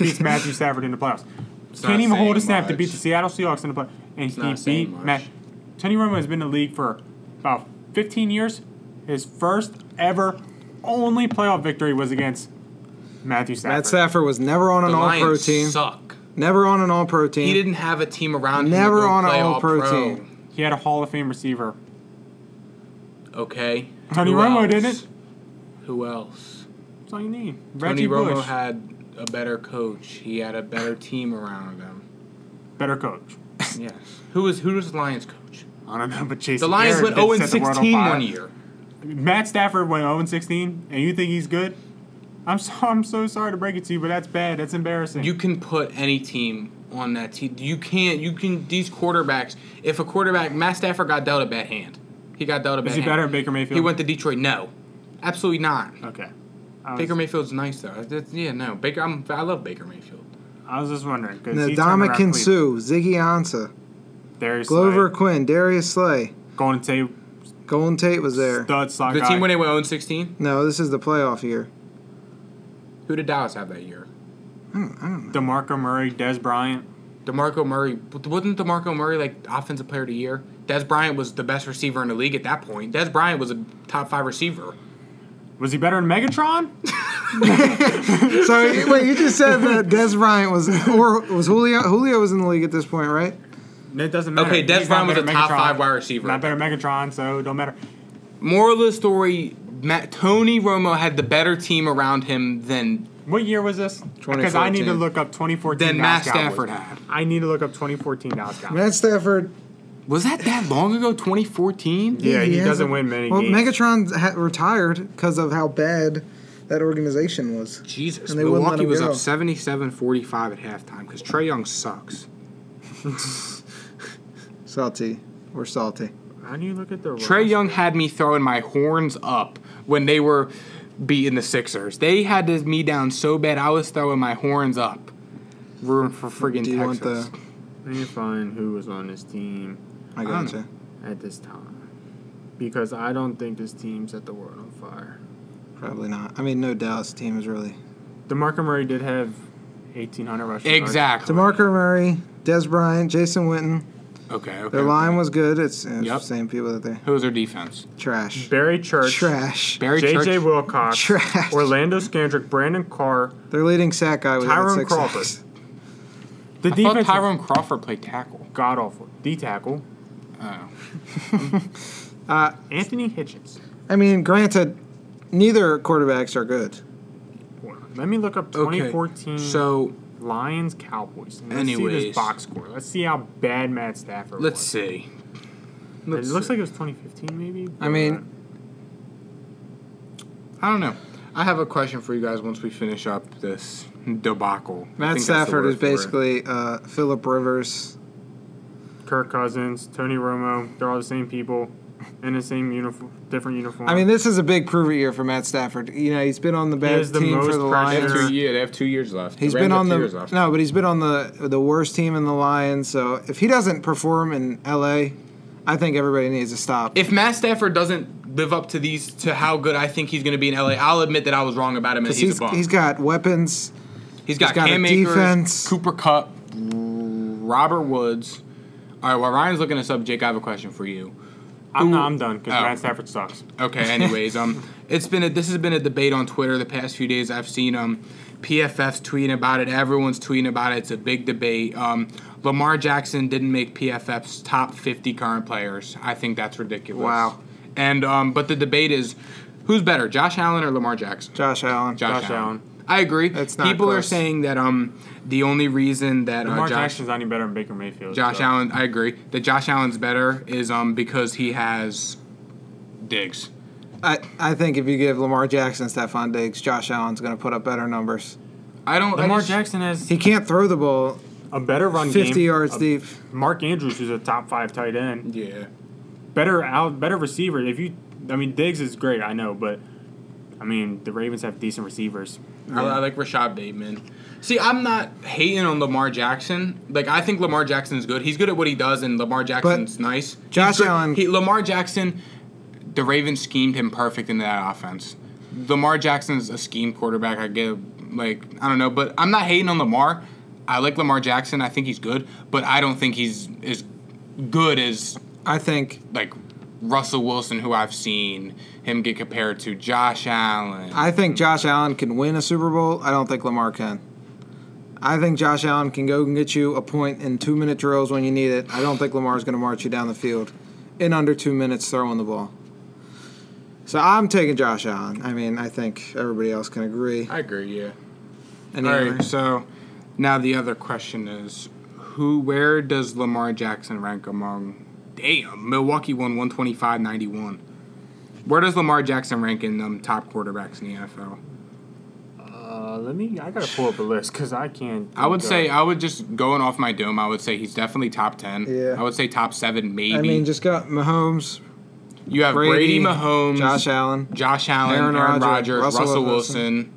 [SPEAKER 1] beats Matthew Stafford in the playoffs.
[SPEAKER 2] not
[SPEAKER 1] can't even hold a
[SPEAKER 2] saying
[SPEAKER 1] snap to
[SPEAKER 2] much.
[SPEAKER 1] beat the Seattle Seahawks in the playoffs. And he
[SPEAKER 2] not saying
[SPEAKER 1] beat
[SPEAKER 2] much.
[SPEAKER 1] Matt. Tony Romo has been in the league for about 15 years. His first ever only playoff victory was against Matthew Stafford.
[SPEAKER 3] Matt Stafford was never on an
[SPEAKER 2] The
[SPEAKER 3] All Pro
[SPEAKER 2] Lions
[SPEAKER 3] team.
[SPEAKER 2] suck.
[SPEAKER 3] Never on an All Pro team.
[SPEAKER 2] He didn't have a team around him.
[SPEAKER 3] Never
[SPEAKER 2] to go
[SPEAKER 3] on an
[SPEAKER 2] play
[SPEAKER 3] All-Pro
[SPEAKER 2] All-Pro.
[SPEAKER 3] team.
[SPEAKER 1] He had a Hall of Fame receiver.
[SPEAKER 2] Okay.
[SPEAKER 1] Tony
[SPEAKER 2] Who
[SPEAKER 1] Romo
[SPEAKER 2] else?
[SPEAKER 1] didn't.
[SPEAKER 2] Who else?
[SPEAKER 1] That's all you need.
[SPEAKER 2] Tony
[SPEAKER 1] Reggie
[SPEAKER 2] Romo
[SPEAKER 1] Bush,
[SPEAKER 2] had a better coach. He had a better team around him.
[SPEAKER 1] better coach.
[SPEAKER 2] Yes. Who was who was the Lions coach?
[SPEAKER 1] I don't know, but Chase.
[SPEAKER 2] The Lions
[SPEAKER 1] Garrett
[SPEAKER 2] went
[SPEAKER 1] did
[SPEAKER 2] 0
[SPEAKER 1] set the
[SPEAKER 3] oh
[SPEAKER 1] world on
[SPEAKER 2] 16
[SPEAKER 1] fire.
[SPEAKER 2] one year.
[SPEAKER 1] Matt Stafford went 0 16, and you think he's good? I'm so I'm so sorry to break it to you, but that's bad. That's embarrassing.
[SPEAKER 2] You can put any team on that team. You can't. You can. These quarterbacks. If a quarterback, Matt Stafford got dealt a bad hand. He got dealt a bad
[SPEAKER 1] is he
[SPEAKER 2] hand.
[SPEAKER 1] better than Baker Mayfield?
[SPEAKER 2] He went to Detroit. No, absolutely not.
[SPEAKER 1] Okay. I was,
[SPEAKER 2] Baker Mayfield's nice though. That's- yeah, no. Baker. I'm, I love Baker Mayfield.
[SPEAKER 1] I was just wondering because
[SPEAKER 3] No, Dominican Sue, Ziggy Ansah,
[SPEAKER 1] Darius
[SPEAKER 3] Glover
[SPEAKER 1] Glover,
[SPEAKER 3] Quinn, Darius Slay,
[SPEAKER 1] Golden Tate,
[SPEAKER 3] Golden Tate was there.
[SPEAKER 1] stud sock
[SPEAKER 2] The
[SPEAKER 1] guy.
[SPEAKER 2] team when they went 0 16.
[SPEAKER 3] No, this is the playoff year.
[SPEAKER 2] Who did Dallas have that year?
[SPEAKER 1] Demarco Murray, Des Bryant.
[SPEAKER 2] DeMarco Murray. Wasn't DeMarco Murray like offensive player of the year? Des Bryant was the best receiver in the league at that point. Des Bryant was a top five receiver.
[SPEAKER 1] Was he better than Megatron?
[SPEAKER 3] So wait, you just said that Des Bryant was or was Julio? Julio was in the league at this point, right?
[SPEAKER 1] It doesn't matter.
[SPEAKER 2] Okay, Des
[SPEAKER 1] He's not
[SPEAKER 2] Bryant was
[SPEAKER 1] better
[SPEAKER 2] a
[SPEAKER 1] than
[SPEAKER 2] top
[SPEAKER 1] Megatron.
[SPEAKER 2] five wide receiver.
[SPEAKER 1] Not better than Megatron, so don't matter.
[SPEAKER 2] Moral of the story: Matt, Tony Romo had the better team around him than
[SPEAKER 1] What year was this? Because I need to
[SPEAKER 3] 2014.
[SPEAKER 1] look up 2014.
[SPEAKER 2] than Matt
[SPEAKER 1] Dallas Cowboys.
[SPEAKER 2] Stafford had.
[SPEAKER 1] I need to look up 2014 Dallas Cowboys.
[SPEAKER 3] Matt Stafford.
[SPEAKER 2] Was that that long ago? 2014.
[SPEAKER 1] Yeah, he,
[SPEAKER 3] has
[SPEAKER 1] doesn't
[SPEAKER 3] a-
[SPEAKER 1] win many
[SPEAKER 3] Well,
[SPEAKER 1] games.
[SPEAKER 3] Megatron ha- retired because of how bad that organization was.
[SPEAKER 2] Jesus,
[SPEAKER 3] And they wouldn't let
[SPEAKER 2] Milwaukee
[SPEAKER 3] him
[SPEAKER 2] was
[SPEAKER 3] go.
[SPEAKER 2] up 77-45 at halftime because Trey Young sucks.
[SPEAKER 3] Salty, we're salty.
[SPEAKER 1] How do you look at the roster?
[SPEAKER 2] Trey Young had me throwing my horns up when they were beating the Sixers. They had this me down so bad I was throwing my horns up. Room for friggin'
[SPEAKER 3] Do you want
[SPEAKER 2] Texas.
[SPEAKER 3] the?
[SPEAKER 1] Let me find who was on this team
[SPEAKER 3] I
[SPEAKER 2] know.
[SPEAKER 3] gotcha.
[SPEAKER 1] at this time. Because I don't think this team set the world on fire.
[SPEAKER 3] Probably not. I mean, no Dallas team is really.
[SPEAKER 1] DeMarco Murray did have 1,800 rushing yards.
[SPEAKER 2] exactly.
[SPEAKER 3] Demarco Murray, Des Bryant, Jason Witten,
[SPEAKER 2] Okay. okay okay.
[SPEAKER 3] Their line was good. It's, it's
[SPEAKER 2] Yep.
[SPEAKER 3] the same people that they
[SPEAKER 2] Who was their defense?
[SPEAKER 3] trash.
[SPEAKER 1] Barry Church,
[SPEAKER 3] Trash.
[SPEAKER 2] Barry
[SPEAKER 1] J.J.
[SPEAKER 2] Church.
[SPEAKER 1] Wilcox,
[SPEAKER 3] Trash.
[SPEAKER 1] Orlando Scandrick, Brandon Carr,
[SPEAKER 3] Their leading sack guy was
[SPEAKER 1] Tyrone
[SPEAKER 3] six
[SPEAKER 1] Crawford.
[SPEAKER 3] sacks.
[SPEAKER 1] the
[SPEAKER 2] I thought
[SPEAKER 1] defense
[SPEAKER 2] Tyrone Crawford played tackle.
[SPEAKER 1] god awful D tackle,
[SPEAKER 2] Oh.
[SPEAKER 1] Anthony Hitchens.
[SPEAKER 3] I mean, granted, neither quarterbacks are good.
[SPEAKER 1] Let me look up 2014
[SPEAKER 2] So
[SPEAKER 1] Lions Cowboys. Let's see
[SPEAKER 2] Anyways.
[SPEAKER 1] this box score. Let's see how bad Matt Stafford
[SPEAKER 2] let's
[SPEAKER 1] was.
[SPEAKER 2] see.
[SPEAKER 1] it looks
[SPEAKER 2] see.
[SPEAKER 1] like it was 2015 maybe.
[SPEAKER 2] I mean, I don't know. I have a question for you guys once we finish up this debacle. I think
[SPEAKER 3] Matt
[SPEAKER 2] that's the
[SPEAKER 3] Stafford
[SPEAKER 2] word
[SPEAKER 3] is
[SPEAKER 2] for it.
[SPEAKER 3] basically uh, Philip Rivers.
[SPEAKER 1] Kirk Cousins, Tony Romo, they're all the same people in the same uniform, different uniform.
[SPEAKER 3] I mean, this is a big prove it year for Matt Stafford. You know, he's been on the bad
[SPEAKER 1] is the
[SPEAKER 3] team
[SPEAKER 1] most
[SPEAKER 3] for the
[SPEAKER 2] They have
[SPEAKER 1] pressure-
[SPEAKER 3] Lions.
[SPEAKER 2] two, yeah, they have two years left.
[SPEAKER 3] He's
[SPEAKER 2] Rams
[SPEAKER 3] been
[SPEAKER 2] have
[SPEAKER 3] on
[SPEAKER 2] two
[SPEAKER 3] the
[SPEAKER 2] years left.
[SPEAKER 3] no, but he's been on the the worst team in the Lions. So if he doesn't perform in L.A., I think everybody needs to stop.
[SPEAKER 2] If Matt Stafford doesn't live up to these to how good I think he's going to be in LA, I'll admit that I was wrong about him. And
[SPEAKER 3] 'Cause
[SPEAKER 2] he's,
[SPEAKER 3] he's,
[SPEAKER 2] a bum.
[SPEAKER 3] he's got weapons.
[SPEAKER 2] he's got
[SPEAKER 3] he's got a
[SPEAKER 2] Cam Akers,
[SPEAKER 3] defense.
[SPEAKER 2] Cooper Cup, Robert Woods. All right, while Ryan's looking this up, Jake, I have a question for you.
[SPEAKER 1] I'm, not, I'm done because
[SPEAKER 2] Oh.
[SPEAKER 1] Matt Stafford sucks.
[SPEAKER 2] Okay. Anyways, um, it's been a, this has been a debate on Twitter the past few days. I've seen um, PFF's tweeting about it. Everyone's tweeting about it. It's a big debate. Um, Lamar Jackson didn't make PFF's top 50 current players. I think that's ridiculous.
[SPEAKER 3] Wow.
[SPEAKER 2] And um, but the debate is, who's better, Josh Allen or Lamar Jackson?
[SPEAKER 3] Josh Allen.
[SPEAKER 2] Josh,
[SPEAKER 1] Josh
[SPEAKER 2] Allen.
[SPEAKER 1] Allen.
[SPEAKER 2] I agree.
[SPEAKER 3] That's not
[SPEAKER 2] People are
[SPEAKER 3] close.
[SPEAKER 2] saying that um, the only reason that uh,
[SPEAKER 1] Lamar
[SPEAKER 2] Josh
[SPEAKER 1] Jackson's not any better than Baker Mayfield.
[SPEAKER 2] Josh
[SPEAKER 1] so.
[SPEAKER 2] Allen, I agree that Josh Allen's better is um because he has digs.
[SPEAKER 3] I, I think if you give Lamar Jackson, Stephon Diggs, Josh Allen's going to put up better numbers.
[SPEAKER 2] I don't. I
[SPEAKER 1] Lamar
[SPEAKER 2] just-
[SPEAKER 1] Jackson has
[SPEAKER 3] He can't throw the ball
[SPEAKER 1] a better run
[SPEAKER 3] 50
[SPEAKER 1] game.
[SPEAKER 3] yards
[SPEAKER 2] Uh,
[SPEAKER 1] a-
[SPEAKER 3] deep.
[SPEAKER 1] Mark Andrews, who's a top five tight end,
[SPEAKER 2] Yeah.
[SPEAKER 1] better out, better receiver. If you, I mean, Diggs is great, I know, but I mean, the Ravens have decent receivers.
[SPEAKER 2] I, I like Rashad Bateman. See, I'm not hating on Lamar Jackson. Like, I think Lamar Jackson's good. He's good at what he does, and Lamar Jackson's nice. He's
[SPEAKER 3] Josh
[SPEAKER 2] good-
[SPEAKER 3] Allen-
[SPEAKER 2] He, Lamar Jackson, the Ravens schemed him perfect in that offense. Lamar Jackson's a scheme quarterback. I give, like, I don't know, but I'm not hating on Lamar. I like Lamar Jackson. I think he's good, but I don't think he's as good as
[SPEAKER 3] I think
[SPEAKER 2] like Russell Wilson, who I've seen him get compared to Josh Allen.
[SPEAKER 3] I think Josh Allen can win a Super Bowl. I don't think Lamar can. I think Josh Allen can go and get you a point in two minute drills when you need it. I don't think Lamar's going to march you down the field in under two minutes throwing the ball. So I'm taking Josh Allen. I mean, I think everybody else can agree.
[SPEAKER 2] I agree. Yeah.
[SPEAKER 3] And
[SPEAKER 2] All right. So now the other question is, who? Where does Lamar Jackson rank among? Damn, Milwaukee won 125-91. Where does Lamar Jackson rank in um, top quarterbacks in the NFL?
[SPEAKER 1] Uh, let me. I gotta pull up a list because I can't.
[SPEAKER 2] I would
[SPEAKER 1] think, uh,
[SPEAKER 2] say I would just going off my dome. I would say he's definitely top ten.
[SPEAKER 3] Yeah.
[SPEAKER 2] I would say top seven, maybe.
[SPEAKER 3] I mean, just got Mahomes,
[SPEAKER 2] you have Brady,
[SPEAKER 3] Brady,
[SPEAKER 2] Mahomes,
[SPEAKER 3] Josh Allen.
[SPEAKER 2] Josh Allen, Aaron,
[SPEAKER 3] Aaron
[SPEAKER 2] Rodgers,
[SPEAKER 3] Rodgers,
[SPEAKER 2] Russell,
[SPEAKER 3] Russell
[SPEAKER 2] Wilson.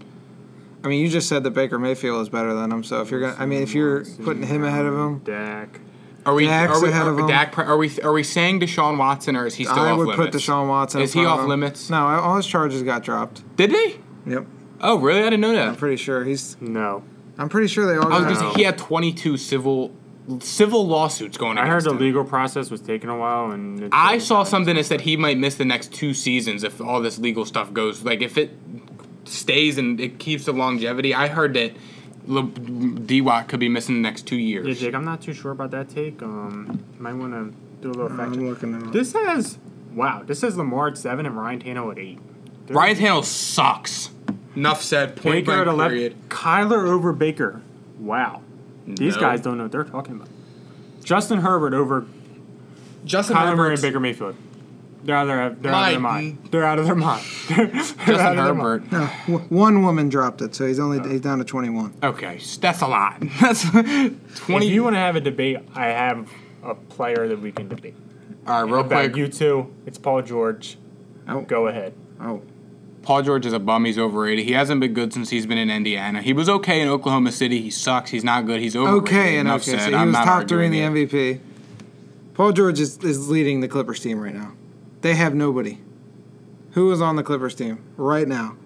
[SPEAKER 3] I mean, you just said that Baker Mayfield is better than him. So if you're gonna, I mean, if you're putting him ahead of him,
[SPEAKER 1] Dak.
[SPEAKER 2] Are we?
[SPEAKER 3] Dak's
[SPEAKER 2] are we?
[SPEAKER 3] ahead
[SPEAKER 2] Are,
[SPEAKER 3] of him.
[SPEAKER 2] Dak, are we? Are we saying Deshaun Watson, or is he still
[SPEAKER 3] I
[SPEAKER 2] off
[SPEAKER 3] would
[SPEAKER 2] limits?
[SPEAKER 3] put Deshaun Watson.
[SPEAKER 2] Is
[SPEAKER 3] in
[SPEAKER 2] he
[SPEAKER 3] front
[SPEAKER 2] off
[SPEAKER 3] of him.
[SPEAKER 2] limits?
[SPEAKER 3] No, all his charges got dropped.
[SPEAKER 2] Did they?
[SPEAKER 3] Yep,
[SPEAKER 2] Oh, really? I didn't know that.
[SPEAKER 3] I'm pretty sure he's.
[SPEAKER 1] No,
[SPEAKER 3] I'm pretty sure they all.
[SPEAKER 2] I was
[SPEAKER 3] got
[SPEAKER 1] Um,
[SPEAKER 2] gonna say he had 22 civil civil lawsuits going.
[SPEAKER 1] I heard
[SPEAKER 2] against
[SPEAKER 1] the
[SPEAKER 2] him.
[SPEAKER 1] legal process was taking a while, and it's
[SPEAKER 2] I saw something that said he might miss the next two seasons if all this legal stuff goes. Like if it stays and it keeps the longevity. I heard that Le- D. Watt could be missing the next two
[SPEAKER 1] Yeah,
[SPEAKER 2] years.
[SPEAKER 1] Jake, I'm not too sure about that take. Um, might want to do a little fact
[SPEAKER 3] I'm
[SPEAKER 1] check.
[SPEAKER 3] looking at
[SPEAKER 1] Mm, This has wow. This has Lamar at seven and Ryan Tannehill at eight. There's
[SPEAKER 2] Ryan Tannehill sucks. Enough said. Point
[SPEAKER 1] Baker at
[SPEAKER 2] blank.
[SPEAKER 1] eleven.
[SPEAKER 2] Period.
[SPEAKER 1] Kyler over Baker. Wow, these
[SPEAKER 2] No.
[SPEAKER 1] guys don't know what they're talking about. Justin Herbert over
[SPEAKER 2] Justin
[SPEAKER 1] Kyler Murray and
[SPEAKER 2] Herbert.
[SPEAKER 1] Baker Mayfield. They're out of their, they're out of their
[SPEAKER 2] My-
[SPEAKER 1] mind. They're out of their mind. They're out of
[SPEAKER 2] Justin
[SPEAKER 1] their mind.
[SPEAKER 2] Herbert.
[SPEAKER 3] No, w- one woman dropped it, so he's only he's down to 21.
[SPEAKER 2] Okay, s- that's a lot. That's
[SPEAKER 1] If
[SPEAKER 2] 20.
[SPEAKER 1] you want to have a debate, I have a player that we can debate.
[SPEAKER 2] all right, real
[SPEAKER 1] About
[SPEAKER 2] quick.
[SPEAKER 1] you two, it's Paul George.
[SPEAKER 3] Oh,
[SPEAKER 1] Go ahead.
[SPEAKER 3] oh,
[SPEAKER 2] Paul George is a bum. He's overrated. He hasn't been good since he's been in Indiana. He was okay in Oklahoma City. He sucks. He's not good. He's overrated.
[SPEAKER 3] okay, and
[SPEAKER 2] Enough
[SPEAKER 3] okay, so
[SPEAKER 2] said.
[SPEAKER 3] he
[SPEAKER 2] I'm
[SPEAKER 3] was
[SPEAKER 2] not
[SPEAKER 3] top three in the
[SPEAKER 2] arguing it.
[SPEAKER 3] MVP. Paul George is, is leading the Clippers team right now. They have nobody. Who is on the Clippers team right now?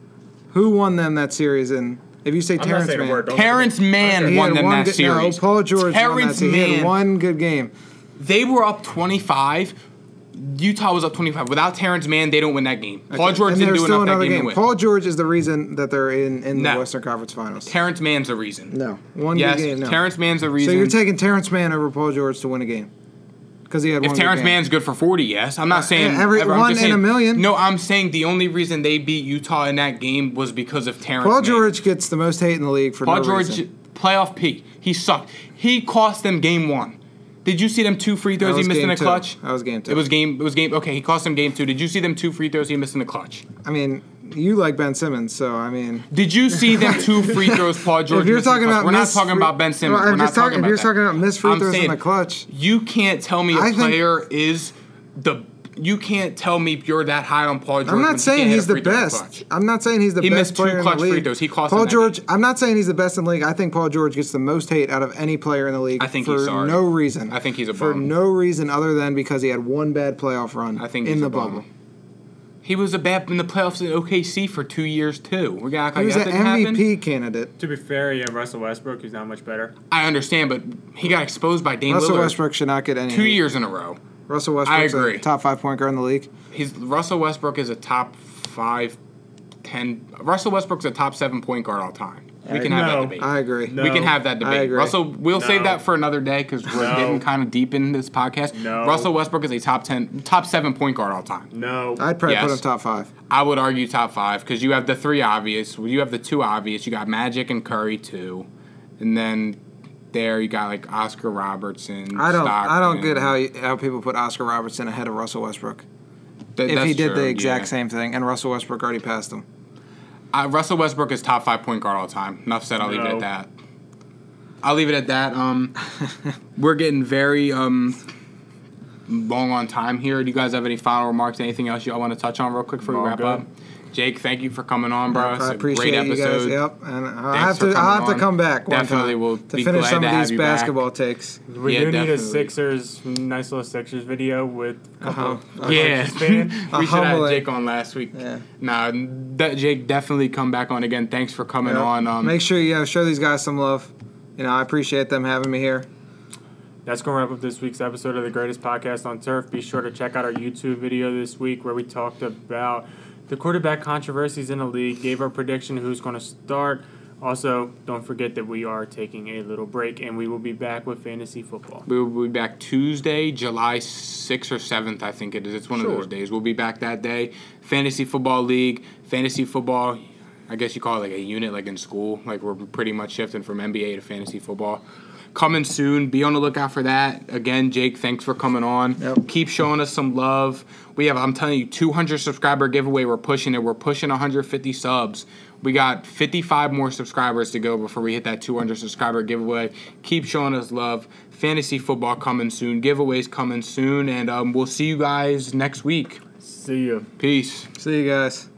[SPEAKER 3] Who won them that series? And if you say
[SPEAKER 1] I'm not
[SPEAKER 3] Terrence
[SPEAKER 1] saying a
[SPEAKER 3] Mann,
[SPEAKER 1] word. Don't
[SPEAKER 2] Terrence Mann
[SPEAKER 3] he
[SPEAKER 2] won
[SPEAKER 3] had
[SPEAKER 2] them
[SPEAKER 3] one
[SPEAKER 2] that
[SPEAKER 3] good,
[SPEAKER 2] series.
[SPEAKER 3] No, Paul George won that.
[SPEAKER 2] Terrence
[SPEAKER 3] series. He had
[SPEAKER 2] Mann.
[SPEAKER 3] one good game.
[SPEAKER 2] They were up 25. Utah was up 25. Without Terrence Mann, they don't win that game. Paul George
[SPEAKER 3] and
[SPEAKER 2] didn't
[SPEAKER 3] there's
[SPEAKER 2] do
[SPEAKER 3] still
[SPEAKER 2] enough that
[SPEAKER 3] another
[SPEAKER 2] game, to
[SPEAKER 3] game.
[SPEAKER 2] win.
[SPEAKER 3] Paul George is the reason that they're in, in
[SPEAKER 2] No.
[SPEAKER 3] the Western Conference Finals.
[SPEAKER 2] Terrence Mann's the reason.
[SPEAKER 3] no, one good
[SPEAKER 2] yes,
[SPEAKER 3] game. No.
[SPEAKER 2] Terrence Mann's the
[SPEAKER 3] so
[SPEAKER 2] reason.
[SPEAKER 3] you're taking Terrence Mann over Paul George to win a game because he had
[SPEAKER 2] If
[SPEAKER 3] one good
[SPEAKER 2] Terrence
[SPEAKER 3] game. Uh,
[SPEAKER 2] Mann's good for 40, yes. I'm not saying
[SPEAKER 3] every-
[SPEAKER 2] everyone- I'm
[SPEAKER 3] one
[SPEAKER 2] just
[SPEAKER 3] in a
[SPEAKER 2] saying-
[SPEAKER 3] million.
[SPEAKER 2] No, I'm saying the only reason they beat Utah in that game was because of Terrence
[SPEAKER 3] Paul
[SPEAKER 2] Mann.
[SPEAKER 3] George gets the most hate in the league for
[SPEAKER 2] Paul
[SPEAKER 3] no
[SPEAKER 2] George,
[SPEAKER 3] reason.
[SPEAKER 2] playoff peak. He sucked. He cost them game one. Did you see them two free
[SPEAKER 3] That
[SPEAKER 2] throws he
[SPEAKER 3] was
[SPEAKER 2] missed in the
[SPEAKER 3] game two.
[SPEAKER 2] clutch?
[SPEAKER 3] That was game two.
[SPEAKER 2] It was game. It was game. Okay, he cost them game two. Did you see them two free throws he missed in the clutch?
[SPEAKER 3] I mean, you like Ben Simmons, so I mean,
[SPEAKER 2] Did you see them two free throws Paul George?
[SPEAKER 3] if you're
[SPEAKER 2] missed in the
[SPEAKER 3] talking
[SPEAKER 2] clutch?
[SPEAKER 3] about
[SPEAKER 2] we're not
[SPEAKER 3] missed
[SPEAKER 2] talking
[SPEAKER 3] free-
[SPEAKER 2] about Ben Simmons.
[SPEAKER 3] No, I'm
[SPEAKER 2] we're not
[SPEAKER 3] just
[SPEAKER 2] talking
[SPEAKER 3] talking.
[SPEAKER 2] about
[SPEAKER 3] If you're
[SPEAKER 2] that.
[SPEAKER 3] talking about missed free
[SPEAKER 2] I'm
[SPEAKER 3] throws in
[SPEAKER 2] saying,
[SPEAKER 3] the clutch,
[SPEAKER 2] You can't tell me a
[SPEAKER 3] I think-
[SPEAKER 2] player is the. You can't tell me you're that high on Paul George.
[SPEAKER 3] I'm
[SPEAKER 2] when he
[SPEAKER 3] not saying
[SPEAKER 2] can't hit
[SPEAKER 3] he's
[SPEAKER 2] a
[SPEAKER 3] the
[SPEAKER 2] free throw in
[SPEAKER 3] best.
[SPEAKER 2] clutch.
[SPEAKER 3] I'm not saying he's the
[SPEAKER 2] He
[SPEAKER 3] best
[SPEAKER 2] missed two
[SPEAKER 3] player in
[SPEAKER 2] clutch
[SPEAKER 3] the
[SPEAKER 2] free
[SPEAKER 3] league.
[SPEAKER 2] throws. He cost
[SPEAKER 3] Paul
[SPEAKER 2] them that
[SPEAKER 3] George.
[SPEAKER 2] game.
[SPEAKER 3] I'm not saying he's the best in the league. I think Paul George gets the most hate out of any player in the league.
[SPEAKER 2] I think
[SPEAKER 3] for
[SPEAKER 2] he's sorry.
[SPEAKER 3] no reason.
[SPEAKER 2] I think he's a
[SPEAKER 3] for
[SPEAKER 2] bum.
[SPEAKER 3] no reason other than because he had one bad playoff run.
[SPEAKER 2] Um, I think
[SPEAKER 3] in
[SPEAKER 2] he's
[SPEAKER 3] the
[SPEAKER 2] a bum.
[SPEAKER 3] bubble.
[SPEAKER 2] He was a bad in the playoffs in OKC for two years too. We're gonna act
[SPEAKER 3] He
[SPEAKER 2] like
[SPEAKER 3] was
[SPEAKER 2] that
[SPEAKER 3] an
[SPEAKER 2] didn't happen.
[SPEAKER 3] MVP candidate.
[SPEAKER 1] To be fair, you have Russell Westbrook, who's not much better.
[SPEAKER 2] I understand, but he got exposed by Dame
[SPEAKER 3] Russell
[SPEAKER 2] Lillard
[SPEAKER 3] Westbrook should not get any.
[SPEAKER 2] two
[SPEAKER 3] hate.
[SPEAKER 2] years in a row.
[SPEAKER 3] Russell Westbrook's
[SPEAKER 2] agree.
[SPEAKER 3] a top five point guard in the league.
[SPEAKER 2] He's Russell Westbrook is a top five, ten. Russell Westbrook's a top seven point guard all time. We can have that
[SPEAKER 1] No.
[SPEAKER 2] debate.
[SPEAKER 3] I agree.
[SPEAKER 1] No.
[SPEAKER 2] We can have that
[SPEAKER 3] I
[SPEAKER 2] debate.
[SPEAKER 3] agree.
[SPEAKER 2] Russell, we'll save
[SPEAKER 1] No.
[SPEAKER 2] that for another day because we're
[SPEAKER 1] No.
[SPEAKER 2] getting kind of deep in this podcast.
[SPEAKER 1] No.
[SPEAKER 2] Russell Westbrook is a top ten, top seven point guard all time.
[SPEAKER 1] No.
[SPEAKER 3] I'd probably
[SPEAKER 2] Yes.
[SPEAKER 3] put him top five.
[SPEAKER 2] I would argue top five because you have the three obvious. You have the two obvious. You got Magic and Curry too, and then there you got like Oscar Robertson.
[SPEAKER 3] I don't. I don't
[SPEAKER 2] Stockton.
[SPEAKER 3] get how you, how people put Oscar Robertson ahead of Russell Westbrook
[SPEAKER 2] Th-
[SPEAKER 3] if
[SPEAKER 2] that's
[SPEAKER 3] he did
[SPEAKER 2] true,
[SPEAKER 3] the exact
[SPEAKER 2] yeah.
[SPEAKER 3] same thing and Russell Westbrook already passed him.
[SPEAKER 2] Uh, Russell Westbrook is top five point guard all time. Enough said. I'll leave it
[SPEAKER 1] No.
[SPEAKER 2] at that. I'll leave it at that. Um, we're getting very um long on time here. Do you guys have any final remarks? Anything else y'all want to touch on real quick before
[SPEAKER 1] All
[SPEAKER 2] we wrap
[SPEAKER 1] good.
[SPEAKER 2] up? Jake, thank you for coming on, bro. It's a
[SPEAKER 3] I appreciate
[SPEAKER 2] great
[SPEAKER 3] you guys.
[SPEAKER 2] episode.
[SPEAKER 3] Yep, and I'll
[SPEAKER 2] Thanks
[SPEAKER 3] have
[SPEAKER 2] for
[SPEAKER 3] to. I'll have
[SPEAKER 2] coming
[SPEAKER 3] to
[SPEAKER 2] on.
[SPEAKER 3] come back. one
[SPEAKER 2] Definitely,
[SPEAKER 3] time
[SPEAKER 2] we'll
[SPEAKER 3] to
[SPEAKER 2] be
[SPEAKER 3] finish
[SPEAKER 2] glad
[SPEAKER 3] some
[SPEAKER 2] to
[SPEAKER 3] of
[SPEAKER 2] have
[SPEAKER 3] these
[SPEAKER 2] you back.
[SPEAKER 3] basketball takes.
[SPEAKER 1] we
[SPEAKER 2] yeah,
[SPEAKER 1] do need a
[SPEAKER 2] definitely.
[SPEAKER 1] Sixers, nice little Sixers video with a couple
[SPEAKER 3] Uh-huh.
[SPEAKER 1] of
[SPEAKER 2] Yeah,
[SPEAKER 1] Sixers fans.
[SPEAKER 3] A
[SPEAKER 2] we should have
[SPEAKER 3] humbling.
[SPEAKER 2] Jake on last week.
[SPEAKER 3] Yeah.
[SPEAKER 2] Nah, that Jake definitely come back on again. Thanks for coming
[SPEAKER 3] Yep.
[SPEAKER 2] on. Um,
[SPEAKER 3] Make sure you know, show these guys some love. You know, I appreciate them having me here.
[SPEAKER 1] That's going to wrap up this week's episode of the Greatest Podcast on Turf. Be sure to check out our YouTube video this week where we talked about the quarterback controversies in the league, gave our prediction who's going to start. Also, don't forget that we are taking a little break and we will be back with fantasy football.
[SPEAKER 2] we will be back Tuesday, July sixth or seventh. I think it is. It's one of those
[SPEAKER 1] Sure.
[SPEAKER 2] days. We'll be back that day. Fantasy football league, fantasy football. I guess you call it like a unit, like in school. Like we're pretty much shifting from NBA to fantasy football. Coming soon. Be on the lookout for that. Again, Jake, thanks for coming on.
[SPEAKER 3] Yep.
[SPEAKER 2] Keep showing us some love. We have, I'm telling you, 200 subscriber giveaway. We're pushing it. We're pushing 150 subs. We got 55 more subscribers to go before we hit that 200 subscriber giveaway. Keep showing us love. Fantasy football coming soon. Giveaways coming soon. And um, we'll see you guys next week.
[SPEAKER 1] See you.
[SPEAKER 2] Peace.
[SPEAKER 3] See you guys.